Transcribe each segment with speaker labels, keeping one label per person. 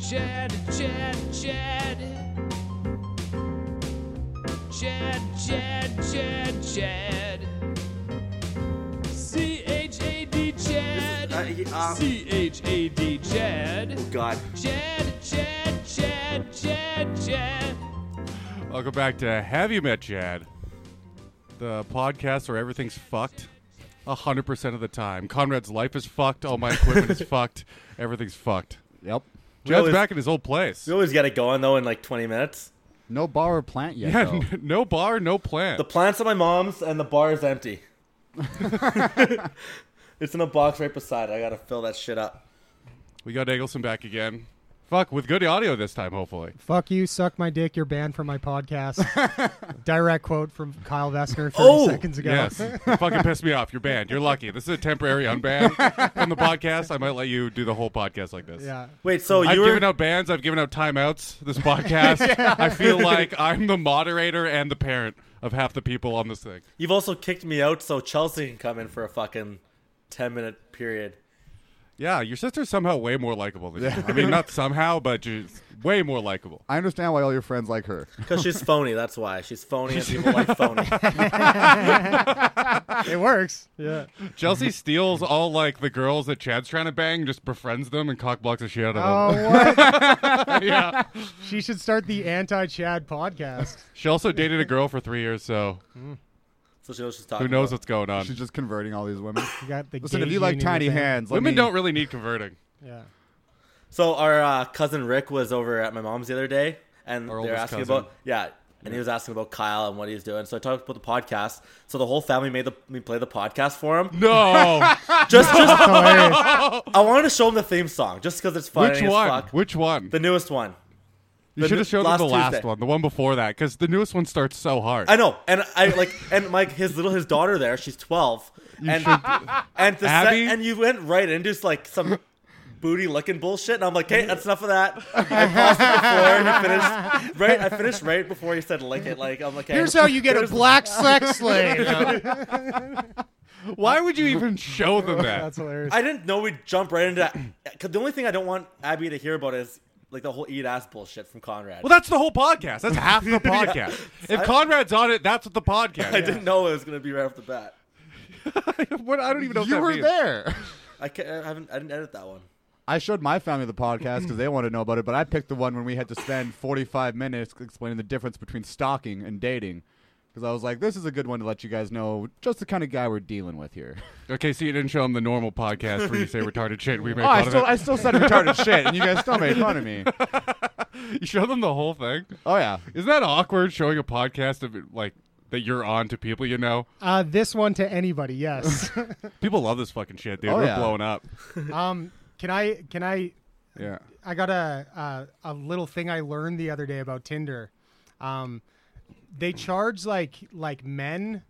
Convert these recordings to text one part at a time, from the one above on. Speaker 1: Chad, Chad, Chad. Chad, Chad, Chad, Chad. C H A D
Speaker 2: uh,
Speaker 1: Chad.
Speaker 2: he- uh,
Speaker 1: C H A D Chad.
Speaker 2: God.
Speaker 1: Chad, Chad, Chad, Chad, Chad.
Speaker 3: Welcome back to Have You Met Chad, the podcast where everything's fucked 100% of the time. Conrad's life is fucked, all my equipment is fucked, everything's fucked.
Speaker 4: Yep.
Speaker 3: Chad's
Speaker 5: always-
Speaker 3: back in his old place.
Speaker 5: We always got it going though in like 20 minutes.
Speaker 4: No bar or plant yet.
Speaker 3: Yeah,
Speaker 4: though.
Speaker 3: n- no bar, no plant.
Speaker 5: The plant's at my mom's and the bar is empty. it's in a box right beside. it. I gotta fill that shit up.
Speaker 3: we got Eggleston back again. Fuck, with good audio this time, hopefully.
Speaker 6: Fuck you, suck my dick, you're banned from my podcast. Direct quote from Kyle Vestner 30
Speaker 5: Oh,
Speaker 6: seconds ago.
Speaker 3: Yes. You fucking pissed me off. You're banned. You're lucky. This is a temporary unban from the podcast. I might let you do the whole podcast like this.
Speaker 6: yeah.
Speaker 5: Wait, so
Speaker 3: I've
Speaker 5: you were
Speaker 3: given out bans. I've given out timeouts. This podcast. I feel like I'm the moderator and the parent of half the people on this thing.
Speaker 5: you've also kicked me out, so Chelsea can come in for a fucking 10 minute period.
Speaker 3: Yeah, your sister's somehow way more likable than you. I mean, not somehow, but she's way more likable.
Speaker 4: I understand why all your friends like her.
Speaker 5: Because she's phony, that's why. She's phony and people like phony.
Speaker 6: It works. Yeah.
Speaker 3: Chelsea steals all like the girls that Chad's trying to bang, just befriends them and cock blocks the shit out of
Speaker 6: Oh, what?
Speaker 3: them. yeah.
Speaker 6: she should start the anti Chad podcast.
Speaker 3: She also dated a girl for three years, so
Speaker 5: So she knows she's talking
Speaker 3: who knows
Speaker 5: about.
Speaker 3: what's going on?
Speaker 4: She's just converting all these women.
Speaker 6: You got the
Speaker 4: Listen,
Speaker 6: gay
Speaker 4: if you like
Speaker 6: union
Speaker 4: tiny
Speaker 6: thing.
Speaker 4: hands, let
Speaker 3: Women
Speaker 4: me-
Speaker 3: don't really need converting.
Speaker 6: Yeah.
Speaker 5: So our uh, cousin Rick was over at my mom's the other day, and
Speaker 3: Our
Speaker 5: they were
Speaker 3: oldest
Speaker 5: asking
Speaker 3: cousin.
Speaker 5: about yeah, and he was asking about Kyle and what he's doing. So I talked about the podcast. So the whole family made the, me play the podcast for him.
Speaker 3: No.
Speaker 5: Just, just
Speaker 6: Hilarious.
Speaker 5: I wanted to show him the theme song just because it's funny.
Speaker 3: Which
Speaker 5: as
Speaker 3: one?
Speaker 5: Fuck.
Speaker 3: Which one?
Speaker 5: The newest one.
Speaker 3: you should
Speaker 5: new-
Speaker 3: have shown them
Speaker 5: last
Speaker 3: the last
Speaker 5: Tuesday.
Speaker 3: one, the one before that, because the newest one starts so hard.
Speaker 5: I know, and I like, and my his little his daughter there, she's twelve, and and the set,
Speaker 3: Abby?
Speaker 5: and you went right into just, like some booty licking bullshit, and I'm like, hey, that's enough of that. I paused it before, and he finished right. I finished right before he said lick it. Like I'm like, hey,
Speaker 6: Here's how you get a black sex slave.
Speaker 3: Why would you even show them that?
Speaker 6: That's hilarious.
Speaker 5: I didn't know we'd jump right into that. 'Cause the only thing I don't want Abby to hear about is like the whole eat ass bullshit from Conrad.
Speaker 3: Well, that's the whole podcast. That's half the podcast. If Conrad's on it, that's what the podcast.
Speaker 5: I didn't know it was gonna be right off the bat.
Speaker 3: What? I don't even know. what
Speaker 4: You
Speaker 3: that
Speaker 4: were
Speaker 3: means.
Speaker 4: there.
Speaker 5: I, can't, I haven't. I didn't edit that one.
Speaker 4: I showed my family the podcast because they wanted to know about it, but I picked the one when we had to spend 45 minutes explaining the difference between stalking and dating. Because I was like, this is a good one to let you guys know just the kind of guy we're dealing with here.
Speaker 3: Okay, so you didn't show them the normal podcast where you say retarded shit. We make
Speaker 4: Oh,
Speaker 3: fun
Speaker 4: I
Speaker 3: of
Speaker 4: still,
Speaker 3: it.
Speaker 4: I still said retarded shit, and you guys still made fun of me.
Speaker 3: You show them the whole thing.
Speaker 4: Oh, yeah.
Speaker 3: Isn't that awkward showing a podcast of it, like that you're on to people you know?
Speaker 6: Uh, this one to anybody, yes.
Speaker 3: People love this fucking shit, dude.
Speaker 4: Oh,
Speaker 3: We're
Speaker 4: yeah.
Speaker 3: blowing up.
Speaker 6: um, can I, can I
Speaker 3: Yeah.
Speaker 6: I got a uh, a little thing I learned the other day about Tinder. Um, they charge like like men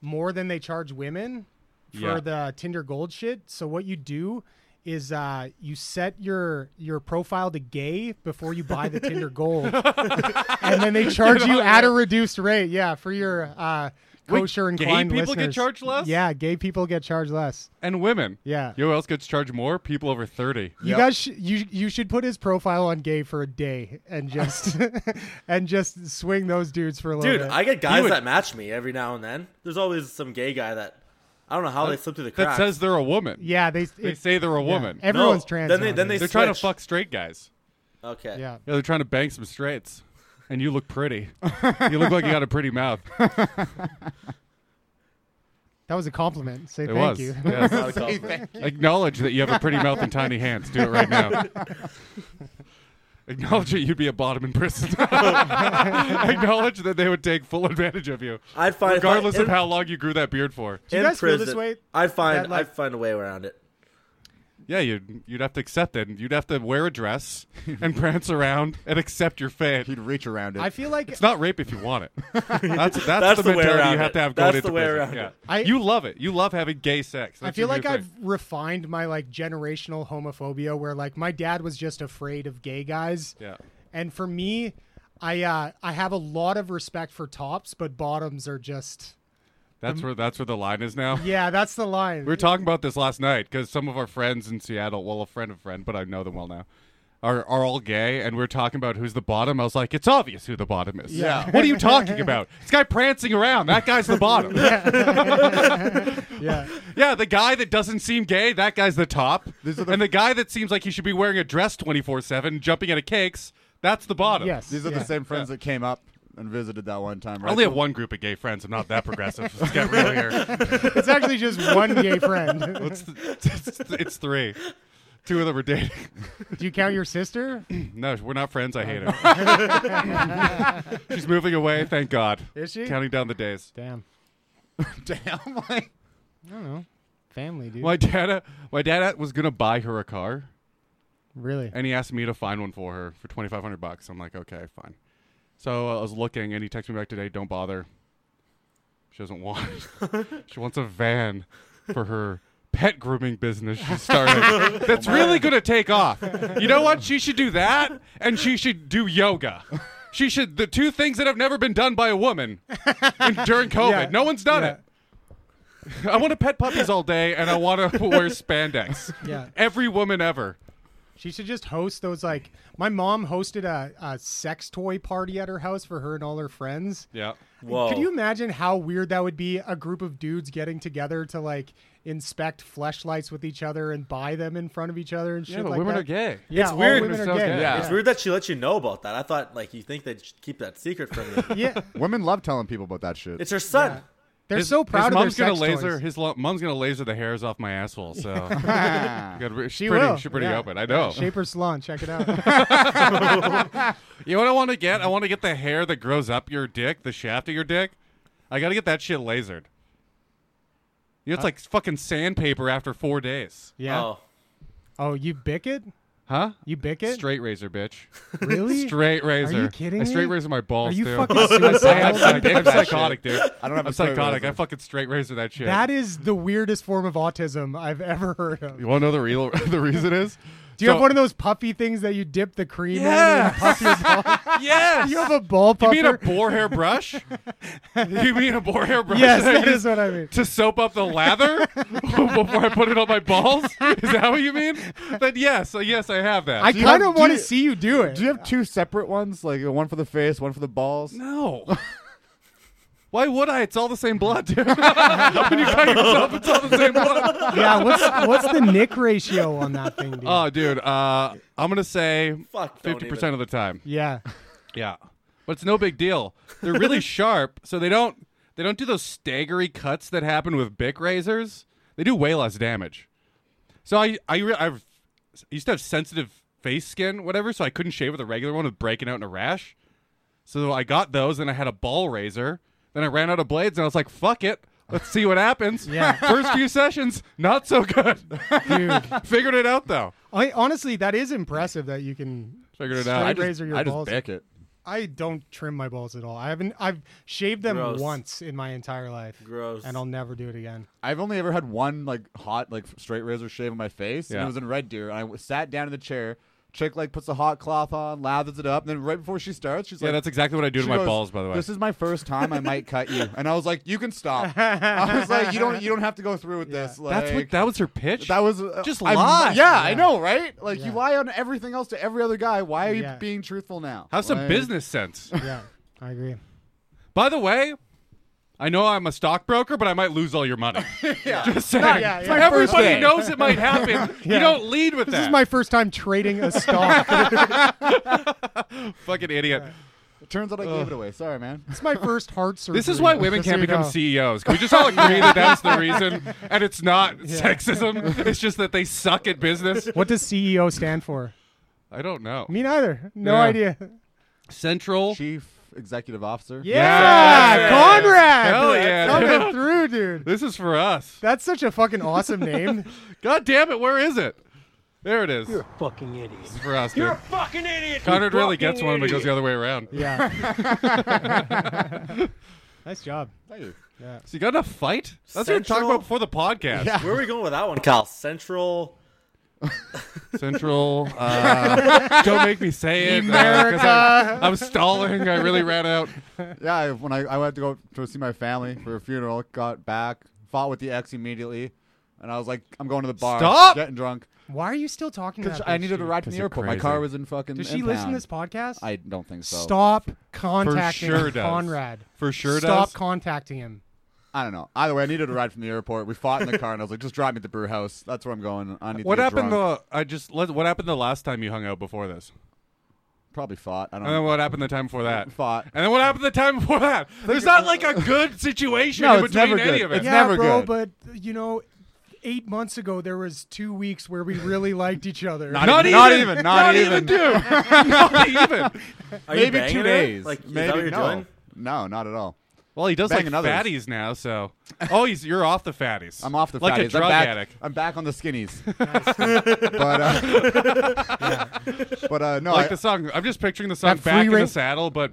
Speaker 6: more than they charge women for
Speaker 3: Yeah.
Speaker 6: the Tinder Gold shit. So what you do is uh, you set your your profile to gay before you buy the Tinder Gold, and then they charge you at a reduced rate. Yeah, for your uh,
Speaker 3: Wait,
Speaker 6: kosher and
Speaker 3: gay
Speaker 6: inclined
Speaker 3: people get
Speaker 6: listeners.
Speaker 3: charged less?
Speaker 6: Yeah, gay people get charged less.
Speaker 3: And women.
Speaker 6: Yeah.
Speaker 3: You know who else gets charged more? People over thirty.
Speaker 6: You guys, sh- you you should put his profile on gay for a day and just and just swing those dudes for a little
Speaker 5: Dude,
Speaker 6: bit.
Speaker 5: I get guys
Speaker 3: would-
Speaker 5: that match me every now and then. There's always some gay guy that I don't know how they slip through the
Speaker 3: That
Speaker 5: cracks.
Speaker 3: says they're a woman.
Speaker 6: yeah, they
Speaker 3: They
Speaker 6: it-
Speaker 3: say they're a
Speaker 6: yeah.
Speaker 3: woman.
Speaker 5: No,
Speaker 6: Everyone's trans.
Speaker 5: Then they
Speaker 6: now,
Speaker 5: then they
Speaker 3: They're trying to
Speaker 5: switch.
Speaker 3: fuck straight guys.
Speaker 5: Okay.
Speaker 6: dude. Yeah,
Speaker 3: Yeah, they're trying to bang some straights. And you look pretty. you look like you got a pretty mouth.
Speaker 6: that was a compliment. Say
Speaker 3: It
Speaker 6: thank
Speaker 3: was.
Speaker 6: you.
Speaker 3: Yes.
Speaker 5: Not a compliment.
Speaker 3: Acknowledge that you have a pretty mouth and tiny hands. Do it right now. Acknowledge that you'd be a bottom in prison. Acknowledge that they would take full advantage of you,
Speaker 5: I'd find if I-
Speaker 3: regardless of
Speaker 5: in-
Speaker 3: how long you grew that beard for.
Speaker 6: Do you
Speaker 5: in
Speaker 6: guys feel this
Speaker 5: prison,
Speaker 6: way?
Speaker 5: I'd find
Speaker 6: That, like-
Speaker 5: I'd find a way around it.
Speaker 3: Yeah, you'd you'd have to accept it. You'd have to wear a dress and prance around and accept your fate.
Speaker 4: He'd reach around it.
Speaker 6: I feel like
Speaker 3: It's not rape if you want it. That's that's,
Speaker 5: That's the
Speaker 3: the
Speaker 5: way
Speaker 3: mentality you
Speaker 5: around
Speaker 3: have
Speaker 5: it.
Speaker 3: to have
Speaker 5: That's
Speaker 3: going
Speaker 5: the
Speaker 3: into
Speaker 5: way
Speaker 3: prison.
Speaker 5: around
Speaker 3: yeah.
Speaker 5: it.
Speaker 6: I-
Speaker 3: you love it. You love having gay sex.
Speaker 6: I
Speaker 3: That's
Speaker 6: feel
Speaker 3: your new
Speaker 6: like I've
Speaker 3: thing.
Speaker 6: refined my like generational homophobia, where like my dad was just afraid of gay guys.
Speaker 3: Yeah.
Speaker 6: And for me, I uh, I have a lot of respect for tops, but bottoms are just
Speaker 3: That's where that's where the line is now.
Speaker 6: yeah. That's the line.
Speaker 3: We were talking about this last night because some of our friends in Seattle, well, a friend of friend, but I know them well now, are, are all gay and we're talking about who's the bottom, I was like, it's obvious who the bottom is.
Speaker 4: Yeah.
Speaker 3: what are you talking about? This guy prancing around, that guy's the bottom. yeah.
Speaker 6: Yeah.
Speaker 3: the guy that doesn't seem gay, that guy's the top.
Speaker 4: are the-
Speaker 3: and the guy that seems like he should be wearing a dress 24 7, jumping out of cakes, that's the bottom.
Speaker 6: Yes.
Speaker 4: These are
Speaker 6: yeah.
Speaker 4: the same friends that came up and visited that one time.
Speaker 3: I
Speaker 4: Right?
Speaker 3: only have one group of gay friends. I'm not that progressive. Let's get real here.
Speaker 6: It's actually just one gay friend.
Speaker 3: It's, it's, it's three. Two of them are dating.
Speaker 6: Do you count your sister?
Speaker 3: No, we're not friends. I hate her. She's moving away. Thank God.
Speaker 6: Is she?
Speaker 3: Counting down the days.
Speaker 6: Damn.
Speaker 4: Damn. Like,
Speaker 6: I don't know. Family, dude.
Speaker 3: My dad, uh, my dad uh, was gonna buy her a car,
Speaker 6: Really?
Speaker 3: and he asked me to find one for her for twenty five hundred bucks. I'm like, okay, fine. So uh, I was looking, and he texted me back today. Don't bother. She doesn't want. it. she wants a van for her pet grooming business she's starting. that's really gonna take off. You know what? She should do that, and she should do yoga. She should the two things that have never been done by a woman in, during COVID.
Speaker 6: Yeah.
Speaker 3: No one's done
Speaker 6: Yeah.
Speaker 3: it. I want to pet puppies all day, and I want to wear spandex.
Speaker 6: Yeah.
Speaker 3: Every woman ever.
Speaker 6: She should just host those like my mom hosted a, a sex toy party at her house for her and all her friends.
Speaker 3: Yeah.
Speaker 5: Whoa.
Speaker 6: Could you imagine how weird that would be? A group of dudes getting together to like inspect fleshlights with each other and buy them in front of each other and shit like that.
Speaker 3: gay.
Speaker 6: Yeah,
Speaker 5: It's
Speaker 6: all
Speaker 5: weird.
Speaker 6: Women are
Speaker 3: Women are so
Speaker 6: gay.
Speaker 3: gay.
Speaker 6: Yeah.
Speaker 5: It's weird that she let you know about that. I thought like you think they'd sh- keep that secret from you.
Speaker 6: Yeah,
Speaker 4: women love telling people about that shit.
Speaker 5: It's her son.
Speaker 6: they're so proud
Speaker 3: his
Speaker 6: of
Speaker 3: mom's
Speaker 6: their
Speaker 3: gonna
Speaker 6: sex
Speaker 3: laser
Speaker 6: toys.
Speaker 3: his lo- mom's gonna laser the hairs off my asshole. So
Speaker 4: Ah.
Speaker 3: Got re- she's
Speaker 6: She
Speaker 3: pretty,
Speaker 6: will,
Speaker 3: She's pretty
Speaker 6: yeah.
Speaker 3: open. I know.
Speaker 6: Shaper Salon, check it out.
Speaker 3: You know what I want to get? I want to get the hair that grows up your dick, the shaft of your dick. I gotta get that shit lasered. You know, it's like fucking sandpaper after four days.
Speaker 6: Uh. Yeah. Oh,
Speaker 5: Oh.
Speaker 6: you bick it?
Speaker 3: Huh?
Speaker 6: You bick it?
Speaker 3: Straight razor, bitch.
Speaker 6: really?
Speaker 3: Straight razor.
Speaker 6: kidding
Speaker 3: I straight
Speaker 6: me?
Speaker 3: razor my balls.
Speaker 6: Are you
Speaker 3: too.
Speaker 6: fucking
Speaker 3: I'm,
Speaker 6: suicidal?
Speaker 3: psych- I'm psychotic, dude.
Speaker 4: I don't have
Speaker 3: I'm
Speaker 4: a straight
Speaker 3: psychotic.
Speaker 4: razor.
Speaker 3: I fucking straight razor that shit.
Speaker 6: That is the weirdest form of autism I've ever heard of.
Speaker 3: You want to know the real the reason is?
Speaker 6: Do you have one of those puffy things that you dip the cream in?
Speaker 3: Yes.
Speaker 6: And puff your ball?
Speaker 3: Yes.
Speaker 6: you have a ball
Speaker 3: you
Speaker 6: puffer?
Speaker 3: mean a boar hair brush? you mean a boar hair brush?
Speaker 6: yes,
Speaker 3: that I
Speaker 6: that
Speaker 3: use
Speaker 6: is what I mean.
Speaker 3: To soap up the lather before I put it on my balls? Is that what you mean? Then yes, uh, yes, I have that.
Speaker 6: I
Speaker 4: you
Speaker 6: kind
Speaker 4: have-
Speaker 6: of
Speaker 4: do
Speaker 6: want to
Speaker 4: you-
Speaker 6: see you do it.
Speaker 4: Do you have two separate ones? Like one for the face, one for the balls?
Speaker 3: no. Why would I? It's all the same blood, dude. when you cut yourself, it's all the same blood.
Speaker 6: yeah, what's what's the nick ratio on that thing, dude?
Speaker 3: Oh, dude. Uh, I'm gonna say
Speaker 5: Fuck, don't
Speaker 3: fifty percent of the time.
Speaker 6: yeah.
Speaker 3: Yeah, but it's no big deal. They're really sharp, so they don't they don't do those staggery cuts that happen with bic razors. They do way less damage. So I I re- I've, I used to have sensitive face skin, whatever, so I couldn't shave with a regular one with breaking out in a rash. So I got those, and I had a ball razor. Then I ran out of blades, and I was like, "Fuck it." Let's see what happens.
Speaker 6: Yeah.
Speaker 3: First few sessions, not so good.
Speaker 6: Dude.
Speaker 3: Figured it out though.
Speaker 6: I, honestly, that is impressive that you can
Speaker 3: Figured it
Speaker 6: straight
Speaker 3: out. I just-
Speaker 6: razor your
Speaker 4: I just
Speaker 6: balls.
Speaker 4: bick it.
Speaker 6: I don't trim my balls at all. I haven't. I've shaved them
Speaker 5: Gross.
Speaker 6: once in my entire life.
Speaker 5: Gross.
Speaker 6: And I'll never do it again.
Speaker 4: I've only ever had one like hot like straight razor shave on my face, and
Speaker 3: Yeah.
Speaker 4: it was in Red Deer. And I w- sat down in the chair. Chick like puts a hot cloth on, lathers it up, and then right before she starts, she's
Speaker 3: Yeah,
Speaker 4: like,
Speaker 3: that's exactly what I do to
Speaker 4: she
Speaker 3: my
Speaker 4: goes,
Speaker 3: balls. By the way,
Speaker 4: this is my first time. I might cut you." And I was like, "You can stop." I was like, "You don't. You don't have to go through with this." Like,
Speaker 3: that's what that was her pitch.
Speaker 4: That was uh,
Speaker 3: Just
Speaker 4: I'm-
Speaker 3: lie.
Speaker 4: Yeah, I know, right? Like you
Speaker 6: Yeah.
Speaker 4: lie on everything else to every other guy. Why are you
Speaker 6: Yeah.
Speaker 4: being truthful now?
Speaker 3: Have some
Speaker 4: Like,
Speaker 3: business sense.
Speaker 6: Yeah, I agree.
Speaker 3: By the way, I know I'm a stockbroker, but I might lose all your money. Just saying.
Speaker 6: yeah, yeah.
Speaker 3: Everybody
Speaker 4: First day.
Speaker 3: knows it might happen. You
Speaker 6: Yeah.
Speaker 3: don't lead with
Speaker 6: This
Speaker 3: that.
Speaker 6: is my first time trading a stock.
Speaker 3: fucking idiot.
Speaker 4: Turns out I gave it away. Sorry, man.
Speaker 6: It's my first heart surgery.
Speaker 3: This is why women
Speaker 6: just
Speaker 3: can't
Speaker 6: so you
Speaker 3: become
Speaker 6: know.
Speaker 3: CEOs. Can we just all agree that that's the reason? And it's not sexism. It's just that they suck at business.
Speaker 6: What does CEO stand for?
Speaker 3: I don't know.
Speaker 6: Me neither. No
Speaker 3: Yeah.
Speaker 6: idea.
Speaker 3: Central.
Speaker 4: Chief executive officer.
Speaker 6: Yeah,
Speaker 3: Yeah.
Speaker 6: Conrad.
Speaker 3: Hell yeah,
Speaker 6: coming through, dude.
Speaker 3: This is for us.
Speaker 6: That's such a fucking awesome name.
Speaker 3: God damn it. Where is it? There it is.
Speaker 2: fucking idiot.
Speaker 3: It's for us, dude.
Speaker 1: You're a fucking idiot. you
Speaker 3: Conrad really
Speaker 1: fucking
Speaker 3: gets one, but
Speaker 1: idiot.
Speaker 3: goes the other way around.
Speaker 6: Yeah. nice job.
Speaker 4: Thank you.
Speaker 3: So you got in a fight? That's what we are talking
Speaker 5: Central?
Speaker 3: about before the podcast.
Speaker 5: Where are we going with that one, Kyle? Central.
Speaker 3: Central. Uh, don't make me say it. uh, 'cause I'm, I'm stalling. I really ran out.
Speaker 4: Yeah, I, when I, I went to go to see my family for a funeral, got back, fought with the ex immediately, and I was like, I'm going to the bar.
Speaker 3: Stop!
Speaker 4: Getting drunk.
Speaker 6: Why are you still talking
Speaker 4: Because
Speaker 6: about
Speaker 4: I
Speaker 6: this,
Speaker 4: needed a
Speaker 6: dude?
Speaker 4: ride to the
Speaker 3: Because you're
Speaker 4: airport. My
Speaker 3: crazy.
Speaker 4: car was in fucking.
Speaker 6: Does she listen
Speaker 4: impound.
Speaker 6: to this podcast?
Speaker 4: I don't think so.
Speaker 6: Stop contacting
Speaker 3: sure does.
Speaker 6: Conrad.
Speaker 3: For sure
Speaker 6: Stop
Speaker 3: does.
Speaker 6: contacting him.
Speaker 4: I don't know. Either way, I needed a ride from the airport. We fought in the car, and I was like, just drive me to the brew house. That's where I'm going. I need
Speaker 3: What
Speaker 4: to get
Speaker 3: happened
Speaker 6: uh,
Speaker 4: drunk.
Speaker 3: the I just let, what happened the last time you hung out before this?
Speaker 4: Probably fought. I
Speaker 5: Uh,
Speaker 4: don't
Speaker 3: And then
Speaker 4: know.
Speaker 3: what happened the time before that?
Speaker 4: Fought.
Speaker 3: And then what happened the time before that? There's not like a good situation in
Speaker 4: No, it's
Speaker 3: between
Speaker 4: never
Speaker 3: any
Speaker 4: good.
Speaker 3: of it.
Speaker 4: It's
Speaker 6: yeah,
Speaker 4: never
Speaker 6: bro,
Speaker 4: good.
Speaker 6: but you know, eight months ago there was two weeks where we really liked each other.
Speaker 4: Not
Speaker 3: not,
Speaker 4: even-
Speaker 3: even,
Speaker 4: not even, not even.
Speaker 3: dude. not even.
Speaker 5: Are you
Speaker 4: Maybe
Speaker 5: banging
Speaker 4: two
Speaker 5: her?
Speaker 4: days.
Speaker 5: Like, is
Speaker 4: Maybe
Speaker 5: that what you're
Speaker 4: no.
Speaker 5: doing?
Speaker 4: No, not at all.
Speaker 3: Well, he does
Speaker 4: Banging
Speaker 3: like
Speaker 4: others.
Speaker 3: fatties now, so. Oh, he's you're off the fatties.
Speaker 4: I'm off the
Speaker 3: like
Speaker 4: fatties.
Speaker 3: a drug
Speaker 4: I'm back,
Speaker 3: addict.
Speaker 4: I'm back on the skinnies. but uh, but uh, no,
Speaker 3: like
Speaker 4: I,
Speaker 3: the song. I'm just picturing the song
Speaker 6: That free
Speaker 3: back in the
Speaker 6: range-
Speaker 3: saddle, but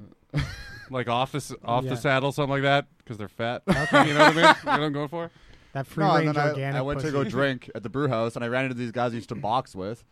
Speaker 3: like off the s- off
Speaker 6: Yeah.
Speaker 3: the saddle, something like that, because they're fat. you know what I mean? You know what I'm going for?
Speaker 6: that free
Speaker 4: no, and
Speaker 6: range
Speaker 4: then I,
Speaker 6: organic.
Speaker 4: I went to
Speaker 6: pussy.
Speaker 4: go drink at the brew house, and I ran into these guys I used to box with,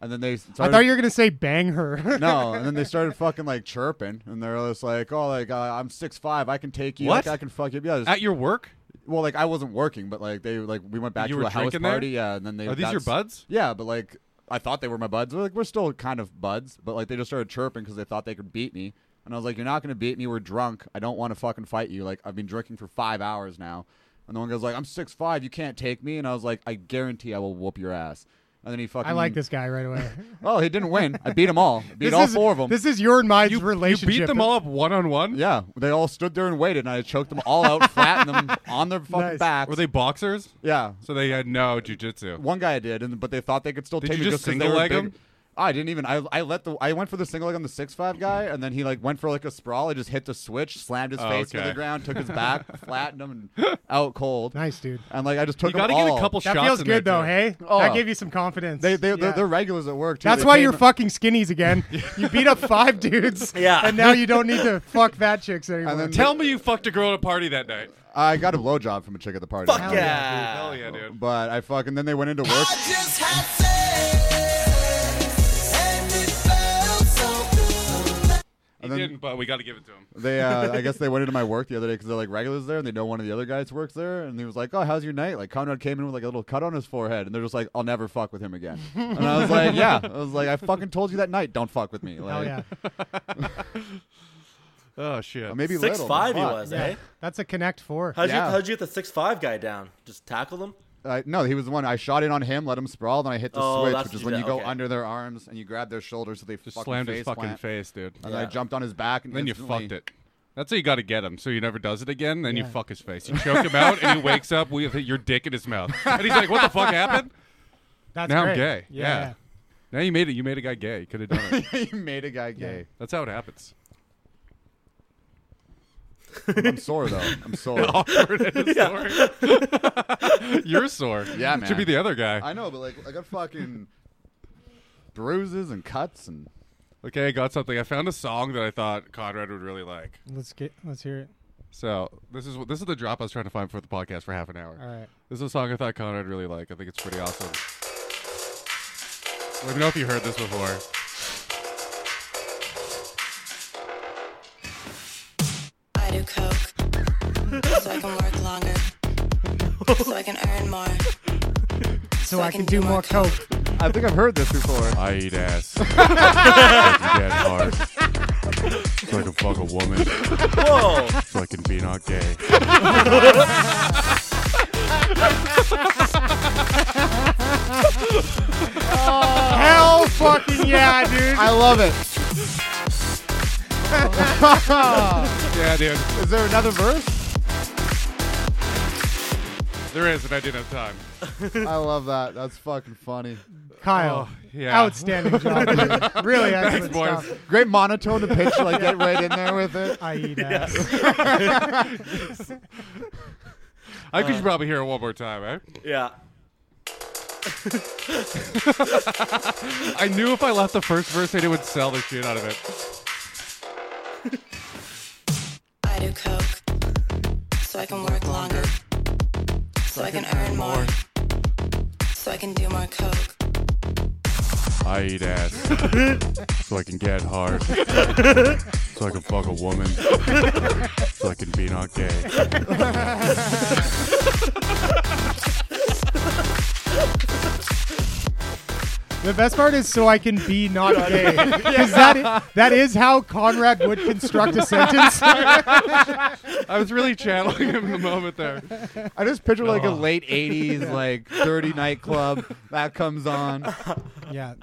Speaker 4: and then they. Started,
Speaker 6: I thought you were gonna say bang her.
Speaker 4: no, and then they started fucking like chirping, and they're just like, "Oh, like uh, I'm six five, I can take you,
Speaker 3: What?
Speaker 4: like, I can fuck you." Yeah,
Speaker 3: At your work?
Speaker 4: well, like I wasn't working, but like they like we went back
Speaker 3: You
Speaker 4: to
Speaker 3: were
Speaker 4: a house
Speaker 3: drinking there?
Speaker 4: party, yeah, and then they
Speaker 3: Are these
Speaker 4: got
Speaker 3: your
Speaker 4: s-
Speaker 3: buds?
Speaker 4: Yeah, but like I thought they were my buds. We're, like we're still kind of buds, but like they just started chirping because they thought they could beat me, and I was like, "You're not gonna beat me. We're drunk. I don't want to fucking fight you. Like I've been drinking for five hours now." And the one goes like, "I'm six five. You can't take me." And I was like, "I guarantee I will whoop your ass." And then he fucking.
Speaker 6: I like this guy right away.
Speaker 4: Oh, he didn't win. I beat them all. I beat
Speaker 6: this
Speaker 4: mm. all
Speaker 6: is,
Speaker 4: four of them.
Speaker 6: This is your and mine's
Speaker 3: You, you
Speaker 6: relationship.
Speaker 3: beat them all up one on one?
Speaker 4: Yeah, they all stood there and waited, and I choked them all out, flattened them on their fucking
Speaker 6: Nice.
Speaker 4: backs.
Speaker 3: Were they boxers?
Speaker 4: Yeah,
Speaker 3: So they had no jujitsu.
Speaker 4: one guy I did, and but they thought they could still
Speaker 3: Did
Speaker 4: take
Speaker 3: you
Speaker 4: me
Speaker 3: just
Speaker 4: 'cause they
Speaker 3: single
Speaker 4: were
Speaker 3: leg
Speaker 4: big-
Speaker 3: him?
Speaker 4: I didn't even. I I let the I went for the single leg on the six five guy, and then he like went for like a sprawl. I just hit the switch, slammed his
Speaker 3: Oh,
Speaker 4: face to
Speaker 3: okay.
Speaker 4: the ground, took his back, flattened him, and out cold.
Speaker 6: Nice, dude.
Speaker 4: And like I just
Speaker 3: You
Speaker 4: took.
Speaker 3: got to
Speaker 4: them
Speaker 3: get a
Speaker 4: all.
Speaker 3: couple
Speaker 6: That
Speaker 3: shots.
Speaker 6: feels
Speaker 3: in
Speaker 6: good
Speaker 3: there,
Speaker 6: though.
Speaker 3: too.
Speaker 6: Hey,
Speaker 4: Oh.
Speaker 6: that gave you some confidence.
Speaker 4: They they
Speaker 6: Yeah.
Speaker 4: they're, they're regulars at work too.
Speaker 6: That's
Speaker 4: They
Speaker 6: why
Speaker 4: came
Speaker 6: you're
Speaker 4: in-
Speaker 6: fucking skinnies again. You beat up five dudes.
Speaker 5: Yeah.
Speaker 6: And now you don't need to fuck that chicks anymore.
Speaker 4: then-
Speaker 3: Tell me you fucked a girl at a party that night.
Speaker 4: I got a blowjob from a chick at the party.
Speaker 5: Fuck yeah.
Speaker 3: Hell yeah, dude.
Speaker 4: But I fucking then they went into work.
Speaker 2: just had sex, and it felt so good.
Speaker 3: He
Speaker 4: then-
Speaker 3: didn't, but we got to give it to him.
Speaker 4: They, uh, I guess they went into my work the other day because they're like regulars there, and they know one of the other guys works there, and he was like, "Oh, how's your night?" Like Conrad came in with like a little cut on his forehead, and they're just like, "I'll never fuck with him again." and I was like, "Yeah," I was like, "I fucking told you that night, don't fuck with me." Like,
Speaker 6: Hell yeah.
Speaker 3: Oh shit.
Speaker 4: Maybe
Speaker 5: Six
Speaker 4: little, but
Speaker 5: five he
Speaker 4: fuck.
Speaker 5: was, eh?
Speaker 6: Yeah. That's a connect four.
Speaker 5: How'd
Speaker 4: Yeah.
Speaker 5: you how'd you get the six five guy down? Just tackle him?
Speaker 4: Uh, no, he was the one. I shot in on him, let him sprawl, then I hit the
Speaker 5: Oh,
Speaker 4: switch,
Speaker 5: that's
Speaker 4: which
Speaker 5: what
Speaker 4: is
Speaker 5: you
Speaker 4: when
Speaker 5: did,
Speaker 4: you go
Speaker 5: okay.
Speaker 4: under their arms and you grab their shoulders so they
Speaker 3: Just
Speaker 4: fucking
Speaker 3: slammed his
Speaker 4: face
Speaker 3: fucking
Speaker 4: plant.
Speaker 3: face, dude.
Speaker 4: And then I
Speaker 5: Yeah.
Speaker 4: jumped on his back, and
Speaker 3: then you
Speaker 4: instantly-
Speaker 3: fucked it. That's how you got to get him, so he never does it again. Then
Speaker 6: Yeah.
Speaker 3: you fuck his face. You choke him out, and he wakes up with your dick in his mouth, and he's like, "What the fuck happened?"
Speaker 6: That's
Speaker 3: now I'm
Speaker 6: great.
Speaker 3: gay. Yeah. Now you made it. You made a guy gay. You could have done it.
Speaker 4: you made a guy gay.
Speaker 3: That's how it happens.
Speaker 4: I'm sore though. I'm sore.
Speaker 3: You're sore.
Speaker 4: Yeah,
Speaker 3: Should be
Speaker 4: man.
Speaker 3: the other guy.
Speaker 4: I know, but like, I got fucking bruises and cuts and.
Speaker 3: Okay, I got something. I found a song that I thought Conrad would really like.
Speaker 6: Let's get let's hear it.
Speaker 3: So this is what this is the drop I was trying to find for the podcast for half an hour.
Speaker 6: All right.
Speaker 3: This is a song I thought Conrad really like. I think it's pretty awesome. Let me know if you heard this before.
Speaker 7: I do coke so I can work longer, so I can earn more,
Speaker 6: So, I can, do more coke.
Speaker 4: I think I've heard this before.
Speaker 3: I eat ass. I eat ass hard. So I can fuck a woman.
Speaker 5: Whoa!
Speaker 3: So I can be not gay.
Speaker 6: Hell fucking yeah, dude.
Speaker 4: I love it.
Speaker 3: Yeah, dude.
Speaker 4: Is there another verse?
Speaker 3: There is, and I didn't have time.
Speaker 4: I love that. That's fucking funny.
Speaker 6: Kyle.
Speaker 3: Oh,
Speaker 4: Oh,
Speaker 3: yeah.
Speaker 6: Outstanding job. Dude. Really excellent
Speaker 3: boys.
Speaker 6: stuff.
Speaker 4: Great monotone to pitch, like get right in there with it.
Speaker 6: I E eat ass.
Speaker 3: I could probably hear it one more time, eh?
Speaker 5: Yeah.
Speaker 3: I knew if I left the first verse, they would sell the shit out of it.
Speaker 7: I do coke so I can work longer, so I can earn more, so I can do more coke.
Speaker 3: I eat ass. so I can get hard. so I can fuck a woman. so I can be not gay.
Speaker 6: The best part is so I can be not gay. Because that, i- that is how Conrad would construct a sentence.
Speaker 3: I was really channeling him in the moment there.
Speaker 4: I just picture like a
Speaker 3: Oh.
Speaker 4: late '80s, like dirty nightclub that comes on,
Speaker 6: yeah.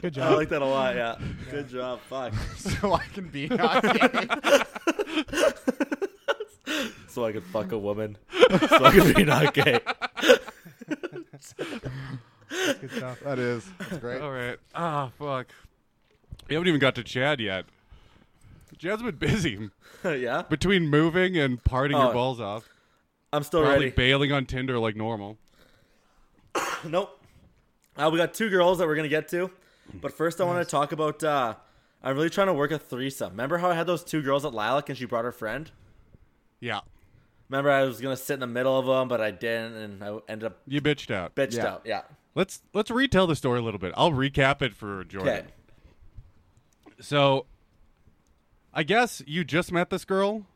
Speaker 6: Good
Speaker 5: I
Speaker 6: job.
Speaker 5: like that a lot. Yeah. Good job. Fuck.
Speaker 4: so I can be not gay.
Speaker 5: So I could fuck a woman. So I could be not gay.
Speaker 6: Good stuff.
Speaker 4: That is, that's great.
Speaker 3: All right. Ah, fuck. We haven't even got to Chad yet. Chad's been busy
Speaker 5: yeah.
Speaker 3: between moving and partying your
Speaker 5: Oh.
Speaker 3: balls off.
Speaker 5: I'm still
Speaker 3: Probably
Speaker 5: ready.
Speaker 3: bailing on Tinder like normal.
Speaker 5: Nope. Uh, we got two girls that we're gonna get to, but first I want to talk about. Uh, I'm really trying to work a threesome. Remember how I had those two girls at Lilac and she brought her friend?
Speaker 3: Yeah.
Speaker 5: Remember I was gonna sit in the middle of them, but I didn't, and I ended up
Speaker 3: You bitched out.
Speaker 5: bitched
Speaker 4: Yeah.
Speaker 5: out. Yeah.
Speaker 3: Let's let's retell the story a little bit. I'll recap it for Jordan.
Speaker 5: Okay.
Speaker 3: So I guess you just met this girl.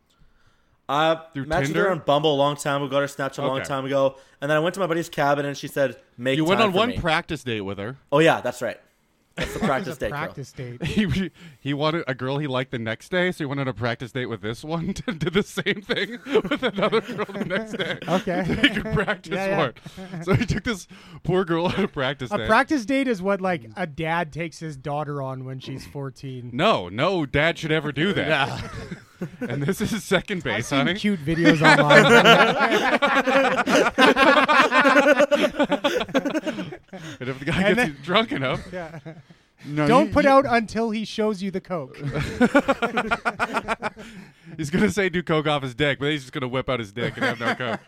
Speaker 5: Uh,
Speaker 3: Through
Speaker 5: matched with her
Speaker 3: Tinder?
Speaker 5: on Bumble a long time ago. Got her Snapchat a long
Speaker 3: Okay.
Speaker 5: time ago, and then I went to my buddy's cabin and she said, "Make
Speaker 3: You went
Speaker 5: time
Speaker 3: on
Speaker 5: for
Speaker 3: one
Speaker 5: me."
Speaker 3: practice date with her.
Speaker 5: oh yeah, that's right. That's the
Speaker 6: It
Speaker 5: practice
Speaker 6: was a
Speaker 5: date. girl.
Speaker 6: practice date.
Speaker 3: He he wanted a girl he liked the next day, so he went on a practice date with this one and did the same thing with another girl the next day. he
Speaker 6: Okay.
Speaker 3: could practice for
Speaker 6: Yeah,
Speaker 3: it. So he took this poor girl on a practice
Speaker 6: A
Speaker 3: day.
Speaker 6: practice date is what like a dad takes his daughter on when she's 14.
Speaker 3: no, no dad should ever do that. and this is second
Speaker 6: I've
Speaker 3: base,
Speaker 6: seen
Speaker 3: honey.
Speaker 6: cute videos online.
Speaker 3: And if the guy
Speaker 6: And
Speaker 3: gets you drunk enough,
Speaker 6: yeah.
Speaker 4: No,
Speaker 6: Don't
Speaker 4: you-
Speaker 6: put
Speaker 4: you-
Speaker 6: out until he shows you the coke.
Speaker 3: he's gonna say do coke off his dick, but he's just gonna whip out his dick and have no coke.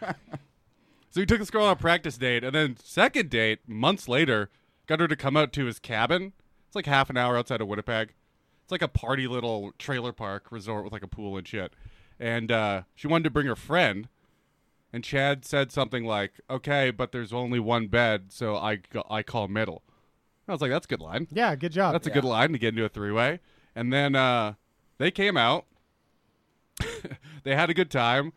Speaker 3: so he took this girl on a practice date, and then second date, months later, got her to come out to his cabin. It's like half an hour outside of Winnipeg. It's like a party little trailer park resort with like a pool and shit. And uh, she wanted to bring her friend, and Chad said something like, "Okay, but there's only one bed, so I ca- I call middle." I was like, "That's a good line."
Speaker 6: Yeah, good job.
Speaker 3: That's a good line to get into a three way. And then uh, they came out. they had a good time.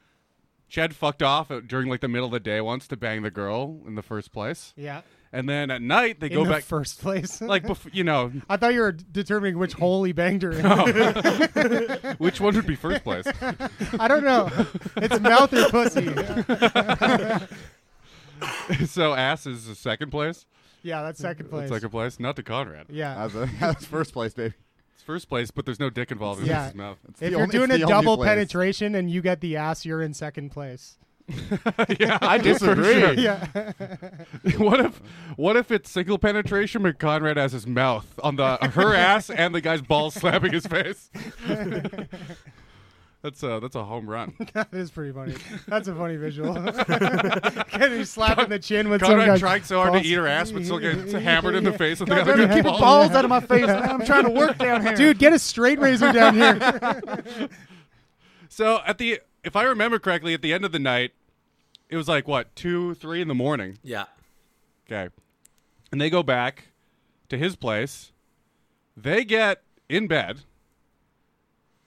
Speaker 3: Chad fucked off at- during like the middle of the day once to bang the girl in the first place.
Speaker 6: yeah.
Speaker 3: And then at night they
Speaker 6: In
Speaker 3: go
Speaker 6: the
Speaker 3: back
Speaker 6: first place.
Speaker 3: like bef- you know
Speaker 6: I thought you were determining which hole he banged her in.
Speaker 3: which one would be first place.
Speaker 6: I don't know. It's mouth or pussy.
Speaker 3: so ass is the second place.
Speaker 6: Yeah, that's second place.
Speaker 3: It's second place, not to Conrad.
Speaker 6: yeah.
Speaker 4: That's, a, that's first place, baby.
Speaker 3: It's first place, but there's no dick involved in
Speaker 6: Yeah.
Speaker 3: his mouth.
Speaker 4: It's
Speaker 6: If
Speaker 4: the
Speaker 6: you're
Speaker 4: only-
Speaker 6: doing
Speaker 4: it's
Speaker 6: a
Speaker 4: the only
Speaker 6: double
Speaker 4: place.
Speaker 6: penetration and you get the ass, you're in second place.
Speaker 3: yeah,
Speaker 4: I disagree.
Speaker 6: Yeah.
Speaker 3: what if what if it's single penetration but Conrad has his mouth on the her ass and the guy's balls slapping his face? that's a that's a home run.
Speaker 6: that is pretty funny. That's a funny visual. Kenny slapping the chin with some
Speaker 3: Conrad
Speaker 6: guy.
Speaker 3: trying so hard to eat her ass but still gets hammered in the face with the
Speaker 4: Better
Speaker 3: other
Speaker 4: keep
Speaker 3: guy's
Speaker 4: the
Speaker 3: balls.
Speaker 4: balls out of my face. man. I'm trying to work down here.
Speaker 6: Dude, get a straight razor down here.
Speaker 3: So at the if I remember correctly, at the end of the night, it was like what two three in the morning.
Speaker 5: Yeah.
Speaker 3: Okay. And they go back to his place. They get in bed.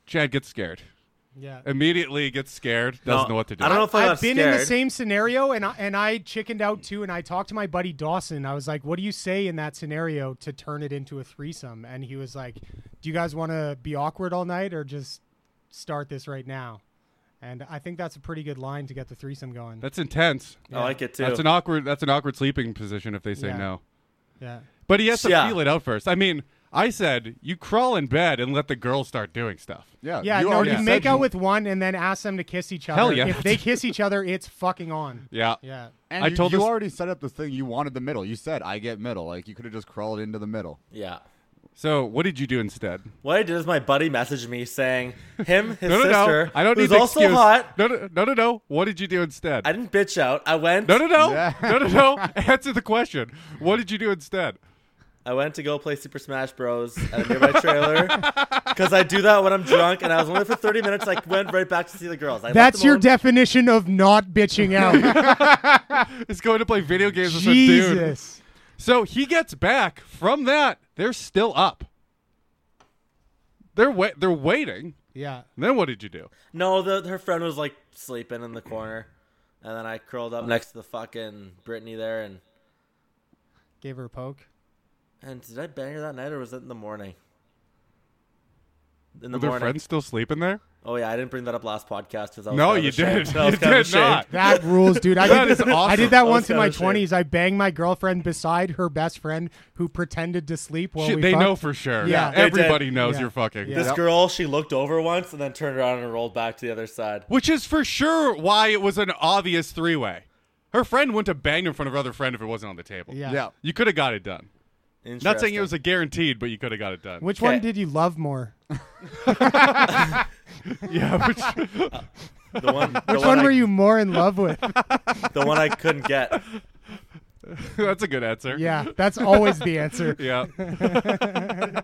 Speaker 3: Chad gets scared.
Speaker 6: yeah.
Speaker 3: Immediately gets scared. Doesn't
Speaker 5: No,
Speaker 3: know what to do.
Speaker 5: I don't know if I
Speaker 6: I've
Speaker 5: got
Speaker 6: been in
Speaker 5: scared.
Speaker 6: the same scenario, and I, and I chickened out too. And I talked to my buddy Dawson. I was like, "What do you say in that scenario to turn it into a threesome?" And he was like, "Do you guys want to be awkward all night, or just start this right now?" And I think that's a pretty good line to get the threesome going.
Speaker 3: That's intense.
Speaker 5: I like it too.
Speaker 3: That's an awkward. That's an awkward sleeping position if they say
Speaker 6: Yeah.
Speaker 3: no.
Speaker 6: yeah,
Speaker 3: But he has to
Speaker 5: Yeah.
Speaker 3: feel it out first. I mean, I said you crawl in bed and let the girl start doing stuff.
Speaker 4: Yeah,
Speaker 6: yeah. no,
Speaker 4: uh, already
Speaker 6: you
Speaker 4: said
Speaker 6: make out with one, and then ask them to kiss each other.
Speaker 3: Hell yeah.
Speaker 6: If they kiss each other, it's fucking on.
Speaker 3: Yeah.
Speaker 6: Yeah.
Speaker 4: And
Speaker 3: I
Speaker 4: you,
Speaker 3: told
Speaker 4: you
Speaker 3: this-
Speaker 4: already set up the thing. You wanted the middle. You said I get middle. Like you could have just crawled into the middle.
Speaker 5: yeah.
Speaker 3: So what did you do instead?
Speaker 5: What I did is my buddy messaged me saying him, his
Speaker 3: No, no,
Speaker 5: sister,
Speaker 3: no. I don't need
Speaker 5: who's
Speaker 3: the
Speaker 5: also
Speaker 3: excuse.
Speaker 5: hot.
Speaker 3: No, no, no, no, no. What did you do instead?
Speaker 5: I didn't bitch out. I went.
Speaker 3: no, no, no,
Speaker 4: Yeah.
Speaker 3: no, no, no. Answer the question. What did you do instead?
Speaker 5: I went to go play Super Smash Bros. at a nearby trailer because I do that when I'm drunk, and I was only for 30 minutes. I went right back to see the girls. I left
Speaker 6: That's
Speaker 5: them
Speaker 6: your
Speaker 5: alone.
Speaker 6: definition of not bitching out.
Speaker 3: It's going to play video games with some dude.
Speaker 6: Jesus.
Speaker 3: So he gets back from that. They're still up. They're wait. They're waiting.
Speaker 6: Yeah.
Speaker 3: Then what did you do?
Speaker 5: No, the, her friend was like sleeping in the corner, and then I curled up next to the fucking Brittany there, and
Speaker 6: Gave her a poke.
Speaker 5: And did I bang her that night or was it in the morning? In the
Speaker 3: Were their
Speaker 5: morning.
Speaker 3: friends still sleeping there?
Speaker 5: Oh yeah, I didn't bring that up last podcast because I was
Speaker 3: No,
Speaker 5: kinda
Speaker 3: you
Speaker 5: ashamed.
Speaker 3: did.
Speaker 5: I
Speaker 3: You
Speaker 5: was kinda
Speaker 3: did not.
Speaker 5: ashamed.
Speaker 6: That rules, dude. I
Speaker 3: That
Speaker 6: did,
Speaker 3: is
Speaker 6: I
Speaker 3: awesome.
Speaker 6: did that
Speaker 5: was
Speaker 6: once in my
Speaker 5: kinda shit.
Speaker 6: 20s. I banged my girlfriend beside her best friend who pretended to sleep while
Speaker 3: Shit,
Speaker 6: we
Speaker 3: they
Speaker 6: fucked.
Speaker 3: know for sure.
Speaker 6: Yeah. They
Speaker 5: did.
Speaker 3: everybody knows
Speaker 6: Yeah.
Speaker 3: you're fucking.
Speaker 6: Yeah.
Speaker 5: This girl, she looked over once and then turned around and rolled back to the other side.
Speaker 3: Which is for sure why it was an obvious three way. Her friend wouldn't have banged in front of her other friend if it wasn't on the table.
Speaker 6: Yeah.
Speaker 4: Yeah.
Speaker 3: You could have got it done. Not saying it
Speaker 5: Interesting.
Speaker 3: was a guaranteed, but you could have got it done.
Speaker 6: Which
Speaker 5: Okay.
Speaker 6: one did you love more?
Speaker 3: yeah, which,
Speaker 5: the one. The
Speaker 6: Which one
Speaker 5: I,
Speaker 6: were you more in love with?
Speaker 5: The one I couldn't get.
Speaker 3: that's a good answer.
Speaker 6: yeah, that's always the answer.
Speaker 3: Yeah.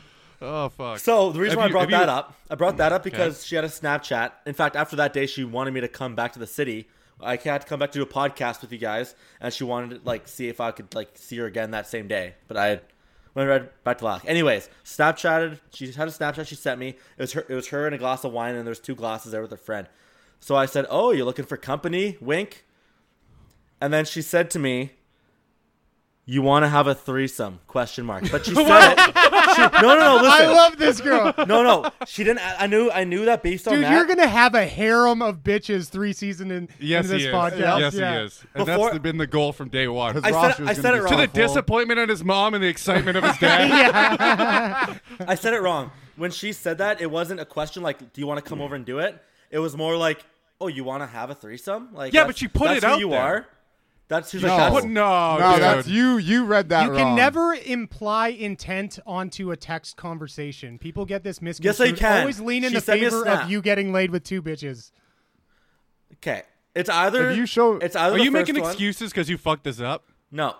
Speaker 3: oh fuck.
Speaker 5: So the reason
Speaker 3: Have
Speaker 5: why
Speaker 3: you-
Speaker 5: I brought
Speaker 3: have
Speaker 5: that
Speaker 3: you-
Speaker 5: up, I brought that up because she had a Snapchat. In fact, after that day, she wanted me to come back to the city. I had to come back to do a podcast with you guys, and she wanted to like see if I could like see her again that same day. But I went right back to Lack. Anyways, Snapchatted. She had a Snapchat she sent me. It was her. It was her and a glass of wine, and there's two glasses there with her friend. So I said, "Oh, you're looking for company?" Wink. And then she said to me, "You want to have a threesome?" Question mark. But she said it. She, no, no, no. Listen.
Speaker 6: I love this girl.
Speaker 5: No, no, she didn't. I I knew, I knew that based on
Speaker 6: Dude,
Speaker 5: that.
Speaker 6: you're gonna have a harem of bitches three season in,
Speaker 3: Yes,
Speaker 6: in
Speaker 3: he
Speaker 6: this
Speaker 3: is.
Speaker 6: podcast.
Speaker 3: Yes,
Speaker 6: yeah.
Speaker 3: he is. And
Speaker 5: Before-
Speaker 3: that's been the goal from day one.
Speaker 4: His
Speaker 5: I said it-
Speaker 4: roster is
Speaker 5: I
Speaker 4: gonna
Speaker 5: said
Speaker 4: be
Speaker 5: it
Speaker 4: so
Speaker 5: wrong.
Speaker 3: to the
Speaker 4: full.
Speaker 3: disappointment in his mom and the excitement of his dad.
Speaker 5: I said it wrong. When she said that, it wasn't a question like, "Do you want to come over and do it?" It was more like, "Oh, you want to have a threesome?" Like,
Speaker 3: Yeah,
Speaker 5: that's-
Speaker 3: but she put
Speaker 5: that's
Speaker 3: it
Speaker 5: who
Speaker 3: out
Speaker 5: You
Speaker 3: there.
Speaker 5: are. That's she's
Speaker 4: No.
Speaker 5: like,
Speaker 3: But
Speaker 5: that's,
Speaker 3: no,
Speaker 4: No,
Speaker 3: Oh, dude.
Speaker 4: that's you. You read that
Speaker 6: You
Speaker 4: wrong.
Speaker 6: can never imply intent onto a text conversation. People get this misconstrued.
Speaker 5: Yes, I can.
Speaker 6: Always lean in
Speaker 5: She
Speaker 6: the
Speaker 5: sent me a
Speaker 6: favor
Speaker 5: snap.
Speaker 6: of you getting laid with two bitches.
Speaker 5: okay. It's either
Speaker 4: If you show-
Speaker 5: It's either
Speaker 3: Are
Speaker 5: the
Speaker 3: you making
Speaker 5: first one-
Speaker 3: excuses because you fucked this up?
Speaker 5: No,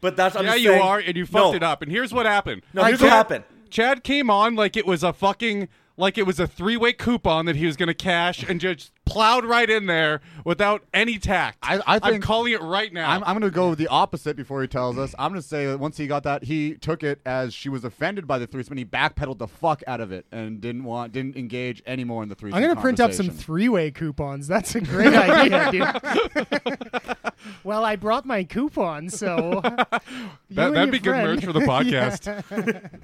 Speaker 5: but that's I'm
Speaker 3: yeah,
Speaker 5: just
Speaker 3: you
Speaker 5: saying-
Speaker 3: are, and you
Speaker 5: No.
Speaker 3: fucked it up. And here's what happened.
Speaker 5: No, here's what
Speaker 3: Chad-
Speaker 5: happened.
Speaker 3: Chad came on like it was a fucking like it was a three way coupon that he was gonna cash and just plowed right in there without any tact.
Speaker 4: I- I
Speaker 3: am
Speaker 4: think-
Speaker 3: calling it right now.
Speaker 4: I'm, I'm going to go the opposite before he tells us. I'm going to say that once he got that, he took it as she was offended by the threesome, and he backpedaled the fuck out of it and didn't want, didn't engage anymore in the threesome.
Speaker 6: I'm gonna print up some
Speaker 4: conversation.
Speaker 6: three-way coupons. That's a great idea, dude. well, I brought my coupon, so
Speaker 3: that, that'd be good merch for the podcast.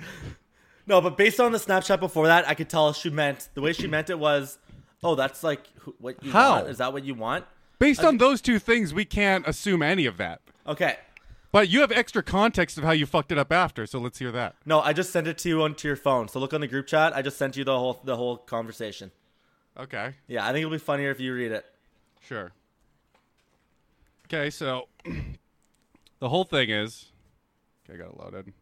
Speaker 5: No, but based on the Snapchat before that, I could tell she meant the way she meant it was, "Oh, that's like who- what you
Speaker 3: How?
Speaker 5: want. Is that what you want?"
Speaker 3: Based on those two things, we can't assume any of that.
Speaker 5: Okay.
Speaker 3: But you have extra context of how you fucked it up after, so let's hear that.
Speaker 5: No, I just sent it to you onto your phone. So look on the group chat. I just sent you the whole the whole conversation.
Speaker 3: Okay,
Speaker 5: Yeah, I think it'll be funnier if you read it.
Speaker 3: sure. Okay, so the whole thing is. Okay, I got it loaded.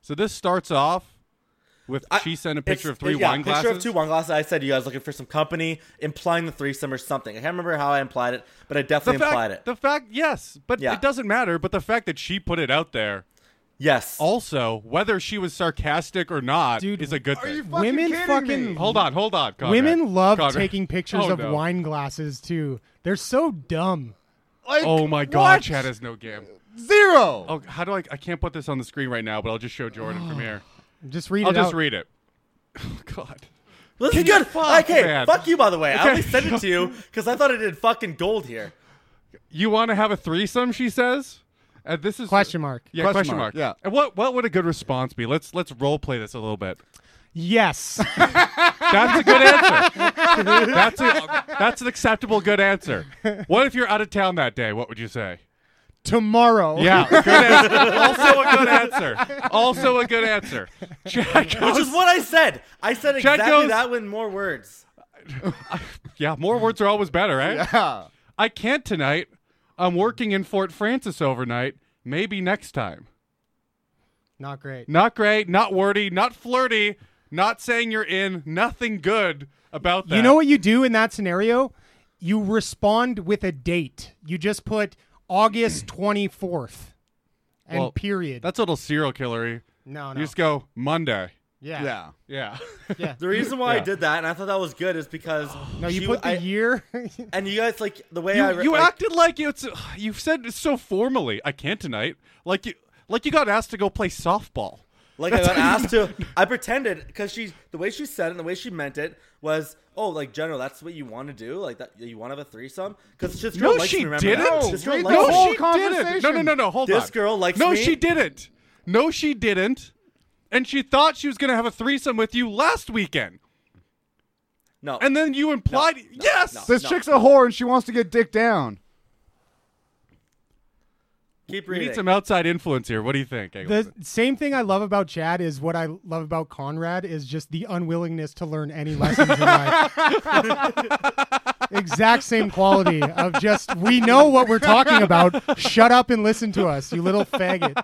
Speaker 3: So this starts off with
Speaker 5: I-
Speaker 3: she sent a picture
Speaker 5: it's-
Speaker 3: of three
Speaker 5: yeah,
Speaker 3: wine glasses.
Speaker 5: Picture of two wine glasses. I said you guys looking for some company, implying the threesome or something. I can't remember how I implied it, but I
Speaker 3: the
Speaker 5: definitely
Speaker 3: fact,
Speaker 5: implied it.
Speaker 3: the fact, yes, but
Speaker 5: Yeah.
Speaker 3: it doesn't matter. But the fact that she put it out there,
Speaker 5: yes.
Speaker 3: Oh, also whether she was sarcastic or not,
Speaker 6: Dude,
Speaker 3: is a good thing.
Speaker 4: fucking
Speaker 6: women
Speaker 4: kidding
Speaker 6: fucking
Speaker 4: me?
Speaker 3: hold on, hold on. Conrad.
Speaker 6: women love
Speaker 3: Conrad.
Speaker 6: taking pictures
Speaker 3: Oh,
Speaker 6: of
Speaker 3: no.
Speaker 6: wine glasses too. They're so dumb.
Speaker 4: Like,
Speaker 3: Oh my god,
Speaker 4: what?
Speaker 3: Chad has no game.
Speaker 4: zero.
Speaker 3: Oh, how do I? I can't put this on the screen right now, but I'll just show Jordan from here.
Speaker 6: Just read
Speaker 3: I'll
Speaker 6: it
Speaker 3: just
Speaker 6: out.
Speaker 3: read it. Oh god.
Speaker 5: this is
Speaker 3: Can you-
Speaker 5: good.
Speaker 3: fuck,
Speaker 5: okay,
Speaker 3: man.
Speaker 5: fuck you. By the way, I
Speaker 3: Okay.
Speaker 5: only sent it to you because I thought I did fucking gold here.
Speaker 3: You want to have a threesome? She says. And this is
Speaker 6: Question mark.
Speaker 3: Yeah,
Speaker 4: Question
Speaker 3: question,
Speaker 4: mark,
Speaker 3: mark.
Speaker 4: yeah.
Speaker 3: And what what would a good response be? Let's let's role play this a little bit.
Speaker 6: Yes.
Speaker 3: That's a good answer. that's a, that's an acceptable good answer. What if you're out of town that day? What would you say?
Speaker 6: Tomorrow.
Speaker 3: Yeah, good answer. also a good answer. Also a good answer. Chad goes,
Speaker 5: Which is what I said. I said
Speaker 3: Chad
Speaker 5: exactly
Speaker 3: goes-
Speaker 5: that with more words.
Speaker 3: yeah, more words are always better, right?
Speaker 4: Yeah.
Speaker 3: I can't tonight. I'm working in Fort Francis overnight. Maybe next time.
Speaker 6: Not great.
Speaker 3: Not great, not wordy, not flirty, not saying you're in, nothing good about that.
Speaker 6: You know what you do in that scenario? You respond with a date. You just put August 24th and
Speaker 3: Well,
Speaker 6: period.
Speaker 3: That's a little serial killery.
Speaker 6: no, no.
Speaker 3: You just go Monday.
Speaker 6: yeah.
Speaker 4: Yeah.
Speaker 3: Yeah.
Speaker 6: Yeah.
Speaker 5: The reason why I
Speaker 3: Yeah.
Speaker 5: did that, and I thought that was good, is because
Speaker 6: No, you
Speaker 5: she-
Speaker 6: put the
Speaker 5: I-
Speaker 6: year.
Speaker 5: and you guys like the way I
Speaker 3: You,
Speaker 5: re-
Speaker 3: you
Speaker 5: like,
Speaker 3: acted like it's you said it so formally. I can't tonight. Like you like you got asked to go play softball.
Speaker 5: Like I got asked to, I pretended because she, the way she said it and the way she meant it was, oh, like general, that's what you want to do, like that you want to have a threesome. Because this girl
Speaker 3: No,
Speaker 5: likes
Speaker 3: she
Speaker 5: me. Remember
Speaker 3: didn't.
Speaker 5: that? This girl
Speaker 4: read
Speaker 5: likes
Speaker 4: the
Speaker 3: no,
Speaker 5: me.
Speaker 4: whole
Speaker 3: she didn't. No, no, no, no. Hold
Speaker 5: This
Speaker 3: on.
Speaker 5: girl likes
Speaker 3: no,
Speaker 5: me.
Speaker 3: she didn't. No, she didn't. And she thought she was going to have a threesome with you last weekend.
Speaker 5: No.
Speaker 3: And then you implied, yes.
Speaker 5: no.
Speaker 4: This chick's a whore and she wants to get dick down.
Speaker 5: keep
Speaker 3: We
Speaker 5: reading.
Speaker 3: need some outside influence here. What do you think?
Speaker 6: The
Speaker 3: Engelson?
Speaker 6: same thing I love about Chad is what I love about Conrad is just the unwillingness to learn any lessons in life. exact same quality of just we know what we're talking about. Shut up and listen to us, you little faggot.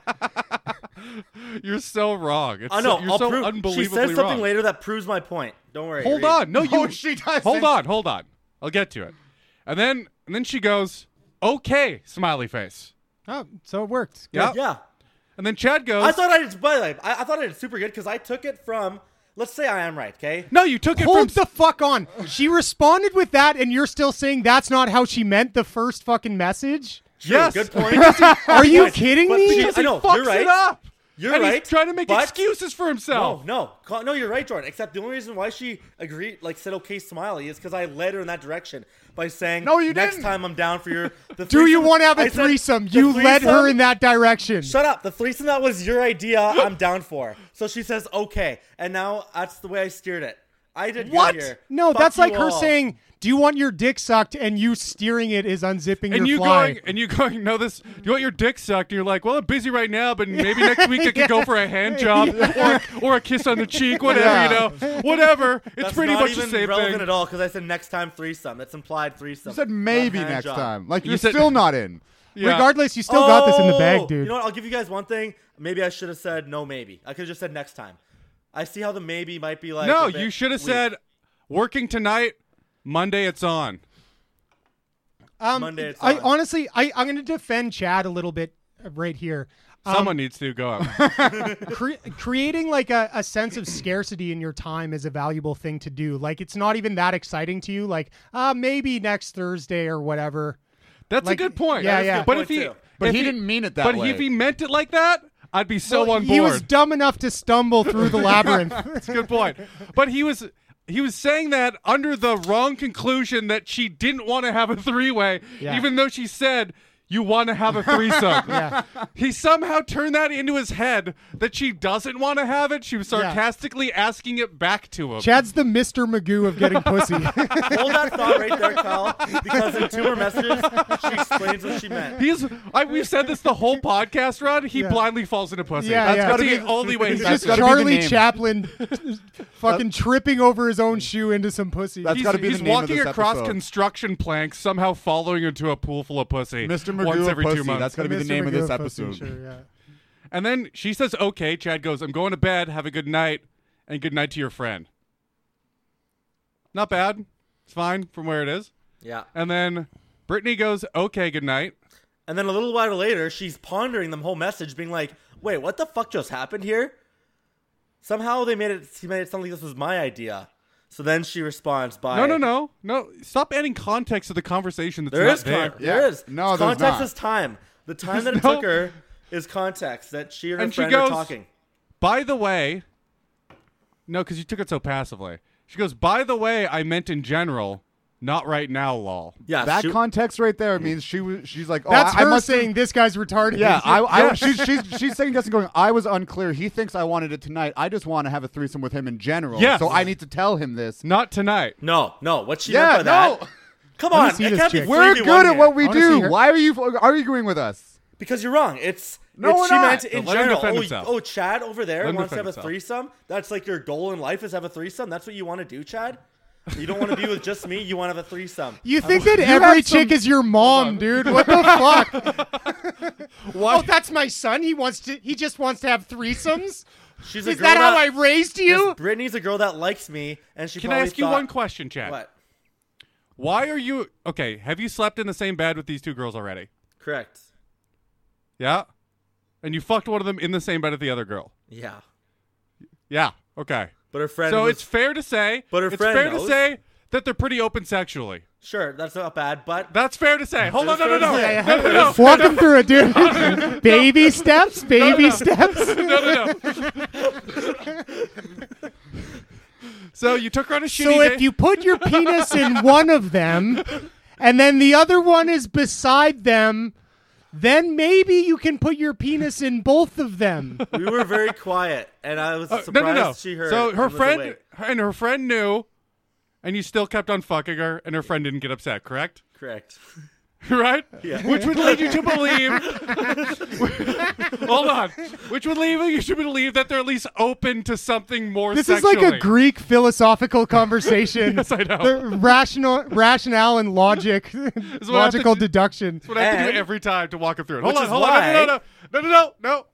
Speaker 3: You're so wrong. It's
Speaker 5: I know.
Speaker 3: so, you're
Speaker 5: I'll
Speaker 3: so
Speaker 5: prove.
Speaker 3: unbelievably
Speaker 5: She says something
Speaker 3: wrong.
Speaker 5: later that proves my point. Don't worry.
Speaker 3: Hold
Speaker 5: read.
Speaker 3: on. No, you.
Speaker 4: No, she doesn't.
Speaker 3: Hold on. Hold on. I'll get to it. And then, and then she goes, "Okay," smiley face.
Speaker 6: Oh, so it worked.
Speaker 3: Yeah.
Speaker 5: Yeah.
Speaker 3: And then Chad goes,
Speaker 5: I thought I did. By the way, I, I thought I did super good because I took it from. Let's say I am right. Okay.
Speaker 3: "No, you took it
Speaker 6: Hold
Speaker 3: from."
Speaker 6: the fuck on. She responded with that, and you're still saying that's not how she meant the first fucking message?
Speaker 5: True,
Speaker 3: Yes.
Speaker 5: Good point.
Speaker 6: Are you
Speaker 5: Guys,
Speaker 6: kidding
Speaker 5: but
Speaker 6: me?
Speaker 5: because- I know.
Speaker 3: He fucks
Speaker 5: You're right.
Speaker 3: it up.
Speaker 5: You're
Speaker 3: and
Speaker 5: right,
Speaker 3: He's trying to make
Speaker 5: but-
Speaker 3: excuses for
Speaker 5: No,
Speaker 3: himself.
Speaker 5: no, Co- no. You're right, Jordan. Except the only reason why she agreed, like said okay, smiley, is because I led her in that direction by saying,
Speaker 4: No, you
Speaker 5: Next
Speaker 4: didn't."
Speaker 5: time I'm down for your. The
Speaker 6: Do you
Speaker 5: threesome-
Speaker 6: want to have a
Speaker 5: I said,
Speaker 6: threesome?
Speaker 5: "The
Speaker 6: You led her
Speaker 5: threesome-
Speaker 6: in that direction.
Speaker 5: Shut up. The threesome that was your idea. I'm down for. So she says okay, and now that's the way I steered it. I did good
Speaker 3: What?
Speaker 5: here.
Speaker 6: No,
Speaker 5: Fuck
Speaker 6: that's
Speaker 5: you
Speaker 6: like her
Speaker 5: all.
Speaker 6: saying, "Do you want your dick sucked?" and you steering it is unzipping your
Speaker 3: And you
Speaker 6: fly.
Speaker 3: going and you going, no, this you want your dick sucked, and you're like, Well, I'm busy right now, but maybe next week I could go for a hand job or, or a kiss on the cheek, whatever, you know. Whatever. It's
Speaker 5: That's
Speaker 3: pretty
Speaker 5: not
Speaker 3: much
Speaker 5: even
Speaker 3: the same
Speaker 5: relevant
Speaker 3: thing.
Speaker 5: at all because I said next time threesome. That's implied threesome.
Speaker 4: You said maybe
Speaker 5: Not hand
Speaker 4: next
Speaker 5: job.
Speaker 4: time. Like
Speaker 3: You
Speaker 4: you are
Speaker 3: said-
Speaker 4: still not in.
Speaker 3: Yeah.
Speaker 6: Regardless, you still got this in the
Speaker 5: Oh!
Speaker 6: bag,
Speaker 5: You
Speaker 6: dude.
Speaker 5: know what? I'll give you guys one thing. Maybe I should have said no. Maybe I could have just said next time. I see how the maybe might be like.
Speaker 3: No,
Speaker 5: a bit
Speaker 3: you should have
Speaker 5: weak.
Speaker 3: said working tonight, Monday it's on.
Speaker 6: um,
Speaker 5: Monday it's
Speaker 6: I
Speaker 5: on.
Speaker 6: honestly, I, I'm going to defend Chad a little bit uh, right here. Um,
Speaker 3: Someone needs to go up.
Speaker 6: cre- creating like a, a sense of scarcity in your time is a valuable thing to do. Like it's not even that exciting to you. Like uh, maybe next Thursday or whatever.
Speaker 3: That's
Speaker 6: Like,
Speaker 3: a good point.
Speaker 6: yeah, That is a yeah. good
Speaker 3: But
Speaker 5: point,
Speaker 3: if he,
Speaker 5: too.
Speaker 4: But
Speaker 3: if
Speaker 4: he didn't mean it that
Speaker 3: but
Speaker 4: way.
Speaker 3: if he meant it like that, I'd be so
Speaker 6: Well,
Speaker 3: on board.
Speaker 6: He was dumb enough to stumble through the labyrinth.
Speaker 3: That's a good point. But he was he was saying that under the wrong conclusion that she didn't want to have a three way,
Speaker 6: Yeah.
Speaker 3: even though she said you want to have a threesome.
Speaker 6: Yeah.
Speaker 3: He somehow turned that into his head that she doesn't want to have it. She was sarcastically asking it back to him.
Speaker 6: Chad's the Mr. Magoo of getting pussy.
Speaker 5: Hold that thought right there, Kyle, because in two more messages she explains what she meant.
Speaker 3: He's I, we've said this the whole podcast run. He
Speaker 6: Yeah.
Speaker 3: blindly falls into pussy.
Speaker 6: Yeah,
Speaker 3: That's
Speaker 6: yeah.
Speaker 3: gotta be the only way.
Speaker 6: It's
Speaker 3: he-
Speaker 4: That's gotta
Speaker 6: just
Speaker 4: be the
Speaker 6: Charlie
Speaker 4: name.
Speaker 6: Chaplin fucking tripping over his own shoe into some pussy.
Speaker 4: That's-
Speaker 3: He's,
Speaker 4: gotta be the
Speaker 3: he's
Speaker 4: name of
Speaker 3: walking
Speaker 4: this
Speaker 3: across
Speaker 4: episode.
Speaker 3: construction planks, somehow falling into a pool full of pussy.
Speaker 4: Mr.
Speaker 3: once
Speaker 4: Magoo
Speaker 3: every
Speaker 4: pussy.
Speaker 3: two months.
Speaker 4: That's got to be the
Speaker 6: Mr.
Speaker 4: name of this
Speaker 6: Magoo pussy,
Speaker 4: episode.
Speaker 6: sure, yeah.
Speaker 3: And then she says, "Okay." Chad goes, "I'm going to bed. Have a good night, and good night to your friend." Not bad. It's fine from where it is.
Speaker 5: Yeah.
Speaker 3: And then Brittany goes, "Okay, good night."
Speaker 5: And then a little while later, she's pondering the whole message, being like, "Wait, what the fuck just happened here?" Somehow they made it. She made it sound like this was my idea. So then she responds by,
Speaker 3: No, no, no, no. Stop adding context to the conversation. That's
Speaker 5: There
Speaker 3: not
Speaker 5: is
Speaker 3: there.
Speaker 5: con- there
Speaker 4: Yeah.
Speaker 5: is
Speaker 4: No,
Speaker 5: It's
Speaker 4: there's
Speaker 5: context
Speaker 4: not.
Speaker 5: is time. The time that it
Speaker 3: no-
Speaker 5: took her is context that she and her
Speaker 3: And she
Speaker 5: friend
Speaker 3: goes-
Speaker 5: are talking.
Speaker 3: By the way, no, because you took it so passively. She goes, "By the way, I meant in general, not right now, lol."
Speaker 5: Yeah,
Speaker 4: That
Speaker 5: she-
Speaker 4: context right there means she was. She's like, oh,
Speaker 6: That's
Speaker 4: I, I
Speaker 6: her
Speaker 4: must
Speaker 6: saying this guy's retarded.
Speaker 4: Yeah, I, I,
Speaker 3: Yeah.
Speaker 4: she's she's she's second guessing, going. I was unclear. He thinks I wanted it tonight. I just want to have a threesome with him in general.
Speaker 3: Yes.
Speaker 4: So I need to tell him this.
Speaker 3: Not tonight.
Speaker 5: no, no. What she
Speaker 4: Yeah,
Speaker 5: meant by
Speaker 4: no.
Speaker 5: that? Come
Speaker 6: Let me
Speaker 5: on,
Speaker 6: see
Speaker 5: it
Speaker 6: this
Speaker 5: can't be
Speaker 6: chick.
Speaker 4: We're
Speaker 5: 3v1
Speaker 4: good at
Speaker 5: here.
Speaker 4: what we
Speaker 6: I wanna see
Speaker 4: do.
Speaker 6: her-
Speaker 4: Why are you arguing with us?
Speaker 5: because you're wrong. It's
Speaker 4: No,
Speaker 5: it's-
Speaker 4: we're
Speaker 5: she
Speaker 4: not.
Speaker 5: meant in
Speaker 3: Don't let him
Speaker 5: general.
Speaker 3: defend
Speaker 5: Oh,
Speaker 3: himself.
Speaker 5: oh, Chad over there
Speaker 3: Let him
Speaker 5: wants to
Speaker 3: defend
Speaker 5: have a
Speaker 3: himself.
Speaker 5: threesome. That's like your goal in life is have a threesome. That's what you want to do, Chad. You don't want to be with just me. You want to have a threesome.
Speaker 6: You think that
Speaker 4: have
Speaker 6: every
Speaker 4: some-
Speaker 6: chick is your mom, dude? What the fuck? Oh, that's my son. He wants to. He just wants to have threesomes.
Speaker 5: She's a
Speaker 6: Is
Speaker 5: girl
Speaker 6: that how I raised you?
Speaker 5: Brittany's a girl that likes me, and she.
Speaker 3: Can I
Speaker 5: probably
Speaker 3: ask you
Speaker 5: thought-
Speaker 3: one question, Chad?
Speaker 5: What?
Speaker 3: Why are you okay? Have you slept in the same bed with these two girls already?
Speaker 5: Correct.
Speaker 3: Yeah. And you fucked one of them in the same bed with the other girl.
Speaker 5: Yeah,
Speaker 3: Yeah. Okay.
Speaker 5: but her friend.
Speaker 3: so
Speaker 5: was-
Speaker 3: it's fair to say.
Speaker 5: But her
Speaker 3: it's
Speaker 5: friend
Speaker 3: fair to
Speaker 5: knows.
Speaker 3: say that they're pretty open sexually.
Speaker 5: sure that's not bad, but
Speaker 3: That's fair to say. Hold on.
Speaker 5: That's
Speaker 3: No. No. No.
Speaker 5: fair
Speaker 3: No. No. No.
Speaker 6: Walk him through it, dude. baby steps. Baby steps.
Speaker 3: No. No. No. so you took her on a shitty
Speaker 6: So
Speaker 3: date.
Speaker 6: if you put your penis in one of them, and then the other one is beside them, then maybe you can put your penis in both of them.
Speaker 5: We were very quiet, and I was
Speaker 3: Uh,
Speaker 5: surprised
Speaker 3: no, no, no.
Speaker 5: she heard.
Speaker 3: so
Speaker 5: and
Speaker 3: her
Speaker 5: was
Speaker 3: friend
Speaker 5: awake.
Speaker 3: her- and her friend knew, and you still kept on fucking her, and her friend didn't get upset. Correct?
Speaker 5: correct.
Speaker 3: Right?
Speaker 5: Yeah.
Speaker 3: Which would lead you to believe. Hold on. Which would lead you to believe that they're at least open to something more.
Speaker 6: This
Speaker 3: sexually.
Speaker 6: is like a Greek philosophical conversation.
Speaker 3: Yes, I know.
Speaker 6: The rational, rationale and logic,
Speaker 3: what I have to
Speaker 6: logical
Speaker 3: do-
Speaker 6: deduction.
Speaker 3: That's what I have to
Speaker 5: And-
Speaker 3: do every time to walk him through it. Hold
Speaker 5: Which
Speaker 3: on,
Speaker 5: is
Speaker 3: hold on, no, no, no, no, no, no, no.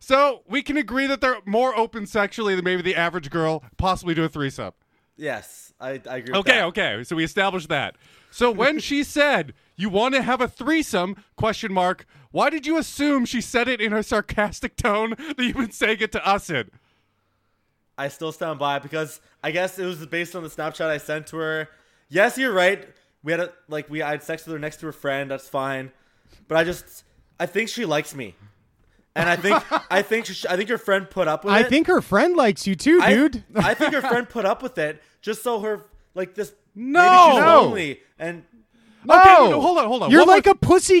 Speaker 3: So we can agree that they're more open sexually than maybe the average girl, possibly to a threesome.
Speaker 5: Yes, I, I agree.
Speaker 3: Okay,
Speaker 5: with
Speaker 3: okay. So we established that. So when she said you want to have a threesome? Question mark. Why did you assume she said it in her sarcastic tone that you've been saying it to us in?
Speaker 5: that. I still stand by it because I guess it was based on the Snapchat I sent to her. Yes, you're right. We had a, like we I had sex with her next to her friend. That's fine, but I just I think she likes me, and I think I think she, I think your friend put up with
Speaker 6: I
Speaker 5: it.
Speaker 6: think her friend likes you too,
Speaker 5: I-
Speaker 6: dude.
Speaker 5: I think her friend put up with it just so her like this.
Speaker 3: No!
Speaker 5: maybe she's
Speaker 3: No.
Speaker 5: lonely and
Speaker 3: Okay,
Speaker 6: No.
Speaker 3: no, hold on, hold on.
Speaker 6: Oh! You're
Speaker 3: One
Speaker 6: like a pussy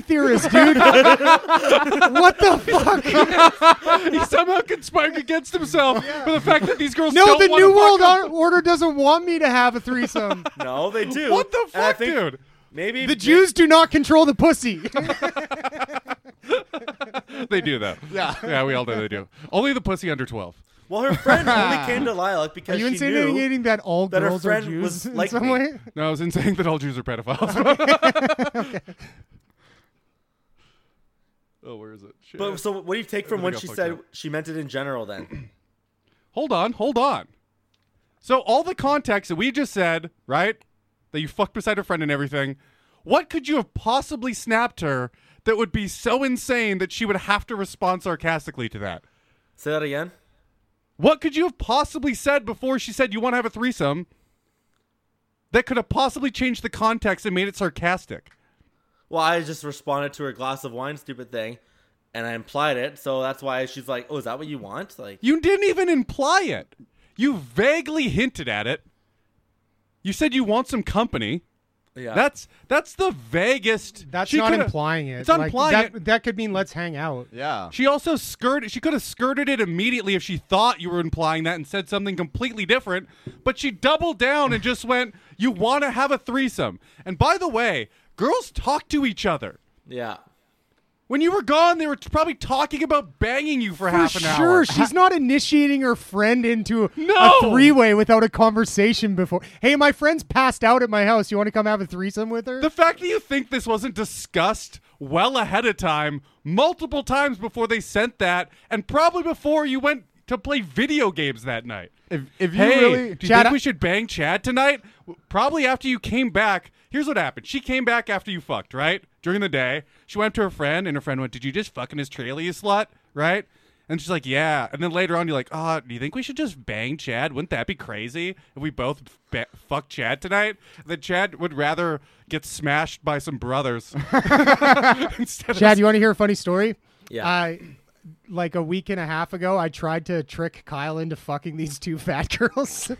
Speaker 6: theorist, dude. what the fuck?
Speaker 3: more- he somehow conspired against himself for the fact that these girls
Speaker 6: No,
Speaker 3: don't
Speaker 6: the
Speaker 3: wanna
Speaker 6: New
Speaker 3: fuck
Speaker 6: World
Speaker 3: up.
Speaker 6: Or- Order doesn't want me to have a threesome.
Speaker 5: no, they do.
Speaker 3: What the
Speaker 5: And I
Speaker 3: fuck,
Speaker 5: think
Speaker 3: dude?
Speaker 5: Maybe
Speaker 6: The Jews do not control the pussy.
Speaker 3: They do though. Yeah, yeah, we all know they do. Only the pussy under twelve.
Speaker 5: Well, her friend only came to Lilac
Speaker 6: Are
Speaker 5: because
Speaker 6: you
Speaker 5: she knew.
Speaker 6: insinuating that all
Speaker 5: that her
Speaker 6: girls are
Speaker 5: friend
Speaker 6: Jews
Speaker 5: was
Speaker 6: in
Speaker 5: like
Speaker 6: some
Speaker 5: me.
Speaker 6: way?
Speaker 3: No, I was in saying that all Jews are pedophiles. Oh, where is it? Shit.
Speaker 5: But so, what do you take from
Speaker 3: Everything
Speaker 5: when
Speaker 3: got
Speaker 5: she
Speaker 3: fucked
Speaker 5: said
Speaker 3: up.
Speaker 5: she meant it in general? Then
Speaker 3: hold on, hold on. So all the context that we just said, right? That you fucked beside a friend and everything. What could you have possibly snapped her that would be so insane that she would have to respond sarcastically to that?
Speaker 5: say that again.
Speaker 3: What could you have possibly said before she said you want to have a threesome that could have possibly changed the context and made it sarcastic?
Speaker 5: Well, I just responded to her glass of wine, stupid thing, and I implied it. So that's why she's like, "Oh, is that what you want?" Like,
Speaker 3: You didn't even imply it. You vaguely hinted at it. You said you want some company.
Speaker 5: yeah,
Speaker 3: That's that's the vaguest.
Speaker 6: That's
Speaker 3: she
Speaker 6: not
Speaker 3: coulda-
Speaker 6: implying it.
Speaker 3: It's not implying
Speaker 6: that,
Speaker 3: it.
Speaker 6: That could mean let's hang out.
Speaker 4: Yeah.
Speaker 3: She also skirted. She could have skirted it immediately if she thought you were implying that and said something completely different. But she doubled down and just went, "You want to have a threesome?" And by the way, girls talk to each other.
Speaker 5: yeah.
Speaker 3: When you were gone, they were t- probably talking about banging you for, half
Speaker 6: For
Speaker 3: an
Speaker 6: sure,
Speaker 3: hour.
Speaker 6: she's not initiating her friend into
Speaker 3: No!
Speaker 6: a three-way without a conversation before. Hey, my friend's passed out at my house. You want to come have a threesome with her?
Speaker 3: The fact that you think this wasn't discussed well ahead of time, multiple times before they sent that, and probably before you went to play video games that night.
Speaker 4: If, if you
Speaker 3: Hey,
Speaker 4: really
Speaker 3: do you
Speaker 6: Chad,
Speaker 3: think
Speaker 6: I-
Speaker 3: we should bang Chad tonight? W- Probably after you came back. Here's what happened. She came back after you fucked, right? During the day. She went up to her friend, and her friend went, Did you just fuck in his trailer, you slut? Right? And she's like, Yeah. And then later on, you're like, Oh, do you think we should just bang Chad? Wouldn't that be crazy if we both ba- fuck Chad tonight? Then Chad would rather get smashed by some brothers. instead
Speaker 6: Chad,
Speaker 3: of-
Speaker 6: you want to hear a funny story?
Speaker 5: Yeah.
Speaker 6: I like a week and a half ago, I tried to trick Kyle into fucking these two fat girls.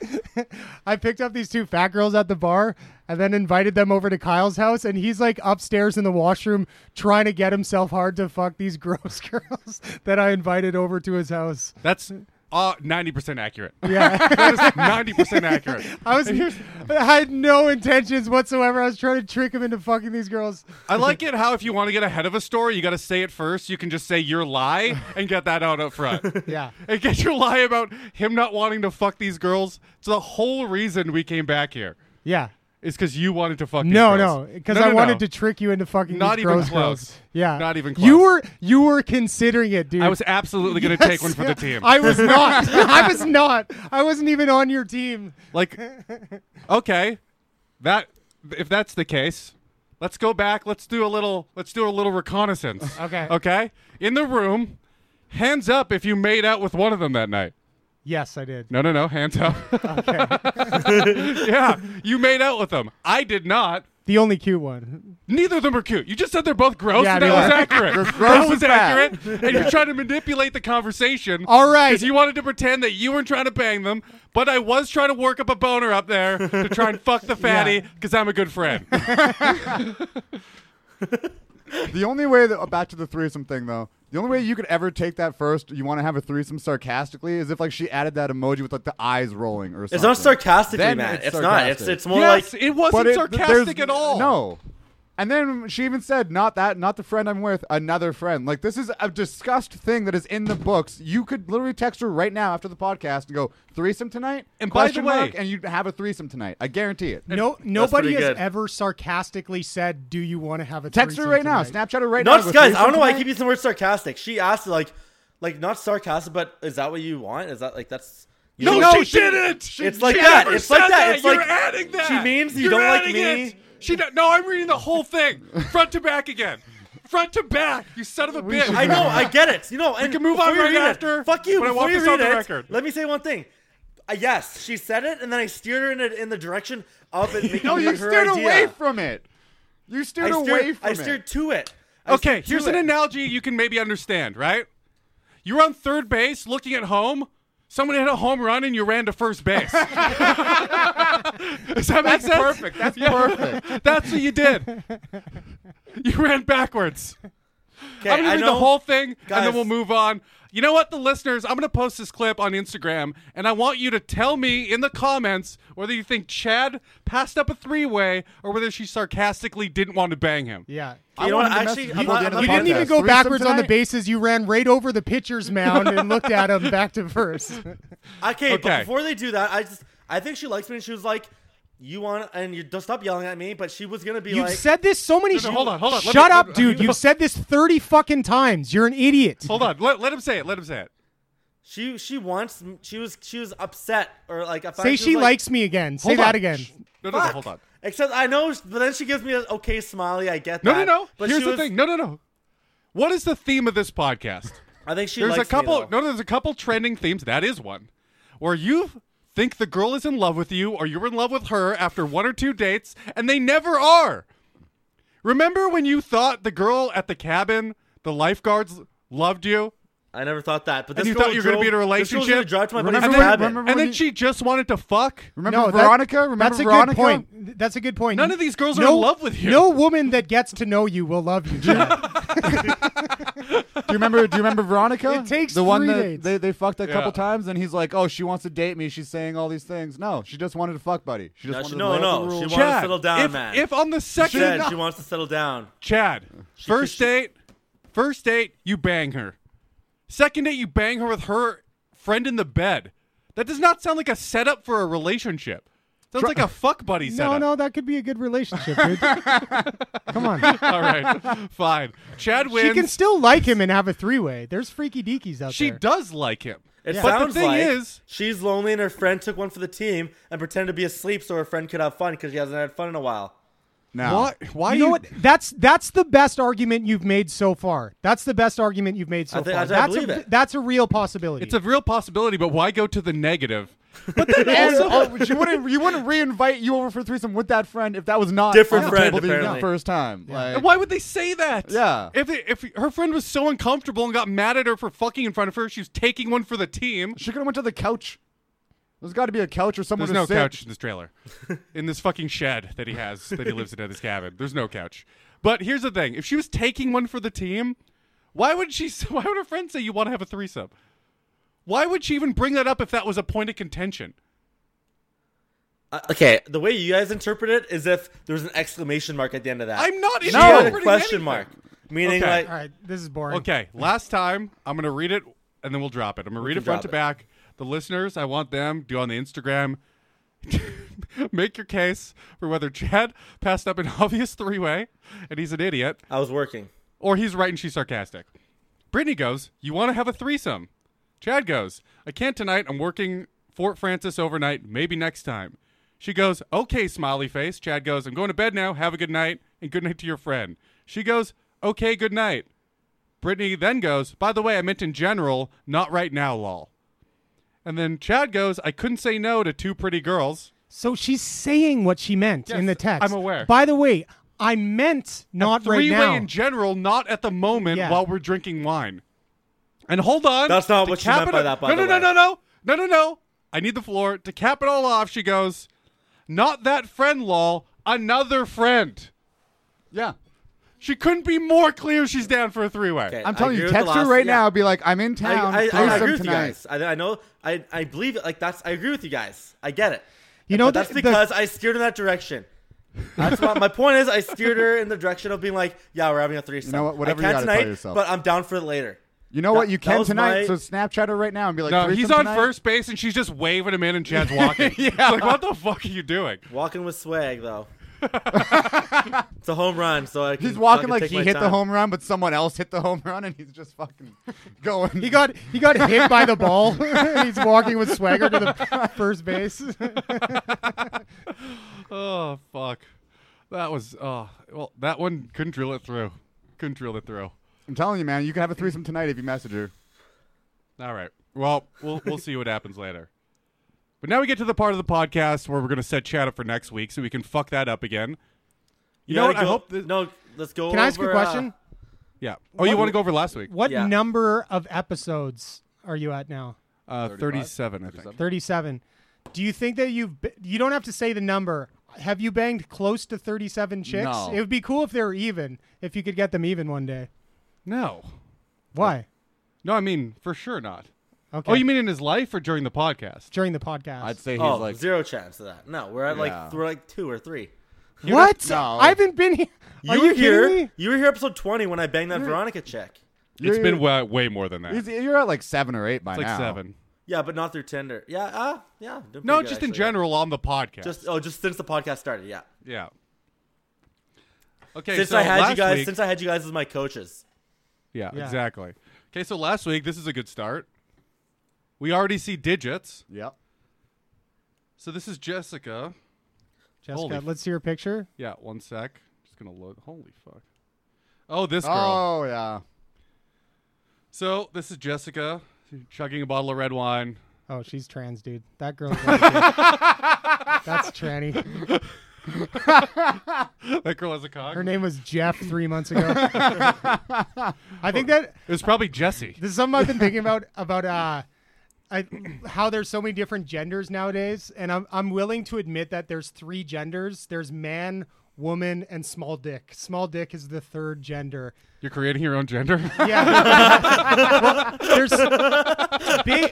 Speaker 6: I picked up these two fat girls at the bar and then invited them over to Kyle's house, and he's like upstairs in the washroom trying to get himself hard to fuck these gross girls that I invited over to his house.
Speaker 3: That's uh, 90% accurate.
Speaker 6: Yeah.
Speaker 3: that is 90% accurate.
Speaker 6: I was I had no intentions whatsoever. I was trying to trick him into fucking these girls.
Speaker 3: I like it how if you want to get ahead of a story, you got to say it first. You can just say your lie and get that out up front.
Speaker 6: Yeah.
Speaker 3: and get your lie about him not wanting to fuck these girls. It's the whole reason we came back here
Speaker 6: Yeah.
Speaker 3: is because you wanted to fuck. these
Speaker 6: No, no,
Speaker 3: girls.
Speaker 6: because
Speaker 3: No,
Speaker 6: I
Speaker 3: no,
Speaker 6: wanted
Speaker 3: no.
Speaker 6: to trick you into fucking
Speaker 3: Not
Speaker 6: these
Speaker 3: even
Speaker 6: gross
Speaker 3: close.
Speaker 6: girls. Yeah,
Speaker 3: Not even
Speaker 6: You
Speaker 3: close.
Speaker 6: were you were considering it, dude.
Speaker 3: I was absolutely going to take one for the team.
Speaker 6: I was not. I was not. I wasn't even on your team.
Speaker 3: like, okay, that if that's the case, let's go back. Let's do a little. Let's do a little reconnaissance.
Speaker 6: Okay.
Speaker 3: Okay. In the room, hands up if you made out with one of them that night.
Speaker 6: Yes, I did.
Speaker 3: No, no, no. Hands up. yeah, you made out with them. I did not.
Speaker 6: The only cute one.
Speaker 3: Neither of them are cute. You just said they're both gross,
Speaker 6: Yeah,
Speaker 3: and
Speaker 6: they
Speaker 3: that was
Speaker 6: are.
Speaker 3: accurate. that was accurate. And you're trying to manipulate the conversation.
Speaker 6: All right.
Speaker 3: Because you wanted to pretend that you weren't trying to bang them, but I was trying to work up a boner up there to try and fuck the fatty because I'm a good friend.
Speaker 4: The only way that uh, back to the threesome thing though. The only way you could ever take that first, you want to have a threesome sarcastically, is if like she added that emoji with like the eyes rolling or something.
Speaker 5: It's not sarcastically,
Speaker 4: Then
Speaker 5: man.
Speaker 4: it's
Speaker 5: It's, not. It's
Speaker 4: sarcastic.
Speaker 5: it's more
Speaker 3: yes,
Speaker 5: like
Speaker 3: it wasn't
Speaker 4: it-
Speaker 3: sarcastic
Speaker 4: there's-
Speaker 3: at all.
Speaker 4: No. And then she even said, "Not that, not the friend I'm with, another friend." Like this is a discussed thing that is in the books. You could literally text her right now after the podcast and go threesome tonight.
Speaker 3: And by the
Speaker 4: Question
Speaker 3: way-
Speaker 4: mark, and you'd have a threesome tonight. I guarantee it.
Speaker 6: No, nobody
Speaker 5: pretty
Speaker 6: has
Speaker 5: good.
Speaker 6: ever sarcastically said, "Do you want to have a
Speaker 4: Text her
Speaker 6: threesome
Speaker 4: right now.
Speaker 6: tonight?"
Speaker 4: Snapchat her right now.
Speaker 5: not
Speaker 4: and go,
Speaker 5: guys. I don't know why I
Speaker 4: "Threesome
Speaker 5: keep using the word sarcastic. She asked like, like not sarcastic, but is that what you want? Is that like that's you
Speaker 3: No,
Speaker 5: know-
Speaker 3: she didn't. She,
Speaker 5: It's like
Speaker 3: she
Speaker 5: that.
Speaker 3: never
Speaker 5: It's like
Speaker 3: said
Speaker 5: that. It's
Speaker 3: You're
Speaker 5: like-
Speaker 3: adding that.
Speaker 5: She means you
Speaker 3: You're
Speaker 5: don't like
Speaker 3: adding
Speaker 5: me.
Speaker 3: It. She do- no, I'm reading the whole thing, front to back again, front to back. You son of a bitch.
Speaker 5: I know. I get it. You know. And
Speaker 3: can move on
Speaker 5: before you
Speaker 3: right
Speaker 5: read it-
Speaker 3: after,
Speaker 5: fuck you.
Speaker 3: but I
Speaker 5: before
Speaker 3: want
Speaker 5: you
Speaker 3: this
Speaker 5: read
Speaker 3: on the
Speaker 5: it,
Speaker 3: record.
Speaker 5: Let me say one thing. Uh, yes, she said it, and then I steered her in, a, in the direction of it. Making
Speaker 4: No,
Speaker 5: it
Speaker 4: you
Speaker 5: her
Speaker 4: steered
Speaker 5: idea.
Speaker 4: away from it. You steered,
Speaker 5: I steered,
Speaker 4: away from
Speaker 5: I
Speaker 4: it.
Speaker 5: steered to it. I
Speaker 3: Okay,
Speaker 5: steered to
Speaker 3: here's an
Speaker 5: it.
Speaker 3: analogy you can maybe understand, right? You're on third base looking at home. Someone hit a home run and you ran to first base. Does that make sense?
Speaker 4: perfect. That's perfect.
Speaker 3: That's what you did. You ran backwards.
Speaker 5: Okay,
Speaker 3: I'm gonna
Speaker 5: I
Speaker 3: read the
Speaker 5: know-
Speaker 3: whole thing and
Speaker 5: Guys.
Speaker 3: then we'll move on. You know what, the listeners? I'm gonna post this clip on Instagram, and I want you to tell me in the comments whether you think Chad passed up a three-way or whether she sarcastically didn't want to bang him.
Speaker 6: Yeah.
Speaker 5: You know what?
Speaker 4: wanted to
Speaker 5: Actually,
Speaker 4: message
Speaker 5: I'm
Speaker 4: people
Speaker 5: not-
Speaker 4: at the
Speaker 5: I'm
Speaker 4: end
Speaker 6: You
Speaker 5: not-
Speaker 4: of
Speaker 6: didn't even
Speaker 4: podcast.
Speaker 6: go
Speaker 4: Threesome
Speaker 6: backwards on the
Speaker 4: tonight?
Speaker 6: bases. You ran right over the pitcher's mound and looked at him back to first.
Speaker 5: Okay,
Speaker 3: Okay.
Speaker 5: but before they do that, I just I think she likes me, and she was like, "You want?" And you don't stop yelling at me. But she was gonna be
Speaker 6: You've
Speaker 5: like,
Speaker 6: said this so many.
Speaker 3: No, no, hold on, hold on. Let
Speaker 6: Shut
Speaker 3: me-
Speaker 6: up,
Speaker 3: let me-
Speaker 6: dude. You've said this thirty fucking times. You're an idiot.
Speaker 3: Hold on, let, let him say it. Let him say it.
Speaker 5: "She she wants." She was she was upset or like. I found
Speaker 6: Say she
Speaker 5: was like,
Speaker 6: likes me again. Say
Speaker 3: Hold
Speaker 6: that
Speaker 3: on.
Speaker 6: again.
Speaker 3: Shh. No, no, no,
Speaker 5: Fuck.
Speaker 3: hold on.
Speaker 5: Except I know, but then she gives me an okay smiley. I get
Speaker 3: No,
Speaker 5: that.
Speaker 3: no, no.
Speaker 5: But
Speaker 3: Here's
Speaker 5: she
Speaker 3: the
Speaker 5: was-
Speaker 3: thing. No, no, no. What is the theme of this podcast?
Speaker 5: I think she
Speaker 3: There's a
Speaker 5: likes
Speaker 3: couple.
Speaker 5: Me, though.
Speaker 3: no, there's a couple trending themes. That is one, where you think the girl is in love with you, or you're in love with her after one or two dates, and they never are. Remember when you thought the girl at the cabin, the lifeguards loved you,
Speaker 5: I never thought that. But this
Speaker 3: you
Speaker 5: girl
Speaker 3: thought you were gonna be in a
Speaker 5: drove- this girl was gonna
Speaker 3: relationship?
Speaker 5: Drive to my
Speaker 4: Remember
Speaker 5: buddy's
Speaker 4: when-
Speaker 5: cabin.
Speaker 4: remember-
Speaker 3: and then
Speaker 4: you-
Speaker 3: she just wanted to fuck?
Speaker 4: Remember
Speaker 6: no, that-
Speaker 4: Veronica? Remember
Speaker 6: that's a
Speaker 4: Veronica?
Speaker 6: good point. That's a good point.
Speaker 3: None of these girls are
Speaker 6: No-
Speaker 3: in love with you.
Speaker 6: No woman that gets to know you will love you. Chad.
Speaker 4: Do you remember? Do you remember Veronica?
Speaker 6: It takes
Speaker 4: the one
Speaker 6: three
Speaker 4: that
Speaker 6: dates.
Speaker 4: they they fucked a
Speaker 3: Yeah.
Speaker 4: couple times, and he's like, "Oh, she wants to date me. She's saying all these things." No, she just wanted to fuck, buddy. She just
Speaker 5: No,
Speaker 4: wanted
Speaker 5: she-
Speaker 4: to
Speaker 5: no,
Speaker 4: lay out
Speaker 5: no,
Speaker 4: the
Speaker 5: she
Speaker 4: rules.
Speaker 5: wanted to
Speaker 3: Chad,
Speaker 5: settle down,
Speaker 3: if,
Speaker 5: man.
Speaker 3: if on the
Speaker 5: she
Speaker 3: second,
Speaker 5: said she wants to settle down.
Speaker 3: Chad,
Speaker 6: Uh,
Speaker 3: first
Speaker 5: she-
Speaker 3: date, first date, you bang her. Second date, you bang her with her friend in the bed. That does not sound like a setup for a relationship. Sounds like a fuck buddy
Speaker 6: no,
Speaker 3: setup.
Speaker 6: no, that could be a good relationship, dude. Come on.
Speaker 3: All right, fine. Chad wins.
Speaker 6: She can still like him and have a three-way. There's freaky deekies out
Speaker 3: She
Speaker 6: there.
Speaker 3: does like him.
Speaker 5: It
Speaker 3: But
Speaker 5: sounds
Speaker 3: the thing
Speaker 5: like
Speaker 3: is,
Speaker 5: she's lonely, and her friend took one for the team and pretended to be asleep so her friend could have fun because she hasn't had fun in a while.
Speaker 4: No.
Speaker 3: why? Why
Speaker 6: you know what? That's that's the best argument you've made so far. That's the best argument you've made so
Speaker 5: I think-
Speaker 6: far.
Speaker 5: I
Speaker 6: that's
Speaker 5: believe
Speaker 6: a,
Speaker 5: it.
Speaker 6: that's a real possibility.
Speaker 3: It's a real possibility, but why go to the negative?
Speaker 4: And oh, she wouldn't. You wouldn't reinvite you over for threesome with that friend if that was not
Speaker 5: Different
Speaker 4: on the
Speaker 5: friend,
Speaker 4: table the
Speaker 5: apparently.
Speaker 4: first time. Like,
Speaker 3: And why would they say that?
Speaker 4: Yeah.
Speaker 3: If they, if her friend was so uncomfortable and got mad at her for fucking in front of her, she was taking one for the team.
Speaker 4: She could have went to the couch. There's got to be a couch or somewhere
Speaker 3: There's
Speaker 4: to
Speaker 3: no
Speaker 4: sit.
Speaker 3: couch in this trailer. in this fucking shed that he has that he lives in at his cabin. There's no couch. But here's the thing. If she was taking one for the team, why would she s- why would her friend say you want to have a threesome? Why would she even bring that up if that was a point of contention?
Speaker 5: Uh, okay, the way you guys interpret it is if there's an exclamation mark at the end of that.
Speaker 3: I'm not
Speaker 5: She had a
Speaker 3: interpreting
Speaker 5: question
Speaker 3: anything.
Speaker 5: mark, meaning
Speaker 3: Okay.
Speaker 5: like
Speaker 6: All right, this is boring.
Speaker 3: Okay, last time I'm gonna read it and then we'll drop it. I'm gonna read
Speaker 5: can
Speaker 3: it front
Speaker 5: drop
Speaker 3: to
Speaker 5: it.
Speaker 3: back. The listeners, I want them do on the Instagram. Make your case for whether Chad passed up an obvious three way and he's an idiot,
Speaker 5: I was working.
Speaker 3: or he's right and she's sarcastic. Brittany goes, You want to have a threesome? Chad goes, I can't tonight. I'm working Fort Francis overnight. Maybe next time. She goes, Okay, smiley face. Chad goes, I'm going to bed now. Have a good night and good night to your friend. She goes, Okay, good night. Brittany then goes, By the way, I meant in general, not right now, lol. And then Chad goes, I couldn't say no to two pretty girls.
Speaker 6: So she's saying what she meant in the
Speaker 3: Yes,
Speaker 6: text.
Speaker 3: I'm aware.
Speaker 6: By the way, I meant not right
Speaker 3: three
Speaker 6: now.
Speaker 3: way in general, not at the moment
Speaker 6: Yeah.
Speaker 3: while we're drinking wine. And hold on.
Speaker 5: That's not
Speaker 3: to
Speaker 5: what she
Speaker 3: cap
Speaker 5: meant
Speaker 3: it
Speaker 5: by
Speaker 3: up-
Speaker 5: that, by
Speaker 3: no,
Speaker 5: the
Speaker 3: no,
Speaker 5: way.
Speaker 3: no, no, no, no, no, no. I need the floor to cap it all off. She goes, "Not that friend, lol. Another friend."
Speaker 4: Yeah.
Speaker 3: She couldn't be more clear she's down for a three way.
Speaker 5: Okay,
Speaker 4: I'm
Speaker 5: I
Speaker 4: telling
Speaker 5: agree with
Speaker 4: you,
Speaker 5: the
Speaker 4: text her
Speaker 5: last-
Speaker 4: right
Speaker 5: yeah.
Speaker 4: now. Be like, I'm in town.
Speaker 5: I, I,
Speaker 4: threesome
Speaker 5: I agree with you
Speaker 4: tonight.
Speaker 5: guys. I, I know. I, I believe it. Like that's. I agree with you guys. I get it.
Speaker 6: You know,
Speaker 5: But that's
Speaker 6: the- the-
Speaker 5: because I steered in that direction. That's what my point is. I steered her in the direction of being like, yeah, we're having a threesome.
Speaker 4: You know what?
Speaker 5: I
Speaker 4: Whatever you
Speaker 5: can't
Speaker 4: gotta
Speaker 5: tonight,
Speaker 4: tell yourself.
Speaker 5: but I'm down for it later.
Speaker 4: You know
Speaker 5: That-
Speaker 4: what? You
Speaker 5: that
Speaker 4: can
Speaker 5: was
Speaker 4: tonight.
Speaker 5: my-
Speaker 4: So Snapchat her right now and be like,
Speaker 3: No,
Speaker 4: "Threesome
Speaker 3: he's on
Speaker 4: tonight?"
Speaker 3: first base and she's just waving him in and Chad's walking. yeah. like, what the fuck are you doing?
Speaker 5: Walking with swag though. it's a home run, so I can,
Speaker 4: He's
Speaker 5: so I
Speaker 4: walking
Speaker 5: can
Speaker 4: like
Speaker 5: take
Speaker 4: he
Speaker 5: my
Speaker 4: hit the
Speaker 5: time.
Speaker 4: home run, but someone else hit the home run, and he's just fucking going.
Speaker 6: He got he got hit by the ball. He's walking with swagger to the first base.
Speaker 3: Oh fuck. That was oh well that one couldn't drill it through. Couldn't drill it through.
Speaker 4: I'm telling you, man, you can have a threesome tonight if you message her.
Speaker 3: All right. Well, we'll we'll see what happens later. But now we get to the part of the podcast where we're gonna set Chad up for next week so we can fuck that up again. You, know
Speaker 5: gotta
Speaker 3: what? I
Speaker 5: go-
Speaker 3: hope this,
Speaker 5: no, let's go.
Speaker 6: Can I ask you
Speaker 5: over,
Speaker 6: a question?
Speaker 5: uh,
Speaker 3: Yeah. Oh, you want to go over last week?
Speaker 6: what
Speaker 5: yeah.
Speaker 6: number of episodes are you at now?
Speaker 3: Uh, thirty-seven, I think.
Speaker 6: 37. Do you think that you've b- you don't have to say the number. Have you banged close to 37 chicks?
Speaker 4: No.
Speaker 6: It would be cool if they were even, if you could get them even one day.
Speaker 3: No.
Speaker 6: Why?
Speaker 3: No, I mean for sure not.
Speaker 6: Okay.
Speaker 3: Oh, you mean in his life or during the podcast?
Speaker 6: during the podcast?
Speaker 4: I'd say he's
Speaker 5: oh,
Speaker 4: like,
Speaker 5: zero chance of that. No, we're at
Speaker 4: Yeah.
Speaker 5: like we're like two or three.
Speaker 6: what?
Speaker 4: No.
Speaker 6: I haven't been here. Are you,
Speaker 5: were here.
Speaker 6: kidding me?
Speaker 5: You were here episode twenty when I banged that Veronica check.
Speaker 3: It's been way, way more than that.
Speaker 4: he's,
Speaker 3: It's
Speaker 4: you're at like seven or eight by
Speaker 3: like
Speaker 4: now.
Speaker 3: seven.
Speaker 5: Yeah, but not through Tinder. Yeah, uh, yeah. doing
Speaker 3: No,
Speaker 5: pretty good,
Speaker 3: just in
Speaker 5: actually.
Speaker 3: general on the podcast.
Speaker 5: Just oh, just since the podcast started. Yeah.
Speaker 3: yeah. Okay.
Speaker 5: Since
Speaker 3: so
Speaker 5: I had
Speaker 3: last
Speaker 5: you guys,
Speaker 3: week-
Speaker 5: since I had you guys as my coaches.
Speaker 3: Yeah,
Speaker 6: Yeah.
Speaker 3: exactly. Okay, so last week, this is a good start. We already see digits.
Speaker 4: Yep.
Speaker 3: So this is Jessica.
Speaker 6: Jessica,
Speaker 3: Holy-
Speaker 6: let's see her picture.
Speaker 3: Yeah, one sec. Just going to load. Holy fuck. Oh, this girl.
Speaker 4: Oh yeah.
Speaker 3: So this is Jessica chugging a bottle of red wine.
Speaker 6: Oh, she's trans, dude. That girl's like, That's tranny.
Speaker 3: that girl has a cock.
Speaker 6: Her name was Jeff three months ago. I think that
Speaker 3: It was probably Jesse.
Speaker 6: this is something I've been thinking about about uh, I, how there's so many different genders nowadays, and I'm I'm willing to admit that there's three genders. There's man, woman, and small dick. Small dick is the third gender.
Speaker 3: You're creating your own gender?
Speaker 6: Yeah. Well, there's big,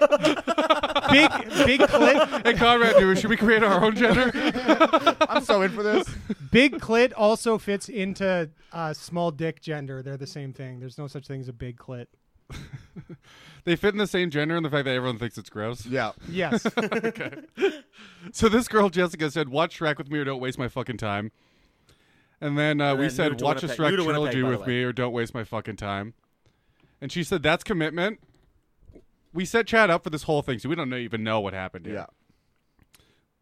Speaker 6: big, big clit.
Speaker 3: hey, Conrad, dude, should we create our own gender?
Speaker 4: I'm so in for this.
Speaker 6: Big clit also fits into uh, small dick gender. They're the same thing. There's no such thing as a big clit.
Speaker 3: they fit in the same gender and the fact that everyone thinks it's gross.
Speaker 4: Yeah.
Speaker 6: Yes.
Speaker 3: So this girl, Jessica, said, watch Shrek with me or don't waste my fucking time. And then, uh, we
Speaker 5: then you
Speaker 3: said,
Speaker 5: to
Speaker 3: watch a
Speaker 5: Winnipeg-
Speaker 3: Shrek
Speaker 5: you to Winnipeg,
Speaker 3: trilogy
Speaker 5: by the
Speaker 3: with
Speaker 5: way."
Speaker 3: me or don't waste my fucking time. And she said, that's commitment. We set Chad up for this whole thing, so we don't know, even know what happened here.
Speaker 4: Yeah.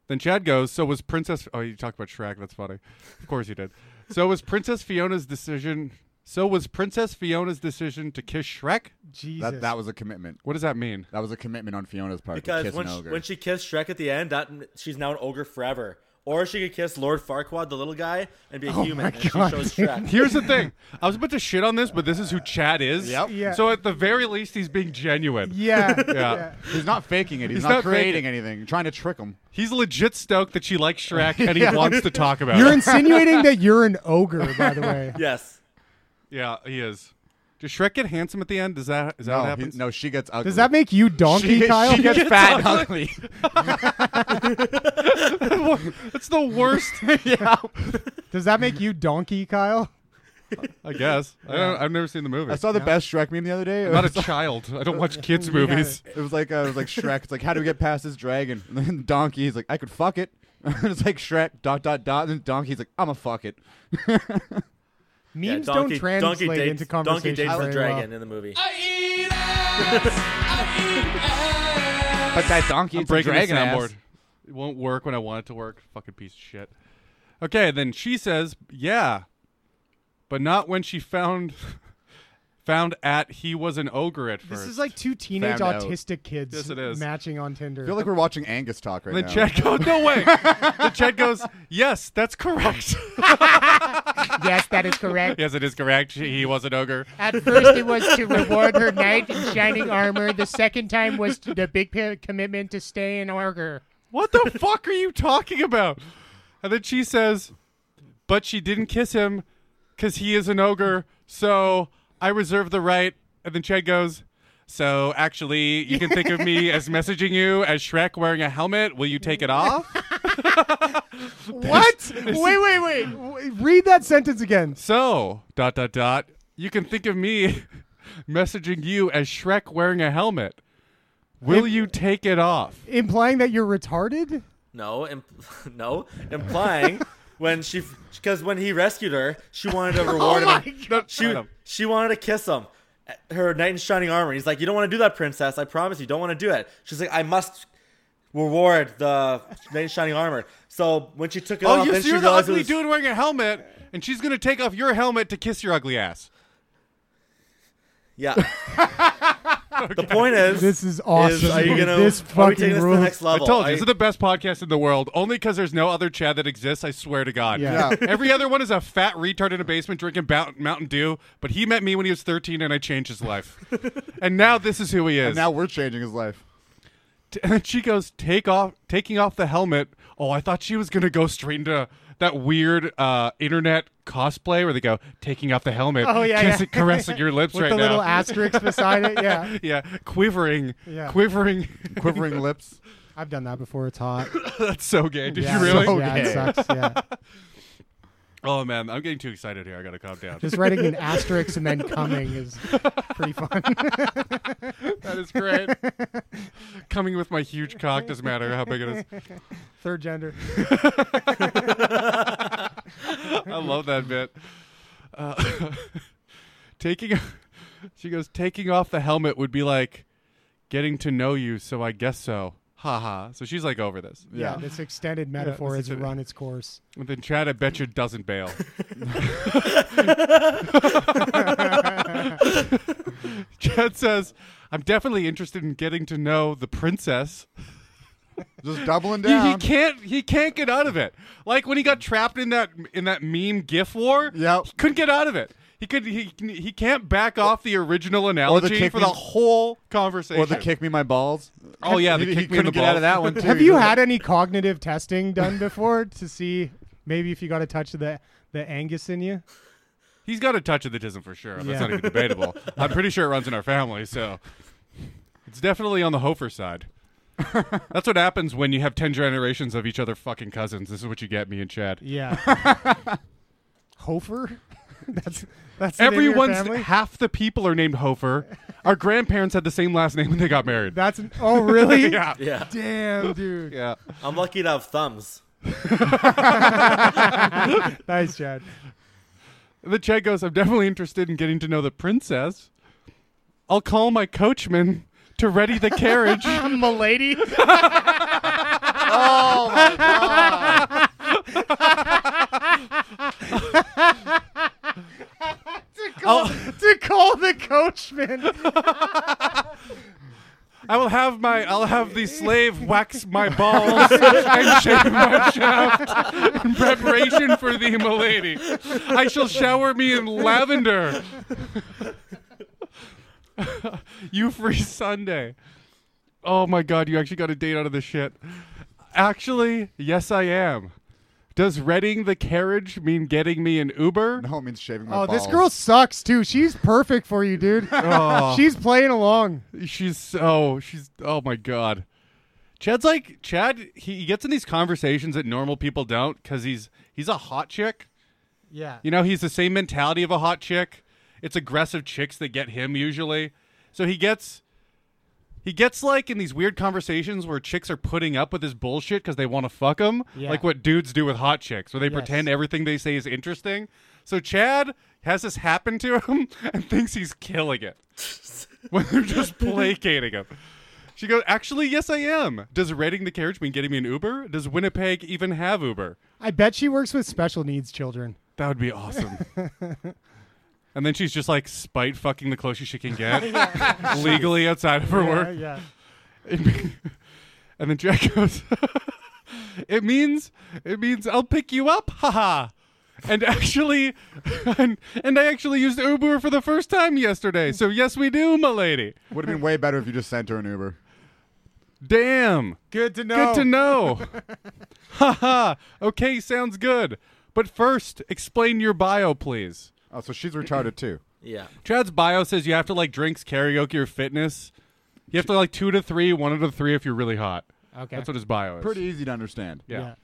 Speaker 3: Then Chad goes, so was Princess... Oh, you talked about Shrek. That's funny. Of course you did. So was Princess Fiona's decision... So was Princess Fiona's decision to kiss Shrek?
Speaker 6: Jesus.
Speaker 4: That that was a commitment.
Speaker 3: What does that mean?
Speaker 4: That was a commitment on Fiona's part. to
Speaker 5: Because
Speaker 4: kiss
Speaker 5: when
Speaker 4: an
Speaker 5: she,
Speaker 4: ogre.
Speaker 5: when she kissed Shrek at the end, that she's now an ogre forever. Or she could kiss Lord Farquaad, the little guy, and
Speaker 4: Oh
Speaker 5: be a human. and she
Speaker 6: God.
Speaker 5: chose Shrek.
Speaker 3: Here's the thing. I was about to shit on this, but this is who Chad is.
Speaker 4: Yep.
Speaker 6: Yeah.
Speaker 3: So at the very least, he's being genuine.
Speaker 6: yeah.
Speaker 3: Yeah.
Speaker 4: he's not faking it. He's,
Speaker 3: He's
Speaker 4: not,
Speaker 3: not faking
Speaker 4: creating
Speaker 3: it.
Speaker 4: anything. You're trying to trick him.
Speaker 3: He's legit stoked that she likes Shrek and he wants to talk about
Speaker 6: You're
Speaker 3: it.
Speaker 6: insinuating that you're an ogre, by the way.
Speaker 5: Yes.
Speaker 3: yeah, he is. Does Shrek get handsome at the end? Does that is that
Speaker 4: No,
Speaker 3: what
Speaker 4: Oh, he-
Speaker 3: happens?
Speaker 4: no, she gets ugly.
Speaker 6: Does that make you donkey,
Speaker 4: she, gets-
Speaker 6: Kyle?
Speaker 4: She gets fat and ugly.
Speaker 3: That's the worst.
Speaker 6: Does that make you donkey, Kyle?
Speaker 3: I guess. I don't, I've never seen the movie.
Speaker 4: I saw the best Shrek meme the other day. It
Speaker 3: I'm not
Speaker 4: was
Speaker 3: a child. I don't watch kids movies.
Speaker 4: It was like uh, it was like Shrek. It's like how do we get past this dragon? And then Donkey, he's like, I could fuck it. it's like Shrek dot dot dot. And then Donkey's like, I'ma fuck it.
Speaker 5: Yeah,
Speaker 6: Memes
Speaker 5: donkey,
Speaker 6: don't translate
Speaker 5: donkey dates,
Speaker 6: into
Speaker 5: Donkey
Speaker 6: conversation.
Speaker 5: dates the
Speaker 6: very
Speaker 5: dragon in the movie.
Speaker 2: I eat ass. I eat
Speaker 4: But that donkey,
Speaker 3: I'm
Speaker 4: it's a
Speaker 3: breaking the
Speaker 4: dragon ass.
Speaker 3: soundboard. It won't work when I want it to work. Fucking piece of shit. Okay, then she says, "Yeah, but not when she found found at he was an ogre at
Speaker 6: Well.
Speaker 3: first."
Speaker 6: This is like two teenage
Speaker 4: Found out.
Speaker 6: autistic kids
Speaker 3: Yes, it is.
Speaker 6: matching on Tinder.
Speaker 4: I feel like we're watching Angus talk right
Speaker 3: And
Speaker 4: now.
Speaker 3: then Chad goes, "No way." the Chad goes, "Yes, that's correct."
Speaker 6: yes, that is correct.
Speaker 3: yes, it is correct. She, he was an ogre.
Speaker 6: At first, it was to reward her knight in shining armor. The second time was to the big commitment to stay in order.
Speaker 3: What the fuck are you talking about? And then she says, "But she didn't kiss him." because he is an ogre. So I reserve the right. And then Chad goes, So actually, you can think of me as messaging you as Shrek wearing a helmet. Will you take it off?
Speaker 6: What? wait, wait, wait. W- Read that sentence again.
Speaker 3: So, dot, dot, dot, you can think of me messaging you as Shrek wearing a helmet. Will you take it off?
Speaker 6: Implying that you're retarded?
Speaker 5: No, imp- no, implying when she because when he rescued her, she wanted
Speaker 3: Oh
Speaker 5: to reward him.
Speaker 3: No,
Speaker 5: She
Speaker 3: no.
Speaker 5: she wanted to kiss him. Her knight in shining armor. He's like, you don't want to do that, princess. I promise you, don't want to do it. She's like, I must reward the knight in shining armor. So when she took it
Speaker 3: Oh,
Speaker 5: off,
Speaker 3: you
Speaker 5: then
Speaker 3: see,
Speaker 5: she
Speaker 3: you're the
Speaker 5: realized it
Speaker 3: ugly
Speaker 5: was-
Speaker 3: dude wearing a helmet, and she's gonna take off your helmet to kiss your ugly ass.
Speaker 5: Yeah. The point is,
Speaker 6: This is awesome.
Speaker 5: are you gonna
Speaker 6: This
Speaker 5: are we
Speaker 6: fucking
Speaker 5: taking this to
Speaker 6: rules.
Speaker 5: the next
Speaker 3: I
Speaker 5: level?
Speaker 3: told you,
Speaker 5: Are
Speaker 3: this is the best podcast in the world. Only because there's no other Chad that exists. I swear to God.
Speaker 6: Yeah.
Speaker 3: Every other one is a fat retard in a basement drinking Bou- Mountain Dew. But he met me when he was 13, and I changed his life. and now this is who he is.
Speaker 4: And now we're changing his life.
Speaker 3: T- and then she goes take off taking off the helmet oh i thought she was gonna go straight into that weird uh internet cosplay where they go taking off the helmet
Speaker 6: Oh, yeah,
Speaker 3: kissing,
Speaker 6: yeah.
Speaker 3: caressing your lips
Speaker 6: With
Speaker 3: right
Speaker 6: the
Speaker 3: now
Speaker 6: little asterisk beside it. Yeah.
Speaker 3: yeah quivering
Speaker 6: Yeah.
Speaker 3: quivering
Speaker 4: Quivering lips.
Speaker 6: I've done that before. It's hot.
Speaker 3: that's so gay did
Speaker 6: yeah,
Speaker 3: you really
Speaker 4: so-
Speaker 6: Yeah,
Speaker 4: Okay.
Speaker 6: it sucks. Yeah.
Speaker 3: oh man i'm getting too excited here i gotta calm down
Speaker 6: Just writing an asterisk and then coming is pretty fun.
Speaker 3: that is great coming with my huge cock doesn't matter how big it is
Speaker 6: Third gender.
Speaker 3: I love that bit. Uh, taking, she goes, taking off the helmet would be like getting to know you. So I guess so. Ha ha. So she's like over this.
Speaker 6: Yeah.
Speaker 4: Yeah.
Speaker 6: This extended metaphor
Speaker 3: this
Speaker 6: has
Speaker 3: extended-
Speaker 6: run its course.
Speaker 3: And then Chad, I bet you doesn't bail. Chad says, "I'm definitely interested in getting to know the princess."
Speaker 4: Just doubling
Speaker 3: He, he
Speaker 4: down.
Speaker 3: can't. He can't get out of it. Like when he got trapped in that in that meme GIF war.
Speaker 4: Yep.
Speaker 3: He couldn't get out of it. He could. He he can't back off the original analogy
Speaker 4: kick
Speaker 3: for
Speaker 4: me-
Speaker 3: the whole conversation.
Speaker 4: or the kick me my balls.
Speaker 3: Oh, yeah, the
Speaker 4: he,
Speaker 3: kick
Speaker 4: he
Speaker 3: me in
Speaker 4: couldn't
Speaker 3: the
Speaker 4: get out of
Speaker 3: balls.
Speaker 4: that one too.
Speaker 6: Have you had any cognitive testing done before to see maybe if you got a touch of the the Angus in you?
Speaker 3: He's got a touch of the tism for sure. That's
Speaker 6: Yeah.
Speaker 3: not even debatable. I'm pretty sure it runs in our family, so it's definitely on the Hofer side. That's what happens when you have ten generations of each other fucking cousins. This is what you get, me and Chad.
Speaker 6: Yeah. Hofer? That's that's the name of your
Speaker 3: Everyone's
Speaker 6: family?
Speaker 3: half the people are named Hofer. Our grandparents had the same last name when they got married.
Speaker 6: That's an, oh really?
Speaker 3: yeah.
Speaker 5: Yeah,
Speaker 6: Damn, dude.
Speaker 3: Yeah.
Speaker 5: I'm lucky to have thumbs.
Speaker 6: Nice, Chad.
Speaker 3: The Chad goes, I'm definitely interested in getting to know the princess. I'll call my coachman to ready the carriage.
Speaker 6: Milady.
Speaker 3: I'll-
Speaker 6: to call the coachman.
Speaker 3: I will have my I'll have the slave wax my balls and shave my shaft in preparation for thee, milady. I shall shower me in lavender. you free Sunday. Oh my god, you actually got a date out of this shit. Actually, yes I am. Does renting the carriage mean getting me an Uber?
Speaker 4: No, it means shaving my
Speaker 6: Oh,
Speaker 4: balls.
Speaker 6: this girl sucks too. She's perfect for you, dude.
Speaker 3: Oh.
Speaker 6: She's playing along.
Speaker 3: She's so she's oh my god. Chad's like Chad. He he gets in these conversations that normal people don't because he's he's a hot chick.
Speaker 6: Yeah.
Speaker 3: You know, he's the same mentality of a hot chick. It's aggressive chicks that get him usually. So he gets he gets like in these weird conversations where chicks are putting up with his bullshit because they want to fuck him,
Speaker 6: Yeah.
Speaker 3: like what dudes do with hot chicks, where they
Speaker 6: Yes.
Speaker 3: pretend everything they say is interesting. So Chad has this happen to him and thinks he's killing it when they're just placating him. She goes, actually, yes, I am. Does raiding the carriage mean getting me an Uber? Does Winnipeg even have Uber?
Speaker 6: I bet she works with special needs children.
Speaker 3: That would be awesome. and then she's just like spite fucking the closest she can get legally outside of her
Speaker 6: Yeah,
Speaker 3: work.
Speaker 6: yeah.
Speaker 3: and then Jack goes, "It means it means I'll pick you up, haha." And actually, and, and I actually used Uber for the first time yesterday. So yes, we do, milady.
Speaker 4: would have been way better if you just sent her an Uber.
Speaker 3: Damn.
Speaker 6: Good to know.
Speaker 3: Good to know. Haha. okay, sounds good. But first, explain your bio, please.
Speaker 4: Oh, so she's retarded too.
Speaker 5: Yeah.
Speaker 3: Chad's bio says you have to like drinks, karaoke, or fitness. You have to like two to three, one out of three if you're really hot.
Speaker 6: Okay.
Speaker 3: That's what his bio is.
Speaker 4: Pretty easy to understand.
Speaker 3: Yeah.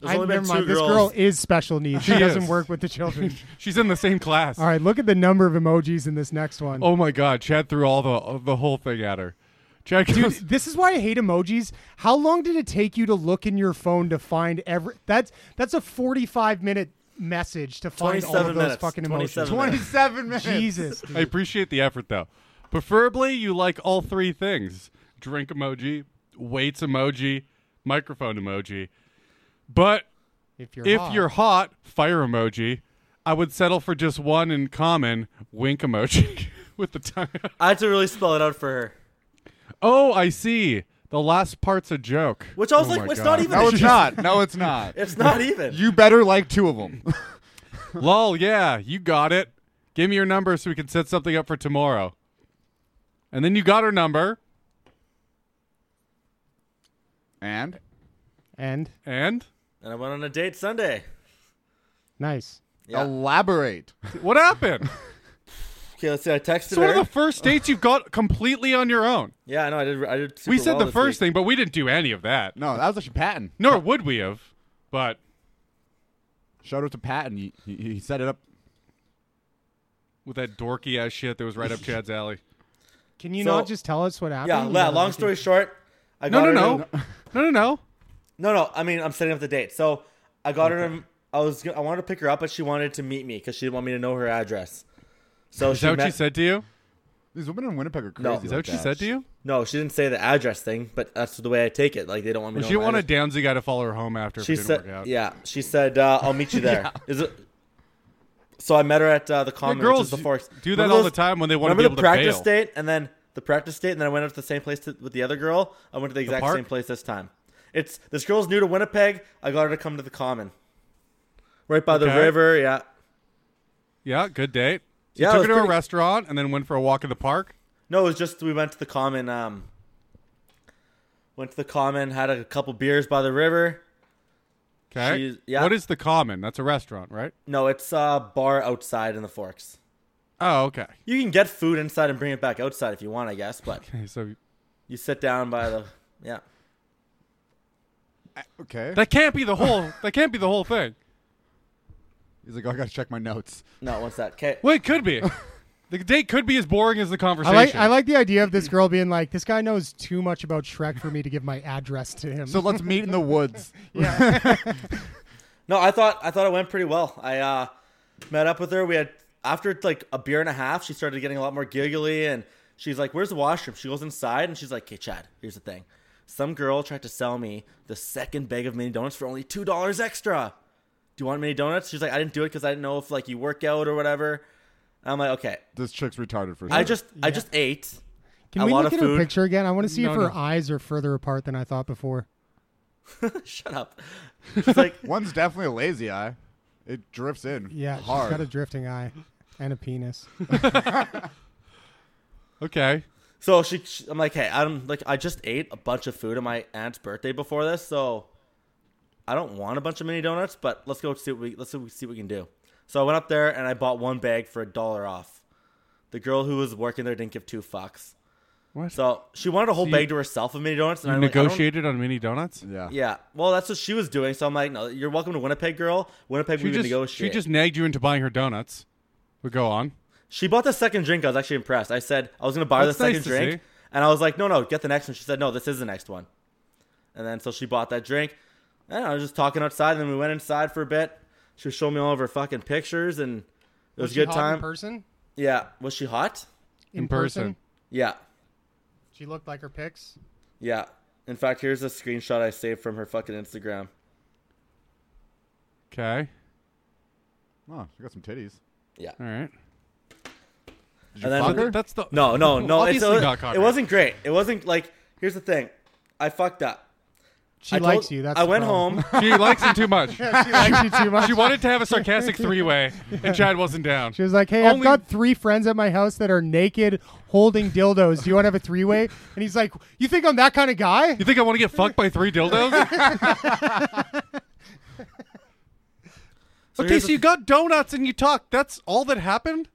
Speaker 5: There's
Speaker 6: I,
Speaker 5: only been
Speaker 6: never
Speaker 5: two
Speaker 6: mind. This
Speaker 5: girls.
Speaker 6: girl is special needs. She,
Speaker 3: She
Speaker 6: doesn't
Speaker 3: is.
Speaker 6: work with the children.
Speaker 3: She's in the same class.
Speaker 6: All right, look at the number of emojis in this next one.
Speaker 3: Oh my God. Chad threw all the the whole thing at her. Chad
Speaker 6: Dude,
Speaker 3: goes,
Speaker 6: this is why I hate emojis. How long did it take you to look in your phone to find every? That's that's a forty-five minute message to find all
Speaker 5: 27
Speaker 6: of those
Speaker 5: minutes.
Speaker 6: fucking emojis.
Speaker 5: 27
Speaker 4: Twenty-seven minutes.
Speaker 6: Jesus,
Speaker 3: I appreciate the effort though. Preferably you like all three things. Drink emoji, weights emoji, microphone emoji. But
Speaker 6: if you're
Speaker 3: if
Speaker 6: hot.
Speaker 3: you're hot, fire emoji. I would settle for just one in common, wink emoji with the tongue.
Speaker 5: I had to really spell it out for her.
Speaker 3: Oh, I see. The last part's a joke.
Speaker 5: Which I was
Speaker 3: Oh
Speaker 5: like,
Speaker 3: my
Speaker 5: it's
Speaker 3: God.
Speaker 5: not even.
Speaker 4: No,
Speaker 5: a
Speaker 4: it's
Speaker 5: joke.
Speaker 4: not. No, it's not.
Speaker 5: It's not even.
Speaker 4: You better like two of them.
Speaker 3: Lol, yeah, you got it. Give me your number so we can set something up for tomorrow. And then you got her number,
Speaker 4: and
Speaker 6: and
Speaker 3: and
Speaker 5: and I went on a date Sunday.
Speaker 6: nice.
Speaker 5: Yeah.
Speaker 4: elaborate.
Speaker 3: what happened?
Speaker 5: Okay, let's see. I texted
Speaker 3: it's one
Speaker 5: her.
Speaker 3: of the first dates you've got completely on your own.
Speaker 5: yeah, I know. I did. I did. Super
Speaker 3: we said
Speaker 5: well
Speaker 3: the
Speaker 5: this
Speaker 3: first
Speaker 5: week.
Speaker 3: thing, but we didn't do any of that.
Speaker 4: No, that was actually Patton.
Speaker 3: Nor would we have. But
Speaker 4: Shout out to Patton. He, he, he set it up.
Speaker 3: with that dorky ass shit that was right up Chad's alley.
Speaker 6: Can you
Speaker 5: So-
Speaker 6: not just tell us what happened?
Speaker 5: Yeah.
Speaker 6: You
Speaker 5: la-
Speaker 6: know,
Speaker 5: long
Speaker 6: like-
Speaker 5: story short, I got
Speaker 3: No, no,
Speaker 5: her
Speaker 3: no,
Speaker 5: to-
Speaker 3: no, no, no.
Speaker 5: No, no. I mean, I'm setting up the date. So I got her. To, I was. gonna- I wanted to pick her up, but she wanted to meet me because she didn't want me to know her address. So
Speaker 3: Is
Speaker 5: she
Speaker 3: that what
Speaker 5: met,
Speaker 3: she said to you?
Speaker 4: These women in Winnipeg are crazy.
Speaker 5: No.
Speaker 3: Is that what she said to you?
Speaker 5: No, she didn't say the address thing, but that's the way I take it. Like they don't want me. to
Speaker 3: Well, she
Speaker 5: know
Speaker 3: didn't
Speaker 5: my
Speaker 3: want a
Speaker 5: address.
Speaker 3: Downsy guy to follow her home after if
Speaker 5: She
Speaker 3: it didn't
Speaker 5: said,
Speaker 3: work out.
Speaker 5: "Yeah." She said, uh, "I'll meet you there." Is it? So I met her at uh, the
Speaker 3: The
Speaker 5: common.
Speaker 3: girls
Speaker 5: which is the forks.
Speaker 3: do that
Speaker 5: Remember
Speaker 3: all
Speaker 5: those-
Speaker 3: the time when they want to
Speaker 5: Remember the
Speaker 3: be able to
Speaker 5: practice
Speaker 3: bail.
Speaker 5: date, and then the practice date, and then I went up to the same place to, with the other girl. I went to the exact
Speaker 3: park?
Speaker 5: same place this time. It's this girl's new to Winnipeg. I got her to come to the common, right by the
Speaker 3: Okay.
Speaker 5: river. Yeah,
Speaker 3: Yeah, good date. So
Speaker 5: Yeah, it
Speaker 3: you
Speaker 5: was
Speaker 3: took her to
Speaker 5: pretty-
Speaker 3: a restaurant and then went for a walk in the park.
Speaker 5: no, it was just we went to the common. Um, went to the common, had a couple beers by the river.
Speaker 3: Okay.
Speaker 5: She's- yeah.
Speaker 3: What is the common? That's a restaurant, right?
Speaker 5: No, it's a bar outside in the Forks.
Speaker 3: Oh, okay.
Speaker 5: You can get food inside and bring it back outside if you want, I guess. But
Speaker 3: Okay, so
Speaker 5: you sit down by the yeah.
Speaker 4: Okay.
Speaker 3: that can't be the whole. that can't be the whole thing.
Speaker 4: He's like, oh, I gotta check my notes.
Speaker 5: No, what's that? Okay.
Speaker 3: Well, it could be. the date could be as boring as the
Speaker 6: I
Speaker 3: conversation.
Speaker 6: like I like the idea of this girl being like, this guy knows too much about Shrek for me to give my address to him.
Speaker 4: So let's meet in the woods.
Speaker 5: No, I thought I thought it went pretty well. I uh, met up with her. We had after like a beer and a half, she started getting a lot more giggly, and she's like, "Where's the washroom?" She goes inside, and she's like, "Okay, Chad, here's the thing. Some girl tried to sell me the second bag of mini donuts for only two dollars extra. Do you want mini donuts?" She's like, "I didn't do it because I didn't know if like you work out or whatever." And I'm like, "Okay,
Speaker 4: This chick's retarded for sure.
Speaker 5: I just I just ate."
Speaker 6: Can
Speaker 5: a
Speaker 6: we
Speaker 5: lot
Speaker 6: look
Speaker 5: of
Speaker 6: at her
Speaker 5: food.
Speaker 6: picture again? I want to see
Speaker 3: No,
Speaker 6: if her
Speaker 3: no.
Speaker 6: eyes are further apart than I thought before.
Speaker 5: Shut up. She's like,
Speaker 4: One's definitely a lazy eye. It drips in.
Speaker 6: Yeah, she's
Speaker 4: Hard.
Speaker 6: got a drifting eye and a penis.
Speaker 3: Okay.
Speaker 5: So she, she, I'm like, hey, I'm like, I just ate a bunch of food at my aunt's birthday before this, so I don't want a bunch of mini donuts, but let's go see what we let's see what we, see what we can do. So I went up there and I bought one bag for a dollar off. The girl who was working there didn't give two fucks.
Speaker 3: What?
Speaker 5: So she wanted a whole
Speaker 3: So you-
Speaker 5: bag to herself of mini donuts, and
Speaker 3: You
Speaker 5: I like, I don't-
Speaker 3: negotiated on mini donuts.
Speaker 4: Yeah.
Speaker 5: yeah, well, that's what she was doing. So I'm like, no, you're welcome to Winnipeg, girl. Winnipeg,
Speaker 3: She
Speaker 5: we can
Speaker 3: just she
Speaker 5: negotiate.
Speaker 3: just nagged you into buying her donuts. But go on.
Speaker 5: She bought the second drink. I was actually impressed. I said I was gonna buy her the
Speaker 3: That's nice
Speaker 5: second
Speaker 3: to
Speaker 5: drink,
Speaker 3: see.
Speaker 5: and I was like, "No, no, get the next one." She said, "No, this is the next one." And then so she bought that drink. And I was just talking outside. And then we went inside for a bit. She was showing me all of her fucking pictures, and it was, a good
Speaker 6: In
Speaker 5: time.
Speaker 6: person?
Speaker 5: yeah, was she hot?
Speaker 3: In person.
Speaker 5: Yeah,
Speaker 6: She looked like her pics.
Speaker 5: yeah. In fact, here's a screenshot I saved from her fucking Instagram.
Speaker 3: Okay.
Speaker 4: Oh, you got some titties.
Speaker 5: Yeah.
Speaker 3: All right.
Speaker 4: Did you
Speaker 5: And then-
Speaker 4: fuck her?
Speaker 3: Th- That's the
Speaker 5: No, no, no. It's,
Speaker 3: Obviously
Speaker 5: it,
Speaker 3: not cockroach.
Speaker 5: it wasn't great. It wasn't like. Here's the thing, I fucked up.
Speaker 6: She
Speaker 5: I told-
Speaker 6: likes you. That's
Speaker 5: I
Speaker 6: the
Speaker 5: went
Speaker 6: problem.
Speaker 5: home.
Speaker 3: She likes him too much.
Speaker 6: she likes you too much.
Speaker 3: She wanted to have a sarcastic three-way, and Chad wasn't down.
Speaker 6: She was like, "Hey, I've
Speaker 3: Only-
Speaker 6: got three friends at my house that are naked, holding dildos. Do you want to have a three-way?" And he's like, "You think I'm that kind of guy?"
Speaker 3: You think I want to get fucked by three dildos? okay,
Speaker 5: here's
Speaker 3: so
Speaker 5: the-
Speaker 3: you got donuts and you talked. That's all that happened.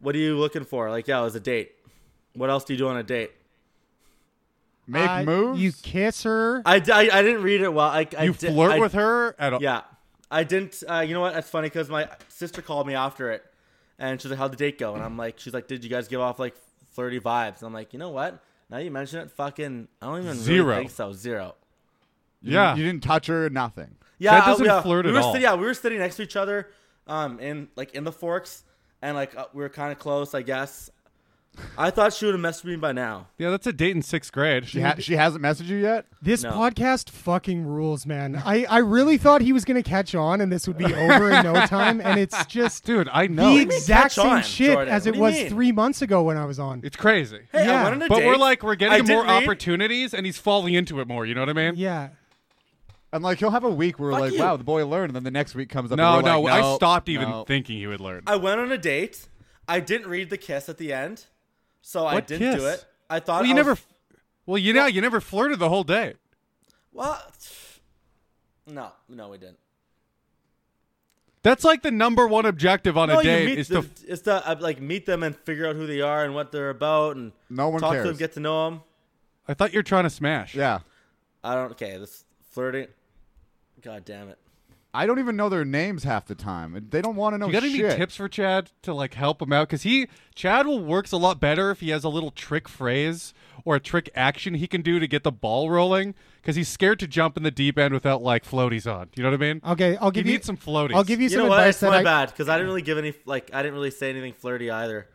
Speaker 5: What are you looking for? Like, yeah, it was a date. What else do you do on a date?
Speaker 4: Make
Speaker 6: Uh,
Speaker 4: moves.
Speaker 6: You kiss her.
Speaker 5: I, d- I, I didn't read it well. I, I
Speaker 3: You
Speaker 5: di-
Speaker 3: flirt
Speaker 5: I-
Speaker 3: with her at a,
Speaker 5: Yeah, I didn't. Uh, you know what? That's funny because my sister called me after it, and she's like, "How'd the date go?" And I'm like, "She's like, did you guys give off like flirty vibes?" And I'm like, "You know what? Now you mention it, fucking, I don't even really
Speaker 3: Zero.
Speaker 5: think so. Zero.
Speaker 3: yeah.
Speaker 4: You didn't touch her. Nothing.
Speaker 5: Yeah,
Speaker 3: That
Speaker 5: I-
Speaker 3: doesn't
Speaker 5: yeah,
Speaker 3: flirt
Speaker 5: we
Speaker 3: at
Speaker 5: were
Speaker 3: all.
Speaker 5: sit- yeah, we were sitting next to each other, um, in like in the forks, and like uh, we were kind of close, I guess. I thought she would have messaged me by now.
Speaker 3: Yeah, that's a date in sixth grade.
Speaker 4: She ha- she hasn't messaged you yet.
Speaker 6: This
Speaker 5: No.
Speaker 6: podcast fucking rules, man. I, I really thought he was gonna catch on and this would be over in no time, and it's just
Speaker 3: Dude, I know.
Speaker 6: the exact
Speaker 5: catch
Speaker 6: same
Speaker 5: on,
Speaker 6: shit
Speaker 5: Jordan?
Speaker 6: as
Speaker 5: What
Speaker 6: it
Speaker 5: do you
Speaker 6: was
Speaker 5: mean?
Speaker 6: three months ago when I was on.
Speaker 3: it's crazy.
Speaker 5: Hey, I
Speaker 6: Yeah.
Speaker 5: wanted a
Speaker 3: But
Speaker 5: date.
Speaker 3: we're like we're
Speaker 5: I
Speaker 3: getting
Speaker 5: did
Speaker 3: more
Speaker 5: read-
Speaker 3: opportunities, and he's falling into it more. You know what I mean?
Speaker 6: yeah.
Speaker 4: And like he'll have a week where we're
Speaker 5: Fuck
Speaker 4: like,
Speaker 5: you.
Speaker 4: wow, the boy learned. And then the next week comes up.
Speaker 3: No,
Speaker 4: and we're
Speaker 3: no,
Speaker 4: like,
Speaker 3: I stopped even
Speaker 4: no.
Speaker 3: thinking he would learn.
Speaker 5: I went on a date. I didn't read the kiss at the end, so I
Speaker 3: What
Speaker 5: didn't do
Speaker 3: kiss?
Speaker 5: it. I thought
Speaker 3: well, you
Speaker 5: I was-
Speaker 3: never. f- Well, you know, you never flirted the whole day.
Speaker 5: Well, no, no, we didn't.
Speaker 3: That's like the number one objective on
Speaker 5: No,
Speaker 3: a
Speaker 5: you
Speaker 3: date
Speaker 5: meet
Speaker 3: is
Speaker 5: the,
Speaker 3: to. f-
Speaker 5: it's to uh, like meet them and figure out who they are and what they're about and
Speaker 4: No one
Speaker 5: talk to
Speaker 4: cares.
Speaker 5: them, get to know them.
Speaker 3: I thought you were trying to smash.
Speaker 4: Yeah,
Speaker 5: I don't. Okay, this flirting. God damn it.
Speaker 4: I don't even know their names half the time. They don't want to know.
Speaker 3: You got any
Speaker 4: Oh, shit.
Speaker 3: tips for Chad to like help him out? Because he Chad will works a lot better if he has a little trick phrase or a trick action he can do to get the ball rolling. Because he's scared to jump in the deep end without like floaties on. You know what I mean?
Speaker 6: Okay, I'll give you,
Speaker 3: needs some floaties.
Speaker 6: I'll give you,
Speaker 5: You
Speaker 6: some
Speaker 5: know what?
Speaker 6: advice
Speaker 5: It's my
Speaker 6: that I,
Speaker 5: bad because I didn't really give any. Like I didn't really say anything flirty either.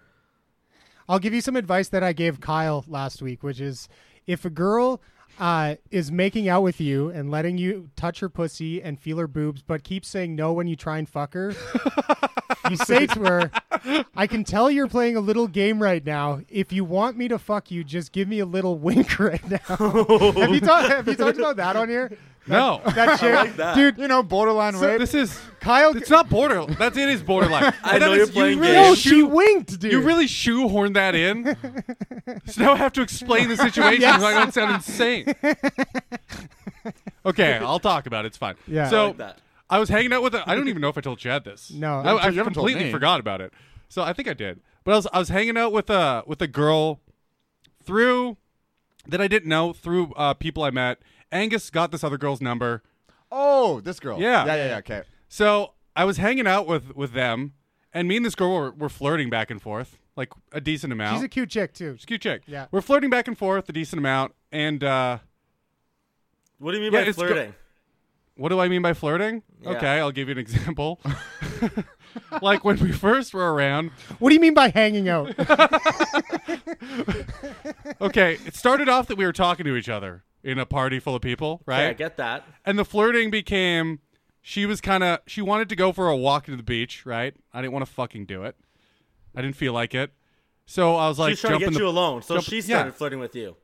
Speaker 6: I'll give you some advice that I gave Kyle last week, which is if a girl uh, is making out with you and letting you touch her pussy and feel her boobs, but keeps saying no when you try and fuck her, you say to her, I can tell you're playing a little game right now. If you want me to fuck you, just give me a little wink right now. have, you ta- have you talked about that on here?
Speaker 3: No,
Speaker 6: That chick,
Speaker 5: that.
Speaker 6: dude.
Speaker 4: You know, borderline rape.
Speaker 3: this is
Speaker 6: Kyle,
Speaker 3: it's not border. That's it is borderline.
Speaker 5: I
Speaker 3: And that
Speaker 5: know
Speaker 3: is-
Speaker 5: you're playing
Speaker 3: you really
Speaker 5: games.
Speaker 6: no,
Speaker 3: shoot-
Speaker 6: she winked, dude.
Speaker 3: You really shoehorned that in. so now I have to explain the situation so I don't sound insane. okay, I'll talk about it. It's fine.
Speaker 6: Yeah. I
Speaker 3: So I,
Speaker 5: like that.
Speaker 3: was hanging out with. A, I don't even know if I told Chad this.
Speaker 6: No,
Speaker 3: I, I
Speaker 4: you haven't told
Speaker 3: completely
Speaker 4: me.
Speaker 3: forgot about it. So I think I did. But I was I was hanging out with a with a girl through that I didn't know through uh, people I met. Angus got this other girl's number.
Speaker 4: oh, this girl.
Speaker 3: Yeah.
Speaker 4: yeah, yeah. yeah okay.
Speaker 3: So I was hanging out with with them, and me and this girl were, were flirting back and forth like a decent amount.
Speaker 6: She's a cute chick too.
Speaker 3: It's a cute chick.
Speaker 6: Yeah.
Speaker 3: We're flirting back and forth a decent amount. And uh,
Speaker 5: What do you mean
Speaker 3: Yeah,
Speaker 5: by
Speaker 3: it's go-
Speaker 5: flirting?
Speaker 3: what do I mean by flirting?
Speaker 5: Yeah.
Speaker 3: Okay, I'll give you an example. like when we first were around,
Speaker 6: What do you mean by hanging out?
Speaker 3: okay, it started off that we were talking to each other in a party full of people, right?
Speaker 5: Yeah, I get that.
Speaker 3: and the flirting became she was kind of she wanted to go for a walk to the beach, right? I didn't want to fucking do it. I didn't feel like it. So I was like
Speaker 5: She's trying to get
Speaker 3: jumping the-
Speaker 5: you alone, so
Speaker 3: jump-
Speaker 5: she started
Speaker 3: yeah.
Speaker 5: flirting with you.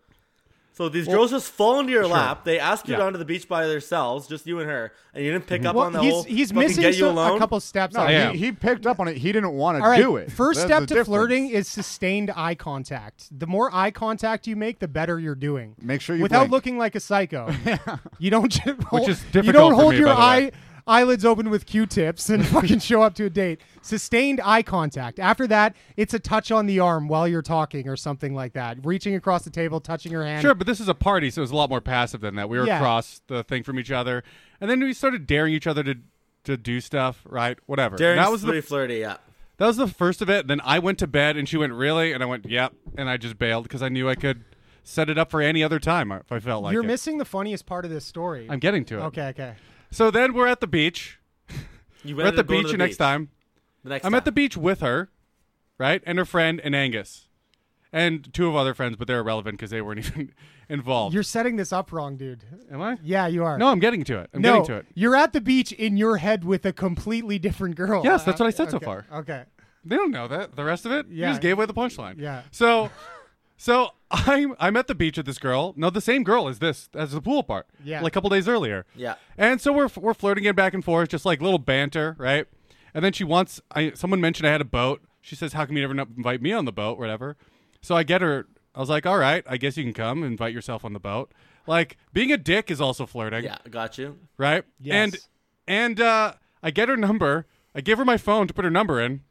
Speaker 5: So these girls just fall into your lap. They ask you
Speaker 3: Yeah.
Speaker 5: down to the beach by themselves, just you and her, and you didn't pick up
Speaker 6: Well,
Speaker 5: on the
Speaker 6: he's,
Speaker 5: whole.
Speaker 6: he's
Speaker 5: fucking
Speaker 6: missing
Speaker 5: get you
Speaker 6: some-
Speaker 5: alone.
Speaker 6: a couple steps.
Speaker 4: No,
Speaker 6: on
Speaker 3: yeah.
Speaker 6: it.
Speaker 4: he, he picked up on it. He didn't want
Speaker 6: All
Speaker 4: to
Speaker 6: right.
Speaker 4: do it.
Speaker 6: First
Speaker 4: That's
Speaker 6: step to
Speaker 4: the difference.
Speaker 6: flirting is sustained eye contact. The more eye contact you make, the better you're doing.
Speaker 4: Make sure you
Speaker 6: without
Speaker 4: blink.
Speaker 6: looking like a psycho. You don't ju- hold,
Speaker 3: is
Speaker 6: you
Speaker 3: difficult
Speaker 6: don't
Speaker 3: for
Speaker 6: hold
Speaker 3: me,
Speaker 6: your
Speaker 3: by the way.
Speaker 6: eye eyelids open with Q-tips and fucking show up to a date. Sustained eye contact. After that, it's a touch on the arm while you're talking or something like that. Reaching across the table, touching her hand.
Speaker 3: Sure, but this is a party, so it was a lot more passive than that. We were
Speaker 6: Yeah.
Speaker 3: across the thing from each other, and then we started daring each other to to do stuff, right? Whatever.
Speaker 5: Darren's
Speaker 3: that was
Speaker 5: pretty
Speaker 3: the
Speaker 5: flirty. Yeah.
Speaker 3: that was the first of it. Then I went to bed, and she went really, and I went yep, and I just bailed because I knew I could set it up for any other time if I felt like
Speaker 6: you're
Speaker 3: it.
Speaker 6: missing the funniest part of this story.
Speaker 3: I'm getting to it.
Speaker 6: okay, okay.
Speaker 3: So then we're at the beach.
Speaker 5: You
Speaker 3: We're at
Speaker 5: ended
Speaker 3: the
Speaker 5: up going to
Speaker 3: beach, the next time.
Speaker 5: The next
Speaker 3: I'm
Speaker 5: time.
Speaker 3: at the beach with her, right, and her friend and Angus, and two of other friends, but they're irrelevant because they weren't even involved.
Speaker 6: You're setting this up wrong, dude.
Speaker 3: Am I?
Speaker 6: Yeah, you are.
Speaker 3: No, I'm getting to it. I'm
Speaker 6: no,
Speaker 3: getting to it.
Speaker 6: you're at the beach in your head with a completely different girl.
Speaker 3: Yes, that's what I said so
Speaker 6: Okay,
Speaker 3: far.
Speaker 6: Okay.
Speaker 3: They don't know that. The rest of it,
Speaker 6: Yeah.
Speaker 3: you just gave away the punchline.
Speaker 6: Yeah.
Speaker 3: So, so I'm I'm at the beach with this girl. No, the same girl as this as the pool part.
Speaker 6: Yeah.
Speaker 3: Like a couple days earlier.
Speaker 5: Yeah.
Speaker 3: And so we're we're flirting it back and forth, just like little banter, right? And then she wants. I someone mentioned I had a boat. She says, "How come you never not invite me on the boat, whatever?" So I get her. I was like, "All right, I guess you can come invite yourself on the boat." Like being a dick is also flirting
Speaker 5: Yeah, got you.
Speaker 3: right?
Speaker 6: Yes.
Speaker 3: And and uh, I get her number. I give her my phone to put her number in.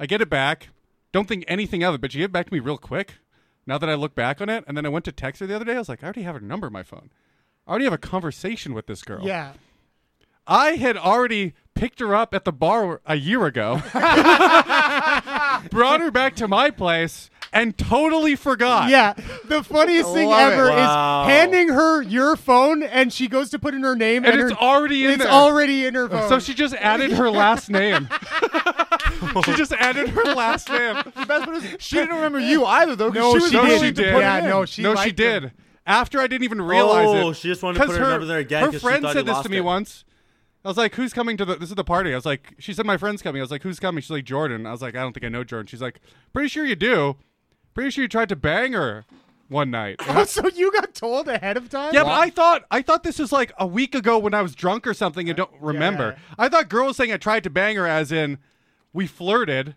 Speaker 3: I get it back. Don't think anything of it, but she gave it back to me real quick. Now that I look back on it, and then I went to text her the other day, I was like, I already have her number on my phone. I already have a conversation with this girl.
Speaker 6: Yeah.
Speaker 3: I had already picked her up at the bar a year ago, brought her back to my place, and totally forgot.
Speaker 6: Yeah. The funniest thing
Speaker 4: Love it.
Speaker 6: ever
Speaker 5: Wow.
Speaker 6: is handing her your phone and she goes to put in her name
Speaker 3: And
Speaker 6: and,
Speaker 3: it's
Speaker 6: her-
Speaker 3: already in
Speaker 6: it's
Speaker 3: there.
Speaker 6: already in her phone.
Speaker 3: So she just added her last name. she just added her last name.
Speaker 4: She didn't remember you either, though. 'cause
Speaker 6: No,
Speaker 4: she was
Speaker 6: she
Speaker 4: the one
Speaker 6: didn't.
Speaker 4: who
Speaker 6: She
Speaker 4: put
Speaker 6: did.
Speaker 4: it
Speaker 6: Yeah,
Speaker 4: in.
Speaker 6: no, she
Speaker 3: no, she
Speaker 6: liked
Speaker 3: did. After I didn't even realize
Speaker 5: Oh,
Speaker 3: it.
Speaker 5: she just wanted to
Speaker 3: 'Cause
Speaker 5: put her number there again
Speaker 3: Her
Speaker 5: 'cause she
Speaker 3: friend
Speaker 5: thought you
Speaker 3: said this
Speaker 5: lost
Speaker 3: to me
Speaker 5: it.
Speaker 3: once. I was like, "Who's coming to the? This is the party." I was like, "She said my friend's coming." I was like, "Who's coming?" She's like, "Jordan." I was like, "I don't think I know Jordan." She's like, "Pretty sure you do. Pretty sure you tried to bang her one night." And I-
Speaker 6: Oh, so you got told ahead of time?
Speaker 3: yeah, but I thought I thought this was like a week ago when I was drunk or something and don't remember. I thought girl was saying I tried to bang her as in we flirted.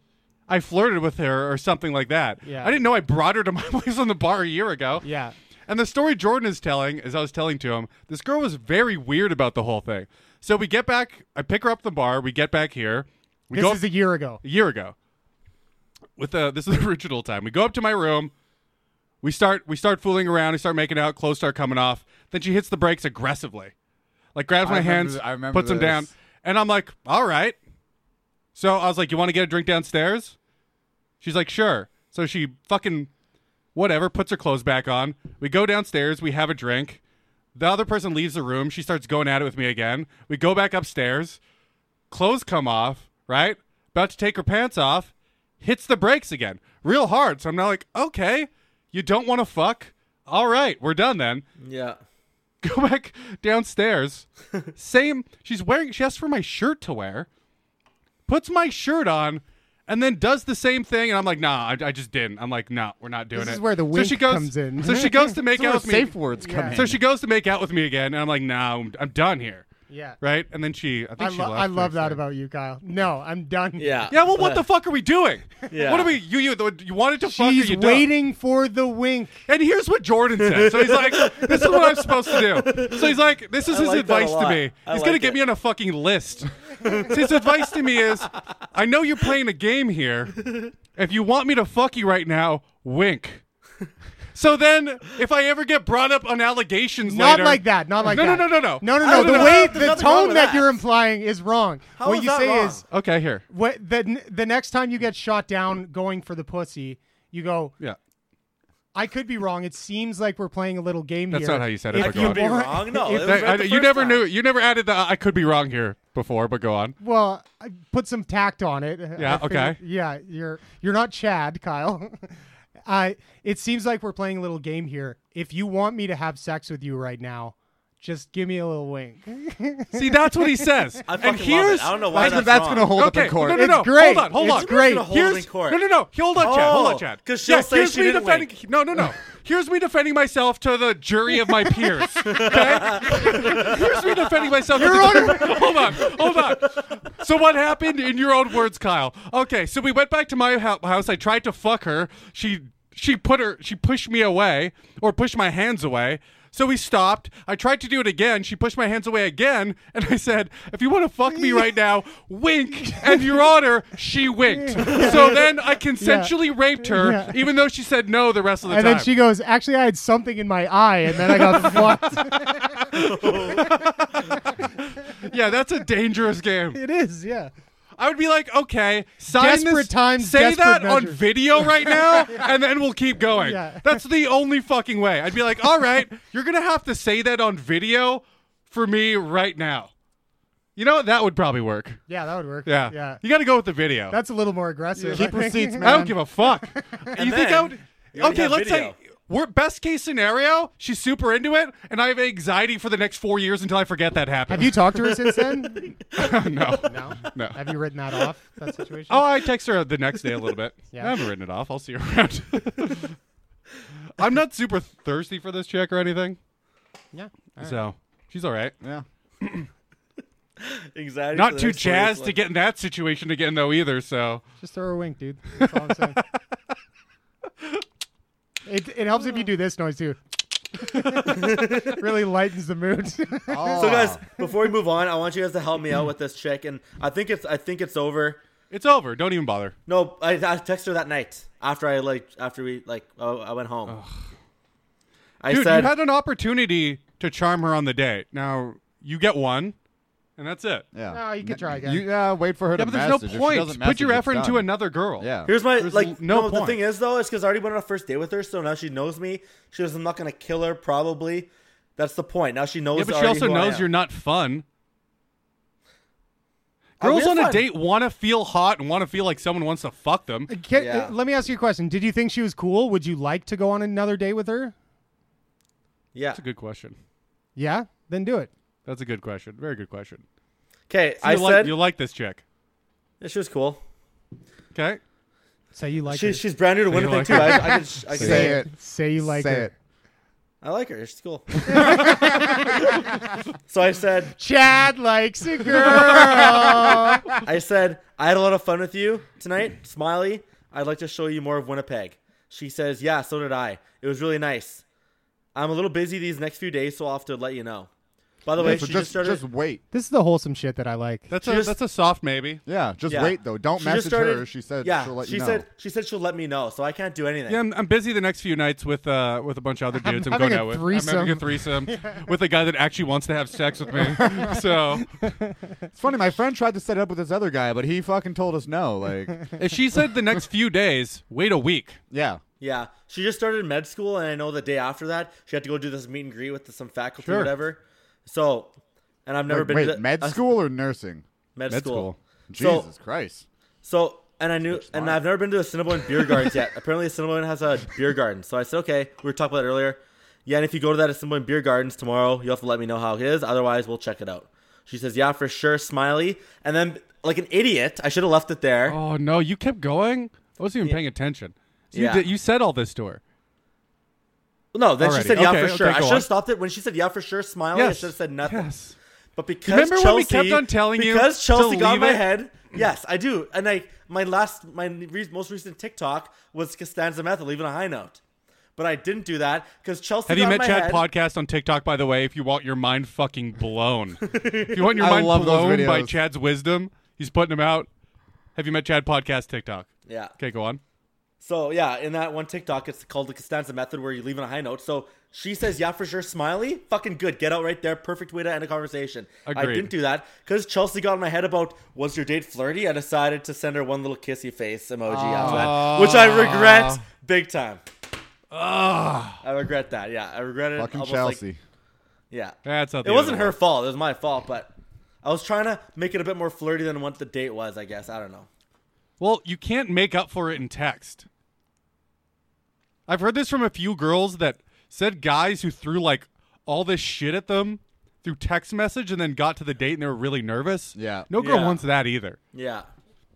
Speaker 3: I flirted with her or something like that.
Speaker 6: Yeah.
Speaker 3: I didn't know I brought her to my place on the bar a year ago.
Speaker 6: Yeah.
Speaker 3: And the story Jordan is telling, as I was telling to him, this girl was very weird about the whole thing. So we get back, I pick her up at the bar, we get back here. We
Speaker 6: This
Speaker 3: go
Speaker 6: is a year ago.
Speaker 3: a year ago. With the this is the original time. We go up to my room. We start we start fooling around. We start making out. Clothes start coming off. Then she hits the brakes aggressively, like grabs
Speaker 4: I
Speaker 3: my
Speaker 4: remember
Speaker 3: hands,
Speaker 4: th- I remember
Speaker 3: puts them
Speaker 4: this.
Speaker 3: down, and I'm like, all right. So I was like, you want to get a drink downstairs? She's like, sure. So she fucking whatever puts her clothes back on. We go downstairs. We have a drink. The other person leaves the room. She starts going at it with me again. We go back upstairs clothes come off, right? About to take her pants off, hits the brakes again, real hard. So I'm now like, okay, you don't want to fuck. All right, we're done then.
Speaker 5: Yeah.
Speaker 3: Go back downstairs. Same. She's wearing. She asks for my shirt to wear. Puts my shirt on, and then does the same thing. And I'm like, nah, I, I just didn't. I'm like, nah, we're not doing
Speaker 6: This
Speaker 3: it.
Speaker 6: is where the
Speaker 3: so
Speaker 6: wink
Speaker 3: she goes,
Speaker 6: comes in.
Speaker 3: So she goes to make out
Speaker 4: That's where
Speaker 3: with me.
Speaker 4: safe words come in.
Speaker 3: So she goes to make out with me again, and I'm like, nah, I'm, I'm done here.
Speaker 6: Yeah.
Speaker 3: Right? And then she, I think
Speaker 6: I,
Speaker 3: she
Speaker 6: lo-
Speaker 3: left.
Speaker 6: I
Speaker 3: the
Speaker 6: love
Speaker 3: next
Speaker 6: that
Speaker 3: day.
Speaker 6: about you, Kyle. No, I'm done.
Speaker 5: Yeah.
Speaker 3: Yeah, well, what the fuck are we doing?
Speaker 5: Yeah.
Speaker 3: What are we? You you you wanted to fuck? or
Speaker 6: She's
Speaker 3: you don't?
Speaker 6: waiting for the wink.
Speaker 3: And here's what Jordan said. So he's like, "This is what I'm supposed to do." So he's like, "This is
Speaker 5: I
Speaker 3: his
Speaker 5: like that
Speaker 3: advice
Speaker 5: a
Speaker 3: to
Speaker 5: lot.
Speaker 3: me. He's
Speaker 5: I
Speaker 3: gonna
Speaker 5: like
Speaker 3: get
Speaker 5: it.
Speaker 3: me on a fucking list." So his advice to me is, "I know you're playing a game here. If you want me to fuck you right now, wink." So then, if I ever get brought up on allegations
Speaker 6: Not
Speaker 3: later,
Speaker 6: like that. Not like
Speaker 3: No, no,
Speaker 6: that.
Speaker 3: no, no, no.
Speaker 6: No, no,
Speaker 5: I
Speaker 6: no.
Speaker 5: don't
Speaker 6: The
Speaker 5: know.
Speaker 6: way,
Speaker 5: There's
Speaker 6: the
Speaker 5: nothing wrong
Speaker 6: tone
Speaker 5: with
Speaker 6: that
Speaker 5: that.
Speaker 6: you're implying is wrong.
Speaker 5: How
Speaker 6: what
Speaker 5: is
Speaker 6: you
Speaker 5: that
Speaker 6: say
Speaker 5: wrong?
Speaker 6: is
Speaker 3: Okay, here.
Speaker 6: what the the next time you get shot down going for the pussy, you go.
Speaker 3: Yeah.
Speaker 6: I could be wrong. It seems like we're playing a little game
Speaker 3: That's
Speaker 6: here.
Speaker 3: not how you said it,
Speaker 6: If
Speaker 3: but go
Speaker 6: you
Speaker 3: on.
Speaker 5: Be
Speaker 6: want-
Speaker 5: wrong? No.
Speaker 6: if-
Speaker 5: it was
Speaker 3: That-
Speaker 5: right
Speaker 3: I-
Speaker 5: the
Speaker 3: you
Speaker 5: first
Speaker 3: never
Speaker 5: time.
Speaker 3: knew. You never added the "I could be wrong here" before, but go on.
Speaker 6: Well, I put some tact on it.
Speaker 3: Yeah,
Speaker 6: I figured-
Speaker 3: okay.
Speaker 6: yeah, you're you're not Chad, Kyle. I it seems like we're playing a little game here. If you want me to have sex with you right now, just give me a little wink.
Speaker 3: See, that's what he says.
Speaker 5: I
Speaker 3: and
Speaker 5: fucking love
Speaker 3: here's
Speaker 5: it. I don't know why that's,
Speaker 4: That's, that's
Speaker 5: wrong.
Speaker 4: going to hold up
Speaker 3: okay.
Speaker 4: in court.
Speaker 3: No, no, no.
Speaker 6: It's great.
Speaker 3: Hold on, hold
Speaker 6: It's
Speaker 3: on.
Speaker 6: great.
Speaker 5: Gonna hold it in
Speaker 3: Here's-
Speaker 5: court.
Speaker 3: No, no, no. Hold on, Chad. Hold on,
Speaker 5: Oh,
Speaker 3: Chad.
Speaker 5: 'cause she'll
Speaker 3: Yeah,
Speaker 5: say
Speaker 3: here's
Speaker 5: she
Speaker 3: me
Speaker 5: didn't
Speaker 3: defending.
Speaker 5: wink.
Speaker 3: No, no, no. Here's me defending myself to the jury of my peers. Okay. here's me defending myself. to
Speaker 6: Your
Speaker 3: the- hold on, hold on. So what happened in your own words, Kyle? Okay, so we went back to my hou- house. I tried to fuck her. She she put her she pushed me away or pushed my hands away. So we stopped. I tried to do it again. She pushed my hands away again, and I said, "If you want to fuck me right now, wink." And Your Honor, she winked. So then I consensually raped her,
Speaker 6: Yeah.
Speaker 3: even though she said no the rest of the
Speaker 6: and
Speaker 3: time.
Speaker 6: then she goes, "Actually, I had something in my eye, and then I got fucked."
Speaker 3: yeah, that's a dangerous game.
Speaker 6: It is, yeah.
Speaker 3: I would be like, okay, sign this-
Speaker 6: Desperate times,
Speaker 3: say
Speaker 6: desperate
Speaker 3: that on
Speaker 6: measures.
Speaker 3: video right now, and then we'll keep going.
Speaker 6: Yeah.
Speaker 3: That's the only fucking way. I'd be like, all right, you're gonna have to say that on video for me right now. You know what? That would probably work.
Speaker 6: Yeah, that would work.
Speaker 3: Yeah,
Speaker 6: yeah.
Speaker 3: You got to go with the video.
Speaker 6: That's a little more aggressive.
Speaker 4: Keep receipts, man.
Speaker 3: I don't give a fuck. you think I
Speaker 5: then,
Speaker 3: would?
Speaker 5: you already
Speaker 3: Okay,
Speaker 5: have
Speaker 3: let's
Speaker 5: video.
Speaker 3: say we're best case scenario. She's super into it, and I have anxiety for the next four years until I forget that
Speaker 6: Have
Speaker 3: happened.
Speaker 6: you talked to her since then?
Speaker 3: no,
Speaker 6: No.
Speaker 3: no.
Speaker 6: Have you written that off? That situation.
Speaker 3: Oh, I text her the next day a little bit.
Speaker 6: Yeah.
Speaker 3: I haven't written it off. I'll see her around. I'm not super thirsty for this chick or anything,
Speaker 6: yeah.
Speaker 3: so she's all right.
Speaker 4: Yeah.
Speaker 5: Anxiety for
Speaker 3: Not
Speaker 5: the
Speaker 3: too
Speaker 5: next four years,
Speaker 3: jazzed to
Speaker 5: like-
Speaker 3: get in that situation again though either. So
Speaker 6: Just throw her a wink, dude. That's all I'm saying. it, it helps if you do this noise too. really lightens the mood.
Speaker 4: Oh.
Speaker 5: So guys, before we move on, I want you guys to help me out with this chick, and I think it's I think it's over.
Speaker 3: It's over. Don't even bother.
Speaker 5: No, I, I texted her that night after I like after we like oh, I went home. I
Speaker 3: Dude,
Speaker 5: said
Speaker 3: you had an opportunity to charm her on the date. Now you get one, and that's it.
Speaker 4: Yeah.
Speaker 6: No, you can try again.
Speaker 4: You, yeah, wait for her
Speaker 3: Yeah,
Speaker 4: to
Speaker 3: but there's
Speaker 4: message. If she
Speaker 3: no point.
Speaker 4: doesn't
Speaker 3: Put your
Speaker 4: message,
Speaker 3: effort
Speaker 4: it's
Speaker 3: into
Speaker 4: done.
Speaker 3: another girl.
Speaker 4: Yeah.
Speaker 5: Here's my
Speaker 3: There's
Speaker 5: like
Speaker 3: l- no
Speaker 5: no. The
Speaker 3: point.
Speaker 5: thing is though, is because I already went on a first date with her, so now she knows me. She knows I'm not gonna kill her. Probably that's the point. Now she knows.
Speaker 3: Yeah, but she
Speaker 5: already
Speaker 3: also
Speaker 5: who I
Speaker 3: knows
Speaker 5: am.
Speaker 3: you're not fun.
Speaker 5: Oh, we
Speaker 3: Girls
Speaker 5: are
Speaker 3: on a
Speaker 5: fun.
Speaker 3: date want to feel hot and want to feel like someone wants to fuck them.
Speaker 6: Can-
Speaker 5: Yeah.
Speaker 6: uh, let me ask you a question. Did you think she was cool? Would you like to go on another date with her?
Speaker 5: Yeah.
Speaker 3: That's a good question.
Speaker 6: Yeah, then do it.
Speaker 3: That's a good question. Very good question.
Speaker 5: Okay. I
Speaker 3: you like,
Speaker 5: said
Speaker 3: you like this chick.
Speaker 5: Yeah, she was cool.
Speaker 3: Okay.
Speaker 6: Say you like
Speaker 5: She,
Speaker 6: her.
Speaker 5: she's brand new to Winnipeg
Speaker 3: like
Speaker 5: too.
Speaker 3: her.
Speaker 5: I, I, could, I, could
Speaker 4: Say
Speaker 5: say,
Speaker 4: it.
Speaker 6: Say you like
Speaker 4: Say
Speaker 6: her.
Speaker 4: it.
Speaker 5: I like her. She's cool. so I said,
Speaker 6: Chad likes a girl.
Speaker 5: I said, I had a lot of fun with you tonight, Smiley. I'd like to show you more of Winnipeg. She says, Yeah, so did I. It was really nice. I'm a little busy these next few days, so I'll have to let you know. By the way,
Speaker 4: So
Speaker 5: she
Speaker 4: just,
Speaker 5: just, started.
Speaker 4: just wait.
Speaker 6: this is the wholesome shit that I like.
Speaker 3: That's
Speaker 5: She
Speaker 3: a
Speaker 5: just-
Speaker 3: that's a soft maybe.
Speaker 4: Yeah, just
Speaker 5: Yeah.
Speaker 4: wait though. Don't
Speaker 5: she
Speaker 4: message
Speaker 5: just started,
Speaker 4: her. She said
Speaker 5: yeah,
Speaker 4: she'll let
Speaker 5: she
Speaker 4: you know.
Speaker 5: said she said she'll let me know, so I can't do anything.
Speaker 3: Yeah, I'm, I'm busy the next few nights with uh with a bunch of other dudes I'm,
Speaker 6: having
Speaker 3: going
Speaker 6: a
Speaker 3: out with. I'm having a threesome with a guy that actually wants to have sex with me. so
Speaker 4: it's funny. My friend tried to set it up with this other guy, but he fucking told us no. Like,
Speaker 3: if she said the next few days, wait a week.
Speaker 4: yeah,
Speaker 5: Yeah, she just started med school, and I know the day after that she had to go do this meet and greet with some faculty
Speaker 3: Sure.
Speaker 5: or whatever. So, and I've never
Speaker 4: Like,
Speaker 5: been
Speaker 4: wait,
Speaker 5: to the-
Speaker 4: med
Speaker 5: uh,
Speaker 4: school or nursing?
Speaker 5: med,
Speaker 3: med
Speaker 5: school. So-
Speaker 4: Jesus Christ!
Speaker 5: So, and I knew, and I've never been to a Cinnabon beer gardens yet. Apparently, Cinnabon has a beer garden. So I said, okay, we were talking about it earlier. Yeah, and if you go to that Cinnabon beer gardens tomorrow, you'll have to let me know how it is. Otherwise, we'll check it out. She says, yeah, for sure, smiley. And then, like an idiot, I should have left it there.
Speaker 3: Oh no, you kept going. I wasn't even paying attention. So
Speaker 5: Yeah.
Speaker 3: You did, you said all this to her.
Speaker 5: No, then
Speaker 3: Alrighty,
Speaker 5: she said, yeah,
Speaker 3: okay,
Speaker 5: for sure.
Speaker 3: okay,
Speaker 5: I
Speaker 3: go
Speaker 5: should
Speaker 3: on.
Speaker 5: have stopped it when she said, yeah, for sure, smiley. I
Speaker 3: Yes.
Speaker 5: should have said nothing.
Speaker 3: Yes.
Speaker 5: But because
Speaker 3: Remember
Speaker 5: Chelsea,
Speaker 3: when we kept on telling you
Speaker 5: because
Speaker 3: to
Speaker 5: Chelsea got
Speaker 3: leave
Speaker 5: my
Speaker 3: it?
Speaker 5: head. Yes, I do. And I my last my re- most recent TikTok was Costanza Method leaving a high note, but I didn't do that because Chelsea. got
Speaker 3: Have you
Speaker 5: in
Speaker 3: met
Speaker 5: my
Speaker 3: Chad
Speaker 5: head.
Speaker 3: podcast on TikTok? By the way, if you want your mind fucking blown, if you want your
Speaker 4: I
Speaker 3: mind
Speaker 4: love those
Speaker 3: blown by
Speaker 4: videos.
Speaker 3: Chad's wisdom, he's putting them out. Have you met Chad podcast TikTok?
Speaker 5: Yeah.
Speaker 3: Okay, go on.
Speaker 5: So yeah, in that one TikTok, it's called the Costanza Method, where you leave on a high note. So she says, "Yeah, for sure, smiley, fucking good, get out right there, perfect way to end a conversation." I
Speaker 3: Agreed.
Speaker 5: didn't do that because Chelsea got in my head about was your date flirty. I decided to send her one little kissy face emoji after that, which I regret big time. I regret that. Yeah, I regret it.
Speaker 4: Fucking
Speaker 5: almost like-
Speaker 4: Chelsea.
Speaker 5: yeah,
Speaker 3: That's not. The
Speaker 5: it
Speaker 3: other
Speaker 5: wasn't her
Speaker 3: one.
Speaker 5: fault. It was my fault, but I was trying to make it a bit more flirty than what the date was. I guess I don't know.
Speaker 3: Well, you can't make up for it in text. I've heard this from a few girls that said guys who threw like all this shit at them through text message and then got to the date and they were really nervous.
Speaker 4: Yeah.
Speaker 3: No girl
Speaker 5: Yeah.
Speaker 3: wants that either.
Speaker 5: Yeah.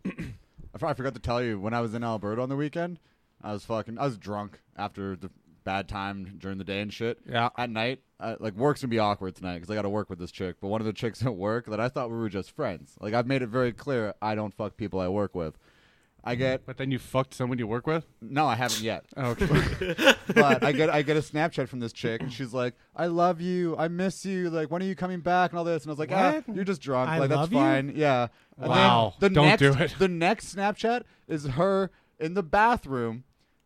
Speaker 4: I for- I forgot to tell you when I was in Alberta on the weekend, I was fucking I was drunk after the bad time during the day and shit.
Speaker 3: Yeah.
Speaker 4: At night, uh, like work's gonna be awkward tonight because I got to work with this chick. But one of the chicks at work that I thought we were just friends. Like I've made it very clear I don't fuck people I work with. I get
Speaker 3: But then you fucked someone you work with?
Speaker 4: no, I haven't yet.
Speaker 3: Okay.
Speaker 4: but I get I get a Snapchat from this chick, and she's like, "I love you, I miss you, like when are you coming back?" And all this, and I was like, "Ah,
Speaker 6: What?
Speaker 4: you're just drunk,
Speaker 6: I
Speaker 4: like that's
Speaker 6: love you?
Speaker 4: fine, yeah." And then
Speaker 3: Wow.
Speaker 4: the
Speaker 3: Don't
Speaker 4: next,
Speaker 3: do it.
Speaker 4: The next Snapchat is her in the bathroom.